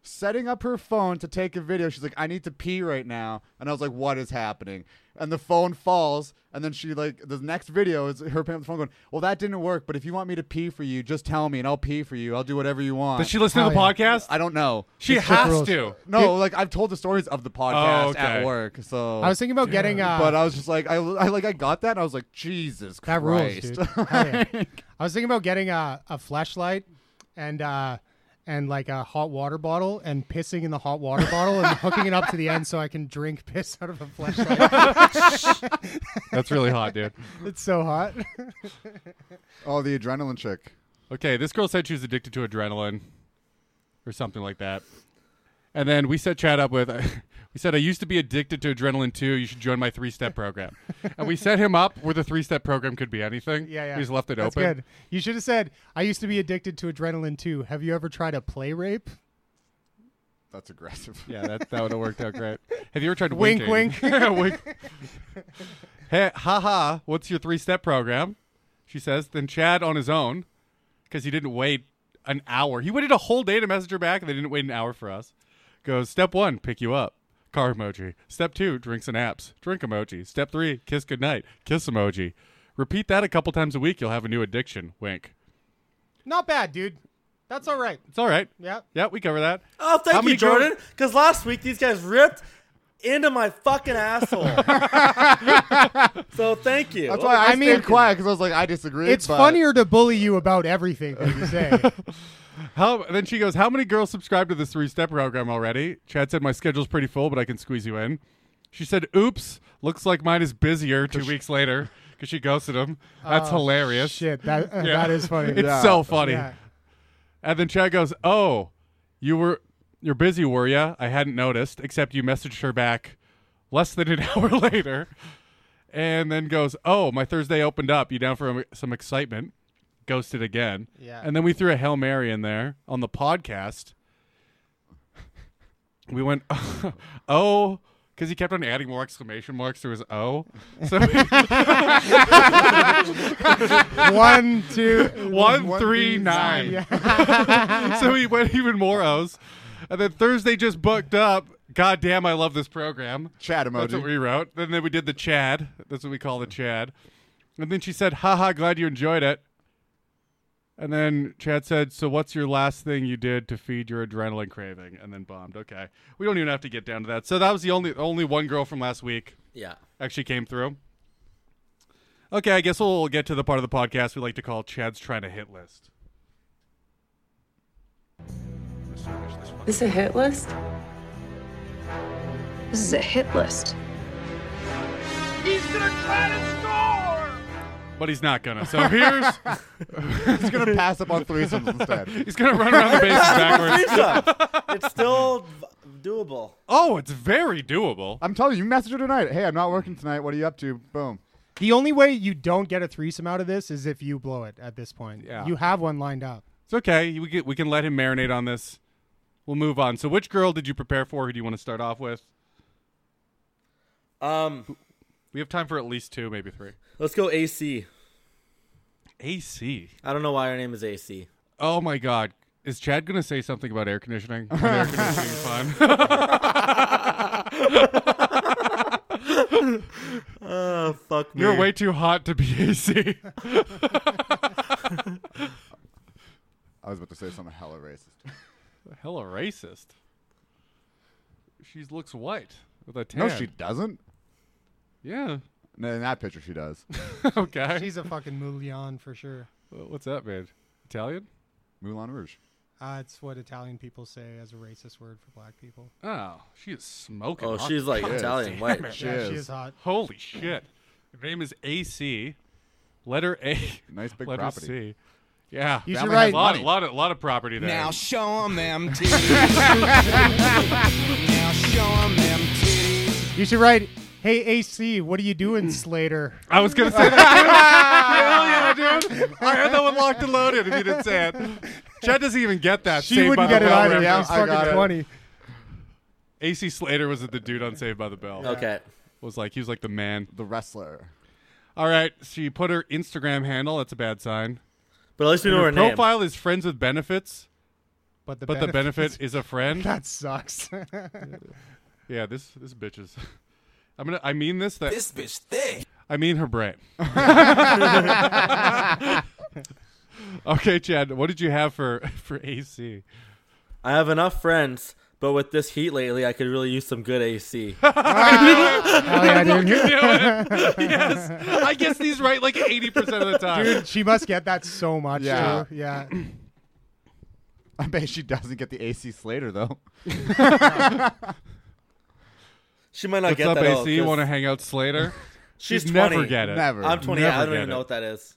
Speaker 4: Setting up her phone to take a video. She's like, I need to pee right now. And I was like, what is happening? And the phone falls. And then she, like, the next video is her picking up the phone going, Well, that didn't work. But if you want me to pee for you, just tell me and I'll pee for you. I'll do whatever you want.
Speaker 3: Does she listen to the
Speaker 6: Hell yeah.
Speaker 3: podcast?
Speaker 4: I don't know.
Speaker 3: She
Speaker 6: chick
Speaker 3: has
Speaker 6: rules.
Speaker 3: to.
Speaker 4: No, like I've told the stories of the podcast
Speaker 3: Oh, okay.
Speaker 4: at work. So
Speaker 6: I was thinking about getting. Uh,
Speaker 4: but I was just like, I, I like I got that, and I was like, Jesus
Speaker 6: That rules,
Speaker 4: Christ!
Speaker 6: dude. Hell yeah. I was thinking about getting a, a flashlight and uh and like a hot water bottle and pissing in the hot water bottle and hooking it up to the end so I can drink piss out of a flashlight.
Speaker 3: That's really hot, dude.
Speaker 6: it's so hot.
Speaker 4: oh, the adrenaline chick.
Speaker 3: Okay, this girl said she was addicted to adrenaline or something like that. And then we set Chad up with, we said, I used to be addicted to adrenaline too. You should join my three step program. and we set him up where the three step program could be anything.
Speaker 6: Yeah, yeah.
Speaker 3: We just left it
Speaker 6: That's
Speaker 3: open.
Speaker 6: good. You should have said, I used to be addicted to adrenaline too. Have you ever tried a play rape?
Speaker 4: That's aggressive.
Speaker 3: Yeah, that, that would have worked out great. Have you ever tried
Speaker 6: Wink,
Speaker 3: winking? wink. Hey, haha, what's your three step program? She says. Then Chad on his own, because he didn't wait an hour. He waited a whole day to message her back, and they didn't wait an hour for us. Goes, step one, pick you up. Car emoji. Step two, drinks and apps. Drink emoji. Step three, kiss goodnight. Kiss emoji. Repeat that a couple times a week. You'll have a new addiction. Wink.
Speaker 6: Not bad, dude. That's all right.
Speaker 3: It's all right.
Speaker 6: Yeah.
Speaker 3: Yeah, we cover that.
Speaker 5: Oh,
Speaker 3: How
Speaker 5: thank you,
Speaker 3: many girls-
Speaker 5: Jordan. Because last week these guys ripped into my fucking asshole. so thank you.
Speaker 4: That's why I,
Speaker 6: I
Speaker 4: stayed
Speaker 6: mean-
Speaker 4: quiet because I was like, I disagree.
Speaker 6: It's
Speaker 4: but
Speaker 6: funnier to bully you about everything than you say.
Speaker 3: How then she goes, How many girls subscribe to this three step program already? Chad said my schedule's pretty full, but I can squeeze you in. She said, Oops, looks like mine is busier two weeks later because she ghosted him. That's hilarious.
Speaker 6: Shit, that uh,
Speaker 3: Yeah.
Speaker 6: that is funny.
Speaker 3: It's
Speaker 4: Yeah.
Speaker 3: so funny.
Speaker 6: Yeah.
Speaker 3: And then Chad goes, Oh, you were you're busy, were ya? I hadn't noticed, except you messaged her back less than an hour later. And then goes, Oh, my Thursday opened up. You down for some excitement? Ghosted again.
Speaker 6: Yeah.
Speaker 3: And then we threw a Hail Mary in there on the podcast. We went, Oh, because he kept on adding more exclamation marks to his O. So
Speaker 6: One, two,
Speaker 3: one, three, nine.
Speaker 6: Yeah.
Speaker 3: so he went even more O's. And then Thursday just booked up. God damn, I love this program.
Speaker 4: Chat
Speaker 3: That's what
Speaker 4: emoji.
Speaker 3: we wrote. And then we did the Chad. That's what we call the Chad. And then she said, haha, glad you enjoyed it. And then Chad said, so what's your last thing you did to feed your adrenaline craving? And then bombed. Okay. We don't even have to get down to that. So that was the only only one girl from last week
Speaker 5: yeah.
Speaker 3: actually came through. Okay, I guess we'll get to the part of the podcast we like to call Chad's trying to hit list.
Speaker 8: This a hit list? This is a hit list.
Speaker 3: But he's not gonna. So here's
Speaker 4: He's gonna pass up on threesomes instead.
Speaker 3: he's gonna run around the bases backwards.
Speaker 5: It's still v- doable.
Speaker 3: Oh, it's very doable.
Speaker 4: I'm telling you, you messaged her tonight. Hey, I'm not working tonight. What are you up to? Boom.
Speaker 6: The only way you don't get a threesome out of this is if you blow it at this point.
Speaker 3: Yeah.
Speaker 6: You have one lined up.
Speaker 3: It's okay. We get, we can let him marinate on this. We'll move on. So which girl did you prepare for? Who do you want to start off with?
Speaker 5: Um,
Speaker 3: We have time for at least two, maybe three.
Speaker 5: let's go AC.
Speaker 3: AC.
Speaker 5: I don't know why her name is AC.
Speaker 3: Oh my god. Is Chad gonna say something about air conditioning? About air conditioning fun.
Speaker 5: Oh fuck me.
Speaker 3: You're way too hot to be AC.
Speaker 4: I was about to say something hella racist.
Speaker 3: Hella racist. She looks white with a tan.
Speaker 4: No, she doesn't.
Speaker 3: Yeah.
Speaker 4: No, in that picture, she does.
Speaker 3: okay.
Speaker 6: She's a fucking mullion for sure.
Speaker 3: What's that, man? Italian?
Speaker 4: Moulin Rouge.
Speaker 6: Uh, it's what Italian people say as a racist word for black people.
Speaker 3: Oh, she is smoking.
Speaker 5: Oh,
Speaker 3: hot.
Speaker 5: she's like Italian white.
Speaker 4: She
Speaker 6: yeah,
Speaker 4: is.
Speaker 6: she is hot.
Speaker 3: Holy shit. Her name is AC. Letter A.
Speaker 4: Nice big
Speaker 3: letter
Speaker 4: property.
Speaker 3: C. Yeah.
Speaker 6: Use
Speaker 3: a
Speaker 6: your
Speaker 4: Family has
Speaker 6: right.
Speaker 3: lot,
Speaker 4: money.
Speaker 3: lot, of, lot of property there.
Speaker 2: Now show 'em them titties. now show 'em them titties.
Speaker 6: You should write, "Hey AC, what are you doing, Slater?"
Speaker 3: I was going to say that. too. Hell yeah, dude. I had that one locked and loaded if you didn't say it. Chad doesn't even get that.
Speaker 6: She
Speaker 3: Saved by
Speaker 6: wouldn't
Speaker 3: the
Speaker 6: get it
Speaker 3: Bell
Speaker 6: either. Yeah,
Speaker 3: reference.
Speaker 6: it's
Speaker 4: I got
Speaker 6: fucking
Speaker 4: it.
Speaker 6: funny.
Speaker 3: AC Slater was the dude on Saved by the Bell.
Speaker 5: Okay.
Speaker 3: Was like, he was like the man.
Speaker 4: The wrestler.
Speaker 3: All right. She put her Instagram handle. That's a bad sign.
Speaker 5: But at least we know her,
Speaker 3: her
Speaker 5: name.
Speaker 3: profile is friends with benefits,
Speaker 6: But the
Speaker 3: but the benefit is a friend.
Speaker 6: that sucks.
Speaker 3: Yeah, this this bitch is. I'm gonna. I mean this. That
Speaker 2: This bitch thick.
Speaker 3: I mean her brain. okay, Chad. What did you have for for AC?
Speaker 5: I have enough friends, but with this heat lately, I could really use some good AC.
Speaker 6: Hell yeah, dude.
Speaker 3: yes, I guess he's right like eighty percent of the time.
Speaker 6: Dude, she must get that so much.
Speaker 4: Yeah.
Speaker 6: too. yeah.
Speaker 4: I bet she doesn't get the AC Slater though.
Speaker 5: She might not
Speaker 3: What's
Speaker 5: get
Speaker 3: up,
Speaker 5: that.
Speaker 3: AC?
Speaker 5: though, 'cause
Speaker 3: Want to hang out, Slater?
Speaker 5: She's
Speaker 3: She'd
Speaker 5: 20.
Speaker 3: never get it.
Speaker 4: Never.
Speaker 5: I'm 20.
Speaker 3: Never
Speaker 5: I don't
Speaker 3: get
Speaker 5: even know
Speaker 3: it.
Speaker 5: what that is.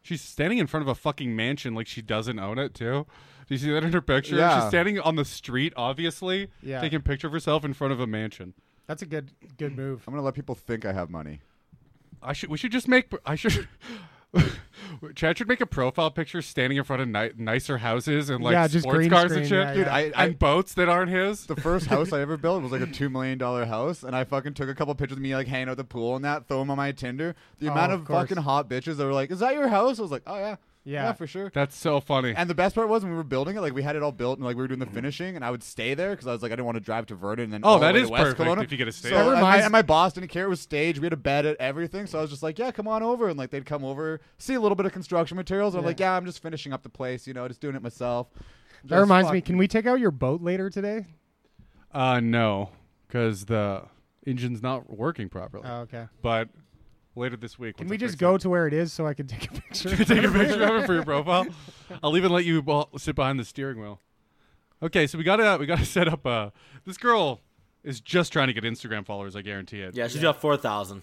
Speaker 3: She's standing in front of a fucking mansion like she doesn't own it too. Do you see that in her picture?
Speaker 4: Yeah.
Speaker 3: She's standing on the street, obviously,
Speaker 6: Yeah.
Speaker 3: taking a picture of herself in front of a mansion.
Speaker 6: That's a good good move.
Speaker 4: I'm gonna let people think I have money.
Speaker 3: I should. We should just make. I should. Chad should make a profile picture standing in front of ni- nicer houses and like
Speaker 6: Yeah, just
Speaker 3: sports
Speaker 6: green
Speaker 3: cars
Speaker 6: screen,
Speaker 3: and shit.
Speaker 6: yeah, yeah. Dude,
Speaker 4: I- I-
Speaker 3: and boats that aren't his.
Speaker 4: The first house I ever built was like a two million dollar house, and I fucking took a couple pictures of me like hanging out at the pool and that, throw them on my Tinder. The
Speaker 6: Oh,
Speaker 4: amount
Speaker 6: of
Speaker 4: of
Speaker 6: course.
Speaker 4: fucking hot bitches that were like, "Is that your house?" I was like, "Oh yeah,
Speaker 6: Yeah.
Speaker 4: for sure."
Speaker 3: That's so funny.
Speaker 4: And the best part was when we were building it, like we had it all built and like we were doing the finishing, and I would stay there because I was like I didn't want to drive to Vernon and then
Speaker 3: Oh,
Speaker 4: all the
Speaker 3: that
Speaker 4: way
Speaker 3: is
Speaker 4: to West
Speaker 3: perfect
Speaker 4: Kelowna.
Speaker 3: if you get to stay
Speaker 4: So,
Speaker 3: there.
Speaker 4: and my-
Speaker 6: Reminds-
Speaker 4: and my boss didn't care. It was staged. We had a bed at everything, so I was just like, yeah, come on over, and like they'd come over, see a little bit of construction materials. And I'm
Speaker 6: Yeah.
Speaker 4: like, yeah, I'm just finishing up the place, you know, just doing it myself.
Speaker 6: That
Speaker 4: Just
Speaker 6: reminds me.
Speaker 4: fuck-
Speaker 6: Can we take out your boat later today?
Speaker 3: Uh, no, because the engine's not working properly.
Speaker 6: Oh, okay.
Speaker 3: but later this week,
Speaker 6: Can
Speaker 3: once
Speaker 6: we
Speaker 3: I
Speaker 6: just
Speaker 3: fix
Speaker 6: go
Speaker 3: it-
Speaker 6: to where it is so I can take a picture?
Speaker 3: take a picture of it for your profile? I'll even let you bo- sit behind the steering wheel. Okay, so we gotta we gotta set up. Uh, this girl is just trying to get Instagram followers. I guarantee it.
Speaker 5: Yeah, she's got four thousand.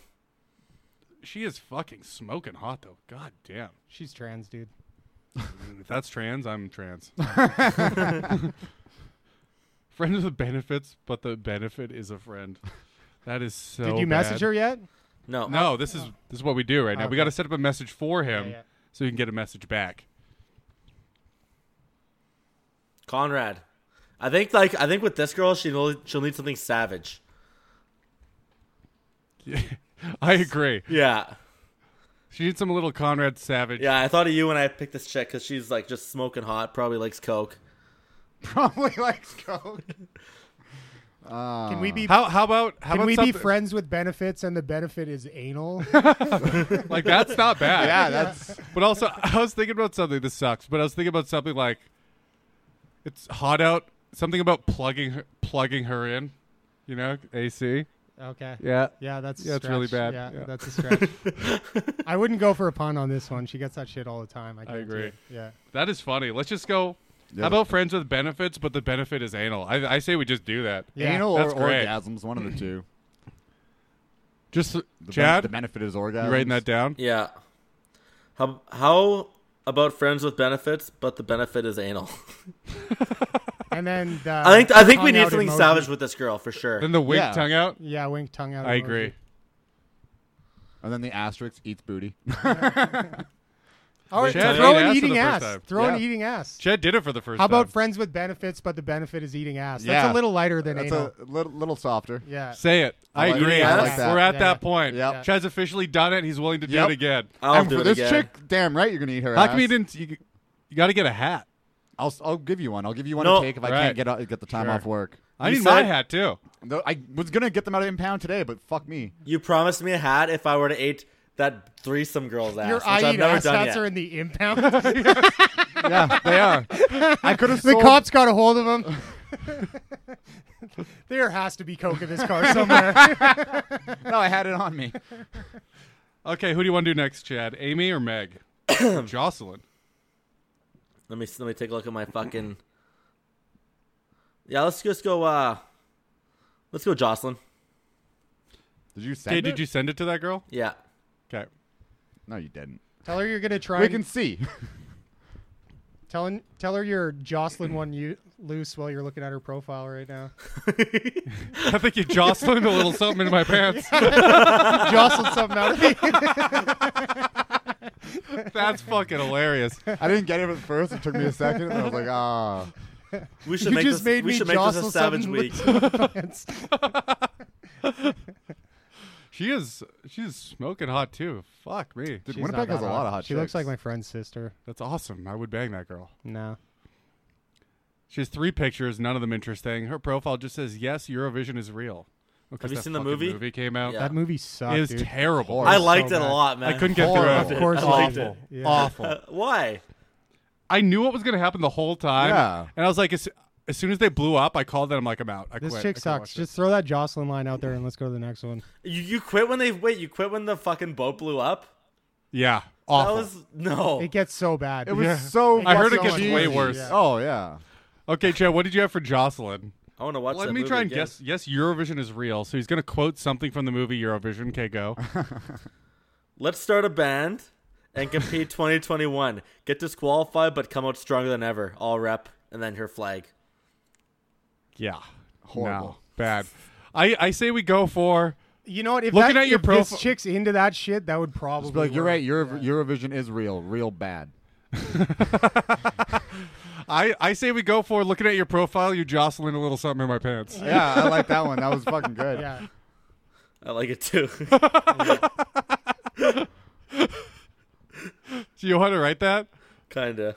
Speaker 3: she is fucking smoking hot though. God damn.
Speaker 6: She's trans, dude.
Speaker 3: If that's trans, I'm trans. Friends with benefits, but the benefit is a friend. That is so.
Speaker 6: Did you message
Speaker 3: bad.
Speaker 6: her yet?
Speaker 5: No,
Speaker 3: No, this is this is what we do right now. We
Speaker 6: Okay.
Speaker 3: got to set up a message for him
Speaker 6: yeah.
Speaker 3: so he can get a message back.
Speaker 5: Conrad. I think like I think with this girl, she will she'll need something savage.
Speaker 3: I agree.
Speaker 5: Yeah,
Speaker 3: She needs some little Conrad Savage.
Speaker 5: yeah. I thought of you when I picked this chick because she's like just smoking hot. Probably likes coke.
Speaker 4: probably likes coke?
Speaker 6: Can we be?
Speaker 3: How how about how
Speaker 6: can
Speaker 3: about
Speaker 6: we be
Speaker 3: something-
Speaker 6: friends with benefits and the benefit is anal?
Speaker 3: like that's not bad.
Speaker 4: Yeah, that's
Speaker 3: But also, I was thinking about something. This sucks, but I was thinking about something like it's hot out. Something about plugging her, plugging her in. You know, AC.
Speaker 6: okay.
Speaker 3: Yeah.
Speaker 6: Yeah, that's a
Speaker 3: Yeah, it's really
Speaker 6: stretch.
Speaker 3: bad.
Speaker 6: Yeah,
Speaker 3: Yeah.
Speaker 6: that's a stretch. I wouldn't go for a pun on this one. She gets that shit all the time. I, guarantee
Speaker 3: agree.
Speaker 6: It. Yeah.
Speaker 3: That is funny. Let's just go.
Speaker 4: Yeah.
Speaker 3: How about friends with benefits, but the benefit is anal? I, I say we just do that.
Speaker 6: Yeah.
Speaker 4: anal or
Speaker 3: That's great.
Speaker 4: orgasms, one of the two.
Speaker 3: Just
Speaker 4: The ben-
Speaker 3: Chad,
Speaker 4: the benefit is orgasms.
Speaker 3: you writing that down?
Speaker 5: Yeah. How how about friends with benefits, but the benefit is anal?
Speaker 6: And then the,
Speaker 5: I think I think we
Speaker 6: tongue
Speaker 5: need
Speaker 6: out
Speaker 5: something
Speaker 6: emoji.
Speaker 5: savage with this girl for sure.
Speaker 3: Then the wink
Speaker 4: Yeah.
Speaker 3: tongue out.
Speaker 6: Yeah, wink tongue out.
Speaker 3: I
Speaker 6: emoji.
Speaker 3: agree.
Speaker 4: And then the asterisk eats booty.
Speaker 6: All right,
Speaker 3: Chad
Speaker 6: throw
Speaker 3: ate ass
Speaker 6: an
Speaker 3: for
Speaker 6: eating
Speaker 3: the
Speaker 6: ass.
Speaker 3: first time.
Speaker 6: Throw an
Speaker 4: Yeah.
Speaker 6: eating ass.
Speaker 3: Chad did it for the first
Speaker 6: How
Speaker 3: time.
Speaker 6: about friends with benefits, but the benefit is eating ass? That's
Speaker 4: Yeah.
Speaker 6: a little lighter than
Speaker 4: That's
Speaker 6: anal.
Speaker 4: a little, little softer.
Speaker 6: yeah.
Speaker 3: Say it. I,
Speaker 4: like
Speaker 3: agree.
Speaker 5: that. I
Speaker 4: like that.
Speaker 3: We're at
Speaker 6: Yeah.
Speaker 3: that point.
Speaker 4: Yep.
Speaker 3: Chad's officially done it. He's willing to do
Speaker 4: Yep.
Speaker 3: it again.
Speaker 5: I'll
Speaker 4: and
Speaker 5: do
Speaker 4: for
Speaker 5: it
Speaker 4: this
Speaker 5: again.
Speaker 4: chick, damn right, you're gonna eat her.
Speaker 3: How
Speaker 4: ass.
Speaker 3: come you didn't? You, you got to get a hat.
Speaker 4: I'll, I'll give you one. I'll give you one
Speaker 5: No.
Speaker 4: to take if I
Speaker 3: Right.
Speaker 4: can't get out- get the time
Speaker 3: Sure.
Speaker 4: off work.
Speaker 3: I
Speaker 5: You
Speaker 3: need my
Speaker 5: said-
Speaker 3: hat too.
Speaker 4: Though I was gonna get them out of impound today, but fuck me.
Speaker 5: you promised me a hat if I were to eat that threesome girl's ass,
Speaker 6: Your
Speaker 5: which
Speaker 6: I E
Speaker 5: I've
Speaker 6: eat
Speaker 5: never
Speaker 6: ass
Speaker 5: done
Speaker 6: hats
Speaker 5: yet.
Speaker 6: are in the impound.
Speaker 4: Yeah, they are. I could have
Speaker 6: the
Speaker 4: sold.
Speaker 6: cops got a hold of him. there has to be coke in this car somewhere.
Speaker 4: No, I had it on me.
Speaker 3: Okay, who do you want to do next, Chad? Amy or Meg? Jocelyn.
Speaker 5: let me let me take a look at my fucking. Yeah, let's just go. uh Let's go, Jocelyn.
Speaker 4: Did you send
Speaker 3: Okay,
Speaker 4: it?
Speaker 3: did you send it to that girl?
Speaker 5: Yeah.
Speaker 3: Okay.
Speaker 4: No, you didn't.
Speaker 6: tell her you're gonna try.
Speaker 4: We
Speaker 6: And
Speaker 4: can see.
Speaker 6: tell, tell her you're jostling one you, loose while you're looking at her profile right now.
Speaker 3: I think you jostled a little something into my pants.
Speaker 6: Jostled something out of me.
Speaker 3: That's fucking hilarious.
Speaker 4: I didn't get it at first. It took me a second, and I was like, ah.
Speaker 5: We should
Speaker 6: You
Speaker 5: make
Speaker 6: just
Speaker 5: this.
Speaker 6: made
Speaker 5: we
Speaker 6: me
Speaker 5: should make this a
Speaker 6: jostle
Speaker 5: savage
Speaker 6: something
Speaker 5: week.
Speaker 6: with your pants.
Speaker 3: She is she's smoking hot too. Fuck me.
Speaker 4: Dude,
Speaker 6: She's
Speaker 4: Winnipeg
Speaker 6: not
Speaker 4: has a
Speaker 6: that
Speaker 4: lot of hot
Speaker 6: She looks
Speaker 4: chicks.
Speaker 6: like my friend's sister.
Speaker 3: That's awesome. I would bang that girl.
Speaker 6: No.
Speaker 3: She has three pictures, none of them interesting. Her profile just says, "Yes, Eurovision is real."
Speaker 5: Have you seen the movie?
Speaker 3: Movie came out.
Speaker 5: Yeah.
Speaker 6: That movie
Speaker 3: It
Speaker 6: sucked,
Speaker 3: is
Speaker 6: dude.
Speaker 3: terrible.
Speaker 5: I
Speaker 6: so
Speaker 5: liked it a
Speaker 6: bad.
Speaker 5: lot,
Speaker 3: Oh, I
Speaker 5: man.
Speaker 3: couldn't get
Speaker 4: Horrible.
Speaker 3: through it.
Speaker 6: Of course,
Speaker 5: I
Speaker 6: you
Speaker 5: liked
Speaker 6: did.
Speaker 5: it.
Speaker 6: Yeah.
Speaker 3: Awful.
Speaker 5: Uh, why?
Speaker 3: I knew what was going to happen the whole time.
Speaker 4: Yeah.
Speaker 3: And I was like, as, as soon as they blew up, I called them. I'm like, I'm out. I
Speaker 6: This
Speaker 3: quit.
Speaker 6: chick
Speaker 3: I can't
Speaker 6: sucks.
Speaker 3: watch
Speaker 6: Just throw that Jocelyn line out there and let's go to the next one.
Speaker 5: You you quit when they wait. You quit when the fucking boat blew up.
Speaker 3: it. yeah.
Speaker 5: That
Speaker 3: Awful.
Speaker 5: was no.
Speaker 6: It gets so bad.
Speaker 4: It was
Speaker 3: Yeah.
Speaker 4: so.
Speaker 3: I heard it
Speaker 4: fucking
Speaker 3: gets way
Speaker 4: cheesy.
Speaker 3: worse.
Speaker 6: Yeah.
Speaker 4: Oh yeah.
Speaker 3: Okay, Chad, what did you have for Jocelyn?
Speaker 5: I want to watch.
Speaker 3: Let
Speaker 5: that
Speaker 3: me
Speaker 5: movie
Speaker 3: try and
Speaker 5: again.
Speaker 3: guess. Yes, Eurovision is real. So he's going to quote something from the movie Eurovision. Okay, go.
Speaker 5: Let's start a band and compete 2021. Get disqualified, but come out stronger than ever. All rep, and then her flag.
Speaker 3: yeah.
Speaker 4: Horrible.
Speaker 3: No. Bad. I, I say we go for
Speaker 6: You know what? If
Speaker 3: Looking
Speaker 6: that,
Speaker 3: at your
Speaker 6: if this
Speaker 3: profi-
Speaker 6: chick's into that shit, that would probably
Speaker 4: Just be like, you're
Speaker 6: work."
Speaker 4: right. Euro- Eurovision is real, real bad.
Speaker 3: I, I say we go for looking at your profile, you jostling a little something in my pants.
Speaker 4: Yeah, I like that one. That was fucking good.
Speaker 6: Yeah.
Speaker 5: I like it too.
Speaker 3: Do you want to write that?
Speaker 5: Kinda.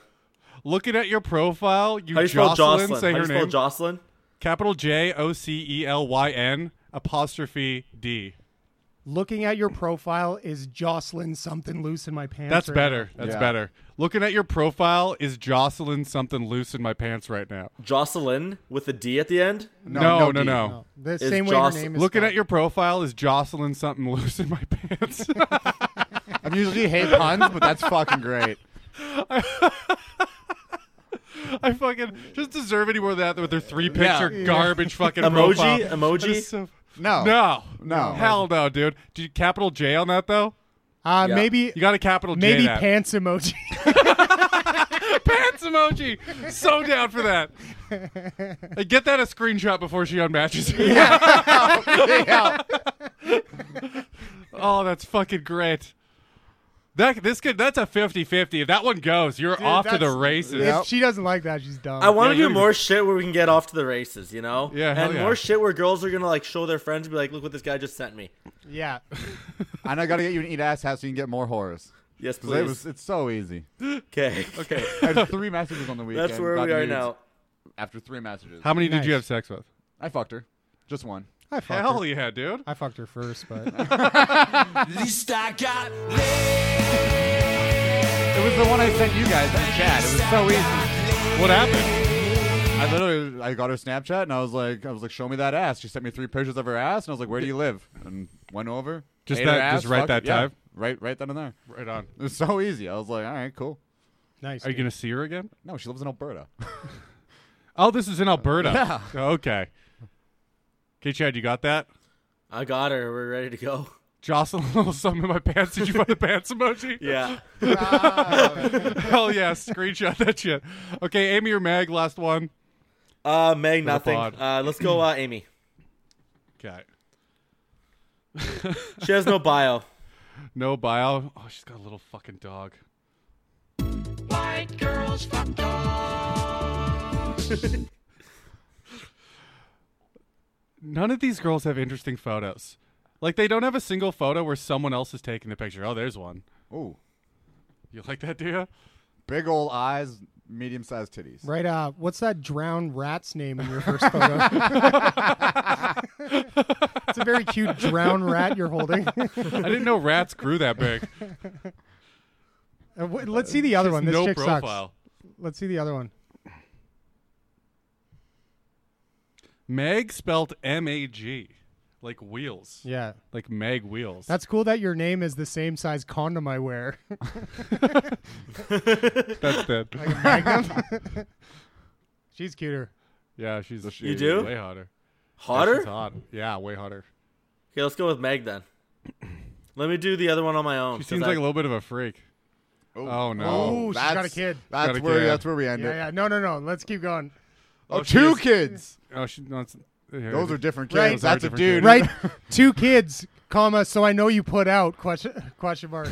Speaker 3: Looking at your profile, you,
Speaker 5: How do you spell
Speaker 3: jostling,
Speaker 5: Jocelyn?
Speaker 3: say
Speaker 5: How do
Speaker 3: her
Speaker 5: you spell
Speaker 3: name.
Speaker 5: Jocelyn?
Speaker 3: Capital J O C E L Y N apostrophe D.
Speaker 6: Looking at your profile is jostling something loose in my pants.
Speaker 3: That's
Speaker 6: right
Speaker 3: better. That's
Speaker 4: Yeah.
Speaker 3: better. Looking at your profile is jostling something loose in my pants right now.
Speaker 5: Jocelyn with a D at the end?
Speaker 3: No, no, no.
Speaker 4: D.
Speaker 6: now. No, the same way
Speaker 5: jost-
Speaker 6: your name is.
Speaker 3: Looking
Speaker 6: spelled.
Speaker 3: at your profile is jostling something loose in my pants.
Speaker 4: I usually hate puns, but that's fucking great.
Speaker 3: I fucking just deserve any more of that with their three picture
Speaker 4: Yeah.
Speaker 3: garbage fucking profile.
Speaker 5: Emoji?
Speaker 3: That
Speaker 5: Emoji?
Speaker 3: is so-
Speaker 4: No.
Speaker 3: No,
Speaker 4: No.
Speaker 3: hell no, dude. Did you capital J on that though?
Speaker 6: uh,
Speaker 5: Yeah.
Speaker 6: maybe
Speaker 3: You got a capital J.
Speaker 6: maybe
Speaker 3: that.
Speaker 6: pants emoji.
Speaker 3: pants emoji. So down for that. Hey, get that a screenshot before she unmatches you. oh, that's fucking great. That this could that's a 50-50. If that one goes, you're off to the
Speaker 6: that's-
Speaker 3: races.
Speaker 6: if she doesn't like that, she's dumb.
Speaker 5: I want to
Speaker 3: Yeah,
Speaker 5: do
Speaker 3: you-
Speaker 5: more shit where we can get off to the races, you know?
Speaker 3: Yeah, hell
Speaker 5: And
Speaker 3: yeah.
Speaker 5: more shit where girls are gonna like show their friends and be like, "Look what this guy just sent me."
Speaker 6: yeah.
Speaker 4: And I gotta get you an eat ass house so you can get more horrors.
Speaker 5: Yes,
Speaker 4: 'Cause it
Speaker 5: please.
Speaker 4: was, it's so easy.
Speaker 5: okay. Okay.
Speaker 4: I had three messages on the weekend.
Speaker 5: That's where
Speaker 4: got
Speaker 5: we are
Speaker 4: nudes
Speaker 5: now.
Speaker 4: After three messages,
Speaker 3: How many did
Speaker 6: Nice.
Speaker 3: you have sex with?
Speaker 4: I fucked her. Just one.
Speaker 6: I fucked her.
Speaker 3: Hell yeah, dude.
Speaker 6: I fucked her first, but
Speaker 2: Least I got
Speaker 4: It was the one I sent you guys in the chat. It was so easy.
Speaker 3: What happened?
Speaker 4: I literally, I got her Snapchat and I was like, I was like, show me that ass. She sent me three pictures of her ass, and I was like, where do you live? And went over.
Speaker 3: Just
Speaker 4: ate her
Speaker 3: that- just
Speaker 4: ass,
Speaker 3: right
Speaker 4: fucked
Speaker 3: that
Speaker 4: it. Yeah,
Speaker 3: time?
Speaker 4: right, right then and there.
Speaker 3: Right on.
Speaker 4: It was so easy. I was like, all right, cool.
Speaker 6: nice.
Speaker 3: Are you gonna see her again?
Speaker 4: No, she lives in Alberta.
Speaker 3: Oh, this is in Alberta. Okay. Okay, Chad, you got that?
Speaker 5: I got her. We're ready to go.
Speaker 3: Jocelyn, a little something in my pants. Did you find the pants emoji?
Speaker 5: Yeah.
Speaker 3: Hell yeah, screenshot that shit. Okay, Amy or Meg, last one.
Speaker 5: Uh, Meg, nothing.
Speaker 3: pod.
Speaker 5: Uh, let's go, uh, Amy.
Speaker 3: Okay.
Speaker 5: She has no bio.
Speaker 3: No bio. Oh, she's got a little fucking dog.
Speaker 1: White girls fuck dogs.
Speaker 3: None of these girls have interesting photos. Like they don't have a single photo where someone else is taking the picture. Oh, there's one.
Speaker 4: Ooh,
Speaker 3: You like that, do you?
Speaker 4: big old eyes, medium sized titties.
Speaker 6: right? Uh, what's that drowned rat's name in your first photo? it's a very cute drowned rat you're holding.
Speaker 3: I didn't know rats grew that big.
Speaker 6: Uh, wait, Let's see the other one. This
Speaker 3: no
Speaker 6: chick
Speaker 3: profile.
Speaker 6: sucks. Let's see the other one.
Speaker 3: Meg spelt M A G, like wheels.
Speaker 6: Yeah.
Speaker 3: Like Meg wheels.
Speaker 6: That's cool that your name is the same size condom I wear.
Speaker 3: that's it.
Speaker 6: She's cuter.
Speaker 3: yeah, she's
Speaker 5: You do?
Speaker 3: way hotter.
Speaker 5: Hotter?
Speaker 3: She's hot. Yeah, way hotter.
Speaker 5: Okay, let's go with Meg then. Let me do the other one on my own.
Speaker 3: She
Speaker 5: 'cause
Speaker 3: seems
Speaker 5: I-
Speaker 3: like a little bit of a freak. Oh no.
Speaker 6: Ooh, she's got a kid.
Speaker 4: That's
Speaker 3: Got a
Speaker 4: where
Speaker 3: kid.
Speaker 4: that's where we end
Speaker 6: Yeah,
Speaker 4: it.
Speaker 6: yeah. No, no, no. Let's keep going.
Speaker 4: Oh,
Speaker 3: she
Speaker 4: two
Speaker 3: is-
Speaker 4: kids.
Speaker 3: Oh, she. No, it's, here
Speaker 4: Those
Speaker 3: it
Speaker 4: are
Speaker 3: is.
Speaker 4: different kids.
Speaker 6: Right. Those are
Speaker 4: That's
Speaker 3: different
Speaker 4: a dude.
Speaker 3: kids.
Speaker 6: Right, two kids, comma. So I know you put out question question mark.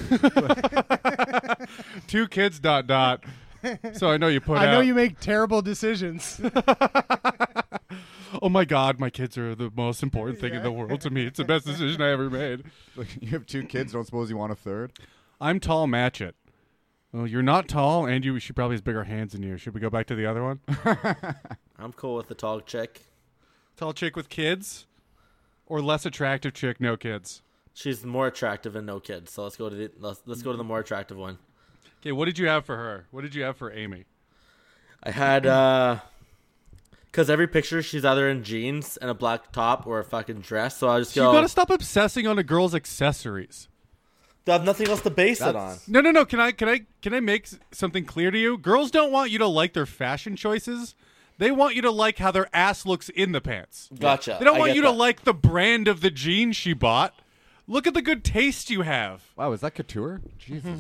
Speaker 3: two kids. Dot dot. So I know you put.
Speaker 6: I know
Speaker 3: out-
Speaker 6: you make terrible decisions.
Speaker 3: Oh my God, my kids are the most important thing in the world to me. It's the best decision I ever made.
Speaker 4: Like, you have two kids. Don't suppose you want a third?
Speaker 3: I'm tall, match it. Well, you're not tall, and you she probably has bigger hands than you. Should we go back to the other one?
Speaker 5: I'm cool with the tall chick.
Speaker 3: tall chick with kids, or less attractive chick no kids.
Speaker 5: She's more attractive and no kids. So let's go to the let's, let's go to the more attractive one.
Speaker 3: Okay, what did you have for her? What did you have for Amy?
Speaker 5: I had uh cuz every picture she's either in jeans and a black top or a fucking dress, so I just
Speaker 3: you
Speaker 5: go
Speaker 3: gotta stop obsessing on a girl's accessories.
Speaker 5: I have nothing else to base it on.
Speaker 3: No, no, no. Can I can I can I make s- something clear to you? Girls don't want you to like their fashion choices. They want you to like how their ass looks in the pants.
Speaker 5: Gotcha.
Speaker 3: They don't
Speaker 5: I
Speaker 3: want
Speaker 5: get
Speaker 3: you to
Speaker 5: that.
Speaker 3: like the brand of the jeans she bought. Look at the good taste you have.
Speaker 4: Wow, is that couture? Jesus.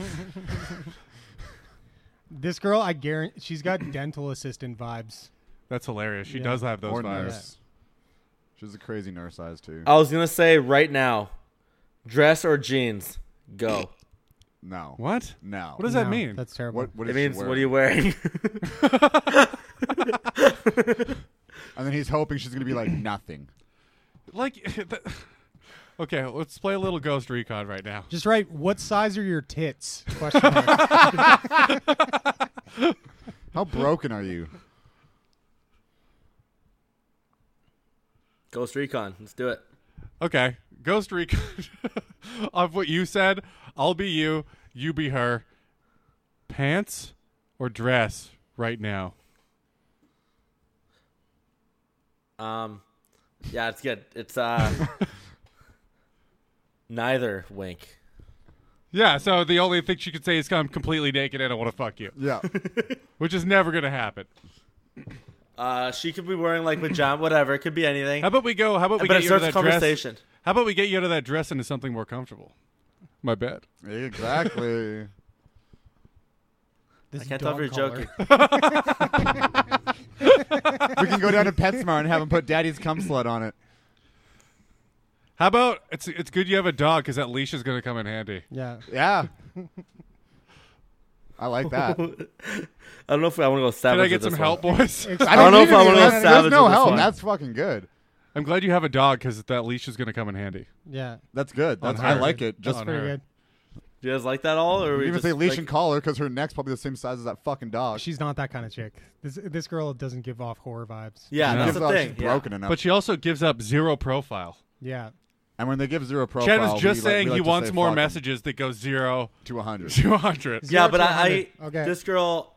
Speaker 6: this girl, I guarantee, she's got dental assistant vibes.
Speaker 3: That's hilarious. She does have those Oh,
Speaker 4: or
Speaker 3: vibes.
Speaker 4: nurse. She's a crazy nurse size too.
Speaker 5: I was gonna say right now, dress or jeans, go.
Speaker 4: no.
Speaker 3: What?
Speaker 4: No.
Speaker 3: What does that
Speaker 6: No,
Speaker 3: mean?
Speaker 6: That's terrible.
Speaker 4: What, what
Speaker 5: It
Speaker 4: is
Speaker 5: means
Speaker 4: she
Speaker 5: what are you wearing?
Speaker 4: And then he's hoping she's gonna be like nothing.
Speaker 3: like. th- okay, let's play a little Ghost Recon right now.
Speaker 6: Just write, what size are your tits? Question mark.
Speaker 4: How broken are you?
Speaker 5: Ghost Recon. Let's do it.
Speaker 3: Okay, Ghost Recon. of what you said, I'll be you, you be her. Pants or dress right now?
Speaker 5: Um, yeah, it's good. It's uh, neither. Wink.
Speaker 3: Yeah, so the only thing she could say is I'm completely naked and I want to fuck you,
Speaker 4: Yeah.
Speaker 3: which is never going to happen.
Speaker 5: Uh, she could be wearing like pajama, whatever. It could be anything.
Speaker 3: How about we go? How about we
Speaker 5: but
Speaker 3: get
Speaker 5: it
Speaker 3: you out of
Speaker 5: starts
Speaker 3: that dress?
Speaker 5: conversation.
Speaker 3: How about we get you out of that dress into something more comfortable? My bed.
Speaker 4: exactly.
Speaker 6: This
Speaker 5: I can't tell if
Speaker 6: dog
Speaker 5: you're
Speaker 6: collar.
Speaker 5: joking.
Speaker 4: we can go down to PetSmart and have him put Daddy's cum slut on it.
Speaker 3: How about it's it's good you have a dog because that leash is going to come in handy.
Speaker 6: Yeah.
Speaker 4: Yeah. I like that.
Speaker 5: I don't know if I want to go savage.
Speaker 3: Did I
Speaker 5: with
Speaker 3: get
Speaker 5: this
Speaker 3: some
Speaker 5: one.
Speaker 3: help, boys?
Speaker 5: I don't know if I want to go
Speaker 4: There's
Speaker 5: savage.
Speaker 4: no
Speaker 5: with this
Speaker 4: help.
Speaker 5: one.
Speaker 4: That's fucking good.
Speaker 3: I'm glad you have a dog because that leash is going to come in handy.
Speaker 6: Yeah.
Speaker 4: That's good.
Speaker 3: On
Speaker 4: That's, I
Speaker 3: her.
Speaker 4: like it. Just
Speaker 3: On
Speaker 6: Pretty
Speaker 3: her.
Speaker 6: good.
Speaker 5: Do you guys like that all, or we
Speaker 4: you even
Speaker 5: just,
Speaker 4: say leash
Speaker 5: like,
Speaker 4: and collar because her neck's probably the same size as that fucking dog.
Speaker 6: She's not that kind of chick. This this girl doesn't give off horror vibes.
Speaker 5: Yeah,
Speaker 3: No.
Speaker 5: that's
Speaker 4: Gives
Speaker 5: the
Speaker 4: off
Speaker 5: thing.
Speaker 4: She's
Speaker 5: yeah.
Speaker 4: broken enough.
Speaker 3: But she also gives up zero profile.
Speaker 6: Yeah.
Speaker 4: and when they give zero profile,
Speaker 3: Chad was
Speaker 4: we
Speaker 3: just
Speaker 4: like- we
Speaker 3: saying
Speaker 4: like
Speaker 3: he
Speaker 4: to
Speaker 3: wants
Speaker 4: say
Speaker 3: more
Speaker 4: fucking
Speaker 3: messages that go zero
Speaker 4: to 100.
Speaker 3: to 100.
Speaker 5: Yeah,
Speaker 6: Zero
Speaker 5: but
Speaker 6: to
Speaker 5: I,
Speaker 6: 100.
Speaker 5: I
Speaker 6: Okay.
Speaker 5: this girl.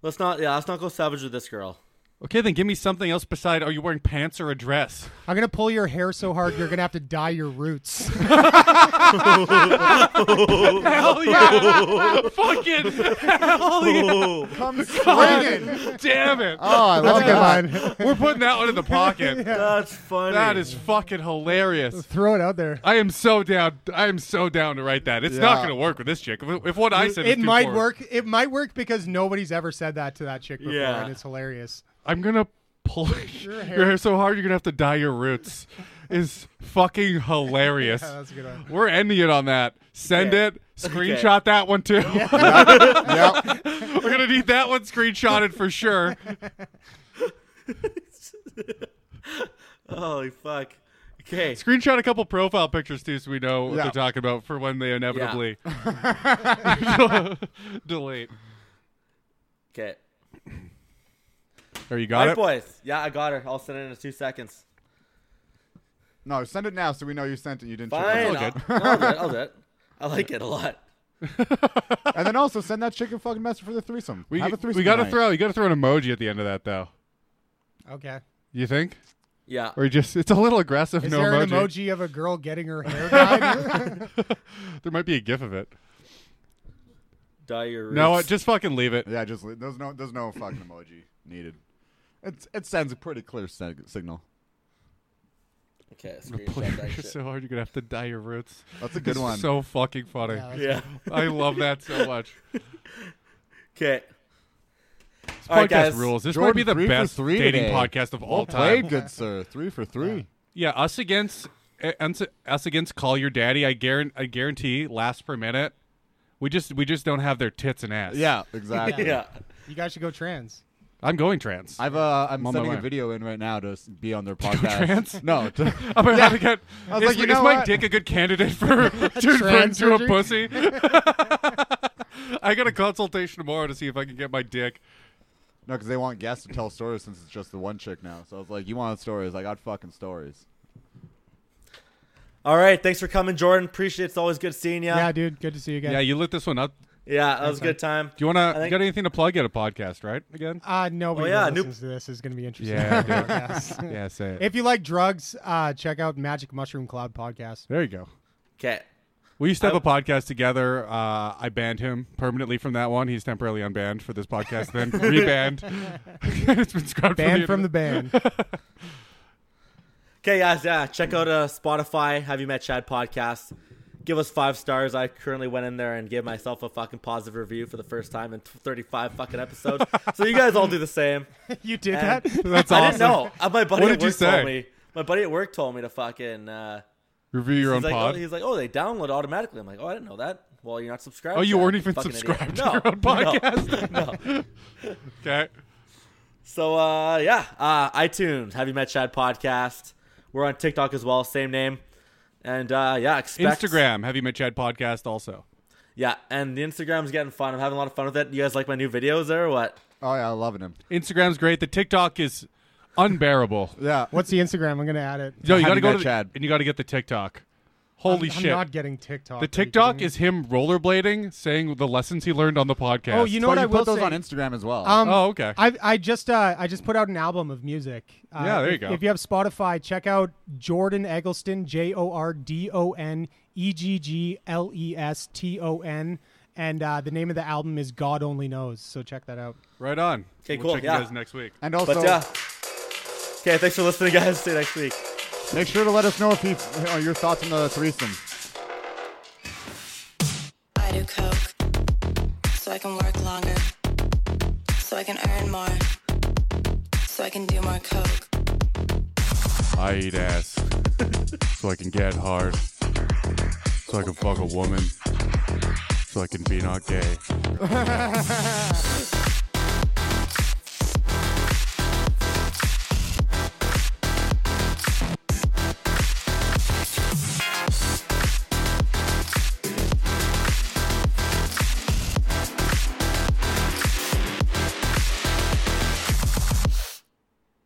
Speaker 5: Let's not. Yeah, let's not go savage with this girl.
Speaker 3: Okay, then give me something else beside are you wearing pants or a dress?
Speaker 6: I'm gonna pull your hair so hard you're gonna have to dye your roots.
Speaker 3: Hell yeah! Fucking hell yeah!
Speaker 4: Come swinging.
Speaker 3: Damn it!
Speaker 4: Oh, I love that.
Speaker 3: We're putting that one in the pocket.
Speaker 5: That's funny.
Speaker 3: That is fucking hilarious.
Speaker 6: Throw it out there.
Speaker 3: I am so down. I am so down to write that. It's not
Speaker 4: Yeah.
Speaker 3: going to work with this chick. If, if what I said, is
Speaker 6: It
Speaker 3: too
Speaker 6: might
Speaker 3: forward,
Speaker 6: work. It might work because nobody's ever said that to that chick before,
Speaker 5: Yeah.
Speaker 6: and it's hilarious.
Speaker 3: I'm gonna pull your hair. so hard you're gonna have to dye your roots. Is fucking hilarious.
Speaker 6: Yeah, Uh, that's a good one.
Speaker 3: We're ending it on that. Send
Speaker 5: Okay.
Speaker 3: it. Screenshot that one too.
Speaker 4: Yep.
Speaker 3: We're gonna need that one screenshotted for sure.
Speaker 5: Holy fuck. Okay.
Speaker 3: Screenshot a couple profile pictures too, so we know what
Speaker 4: Yeah.
Speaker 3: they're talking about for when they inevitably delete.
Speaker 5: Okay.
Speaker 3: There you
Speaker 5: All
Speaker 3: got
Speaker 5: right,
Speaker 3: it.
Speaker 5: boys. Yeah, I got her. I'll send it in two seconds.
Speaker 4: No, send it now so we know you sent it. You didn't. check it
Speaker 5: Fine.
Speaker 4: out.
Speaker 5: I'll, no, I'll do it. I'll do it. I like it a lot.
Speaker 4: And then also send that chicken fucking message for the threesome.
Speaker 3: We,
Speaker 4: have a threesome.
Speaker 3: we gotta
Speaker 4: tonight.
Speaker 3: throw. You gotta throw an emoji at the end of that though.
Speaker 6: Okay.
Speaker 3: You think?
Speaker 5: Yeah.
Speaker 3: Or you just it's a little aggressive.
Speaker 6: Is
Speaker 3: no
Speaker 6: there
Speaker 3: emoji.
Speaker 6: an emoji of a girl getting her hair dyed?
Speaker 3: There might be a gif of it.
Speaker 5: Dye your roots.
Speaker 3: No, uh, just fucking leave it.
Speaker 4: Yeah, just li- there's no there's no fucking emoji needed. It's it sends a pretty clear sig- signal.
Speaker 5: Okay.
Speaker 3: Pull
Speaker 5: Screenshot
Speaker 3: your
Speaker 5: that
Speaker 3: hair
Speaker 5: shit.
Speaker 3: so hard you're gonna have to dye your roots.
Speaker 4: That's a good
Speaker 3: It's
Speaker 4: one.
Speaker 3: So fucking funny.
Speaker 6: Yeah, that's-
Speaker 5: yeah.
Speaker 3: I love that so much. This
Speaker 5: Okay.
Speaker 3: podcast
Speaker 5: All right, guys.
Speaker 3: rules. This
Speaker 4: Jordan,
Speaker 3: might be the
Speaker 4: three for
Speaker 3: best
Speaker 4: three
Speaker 3: dating
Speaker 4: today.
Speaker 3: podcast of all
Speaker 4: Well
Speaker 3: time.
Speaker 4: played, good sir. Three for three.
Speaker 3: Yeah, us against uh, uns- us against call your daddy. I guarantee, I guarantee, last per minute. We just we just don't have their tits and ass.
Speaker 4: Yeah, exactly.
Speaker 5: Yeah.
Speaker 6: You guys should go trans.
Speaker 3: I'm going trans.
Speaker 4: I've uh, I'm
Speaker 3: I'm on my
Speaker 4: sending a
Speaker 3: way.
Speaker 4: video in right now to s- be on their podcast.
Speaker 3: trans?
Speaker 4: No, to-
Speaker 3: I'm about to get.
Speaker 4: was
Speaker 3: is
Speaker 4: like, you
Speaker 3: is
Speaker 4: know
Speaker 3: my
Speaker 4: what?
Speaker 3: dick a good candidate for turn
Speaker 6: Trans
Speaker 3: into a
Speaker 6: surgery?
Speaker 3: pussy? I got a consultation tomorrow to see if I can get my dick.
Speaker 4: no, because they want guests to tell stories since it's just the one chick now. So I was like, you want stories? I got fucking stories.
Speaker 5: All right. Thanks for coming, Jordan. Appreciate it. It's always good seeing you.
Speaker 6: Yeah, dude. Good to see you
Speaker 3: Yeah,
Speaker 6: guys.
Speaker 3: you lit this one up.
Speaker 5: Yeah. That was a good time.
Speaker 3: Do you wanna
Speaker 5: think-
Speaker 3: you got anything to plug at a podcast, right? Again?
Speaker 6: Uh, nobody
Speaker 5: Oh, yeah,
Speaker 6: that
Speaker 5: new-
Speaker 6: listens to this is going to be interested.
Speaker 3: Yeah,
Speaker 6: in the podcast.
Speaker 3: Yeah, say it.
Speaker 6: If you like drugs, uh, check out Magic Mushroom Cloud podcast.
Speaker 3: there you go.
Speaker 5: Okay.
Speaker 3: We used to have a podcast together. Uh, I banned him permanently from that one. He's temporarily unbanned for this podcast, then rebanned. it's been scrubbed
Speaker 6: Banned
Speaker 3: from
Speaker 6: from
Speaker 3: the,
Speaker 6: the band.
Speaker 5: Okay, guys. Yeah. Check out uh, Spotify. Have you met Chad podcast? Give us five stars. I currently went in there and gave myself a fucking positive review for the first time in 35 fucking episodes. so you guys all do the same.
Speaker 6: you did
Speaker 5: And-
Speaker 6: that?
Speaker 3: That's
Speaker 5: I
Speaker 3: awesome.
Speaker 5: didn't know. Uh, my buddy
Speaker 3: What
Speaker 5: at
Speaker 3: did you
Speaker 5: work told
Speaker 3: say?
Speaker 5: me. my buddy at work told me to fucking. Uh,
Speaker 3: Review your own
Speaker 5: he's like,
Speaker 3: pod.
Speaker 5: Oh, he's like, oh, they download automatically. I'm like, oh, I didn't know that. Well, you're not subscribed.
Speaker 3: Oh, you
Speaker 5: to that,
Speaker 3: weren't even
Speaker 5: fucking idiot.
Speaker 3: subscribed to
Speaker 5: no,
Speaker 3: your own podcast?
Speaker 5: No, no.
Speaker 3: okay.
Speaker 5: So, uh, yeah, uh, iTunes, Have You Met Chad podcast. We're on TikTok as well, same name. And uh, yeah, expect
Speaker 3: Instagram, Have You Met Chad podcast also.
Speaker 5: Yeah, and the Instagram's getting fun. I'm having a lot of fun with it. You guys like my new videos there or what?
Speaker 4: Oh yeah, loving him.
Speaker 3: Instagram's great. The TikTok is unbearable.
Speaker 4: Yeah.
Speaker 6: What's the Instagram? I'm gonna add it.
Speaker 3: No, you
Speaker 4: Have
Speaker 3: got to
Speaker 4: you
Speaker 3: go
Speaker 4: met
Speaker 3: to the-
Speaker 4: Chad?
Speaker 3: and you got to get the TikTok. Holy
Speaker 6: I'm,
Speaker 3: shit!
Speaker 6: I'm not getting TikTok. Are
Speaker 3: the
Speaker 6: you kidding
Speaker 3: TikTok
Speaker 6: me?
Speaker 3: is him rollerblading, saying the lessons he learned on the podcast.
Speaker 6: Oh, you know
Speaker 4: But
Speaker 6: what
Speaker 4: you
Speaker 6: I will
Speaker 4: put those
Speaker 6: say?
Speaker 4: on Instagram as well.
Speaker 6: Um,
Speaker 3: Oh, okay.
Speaker 6: I I just uh, I just put out an album of music. Uh,
Speaker 3: Yeah, there you
Speaker 6: if,
Speaker 3: go.
Speaker 6: If you have Spotify, check out Jordan Eggleston, J O R D O N E G G L E S T O N, and uh, the name of the album is God Only Knows. So check that out.
Speaker 3: right on.
Speaker 5: Okay,
Speaker 3: we'll
Speaker 5: cool,
Speaker 3: Check
Speaker 5: yeah.
Speaker 3: you guys next week.
Speaker 4: and
Speaker 5: But
Speaker 4: also,
Speaker 5: yeah. Okay, thanks for listening, guys. See you next week.
Speaker 4: make sure to let us know if you, uh, your thoughts on the threesome.
Speaker 7: I do coke so I can work longer, so I can earn more, so I can do more coke.
Speaker 3: I eat ass so I can get hard, so I can fuck a woman, so I can be not gay.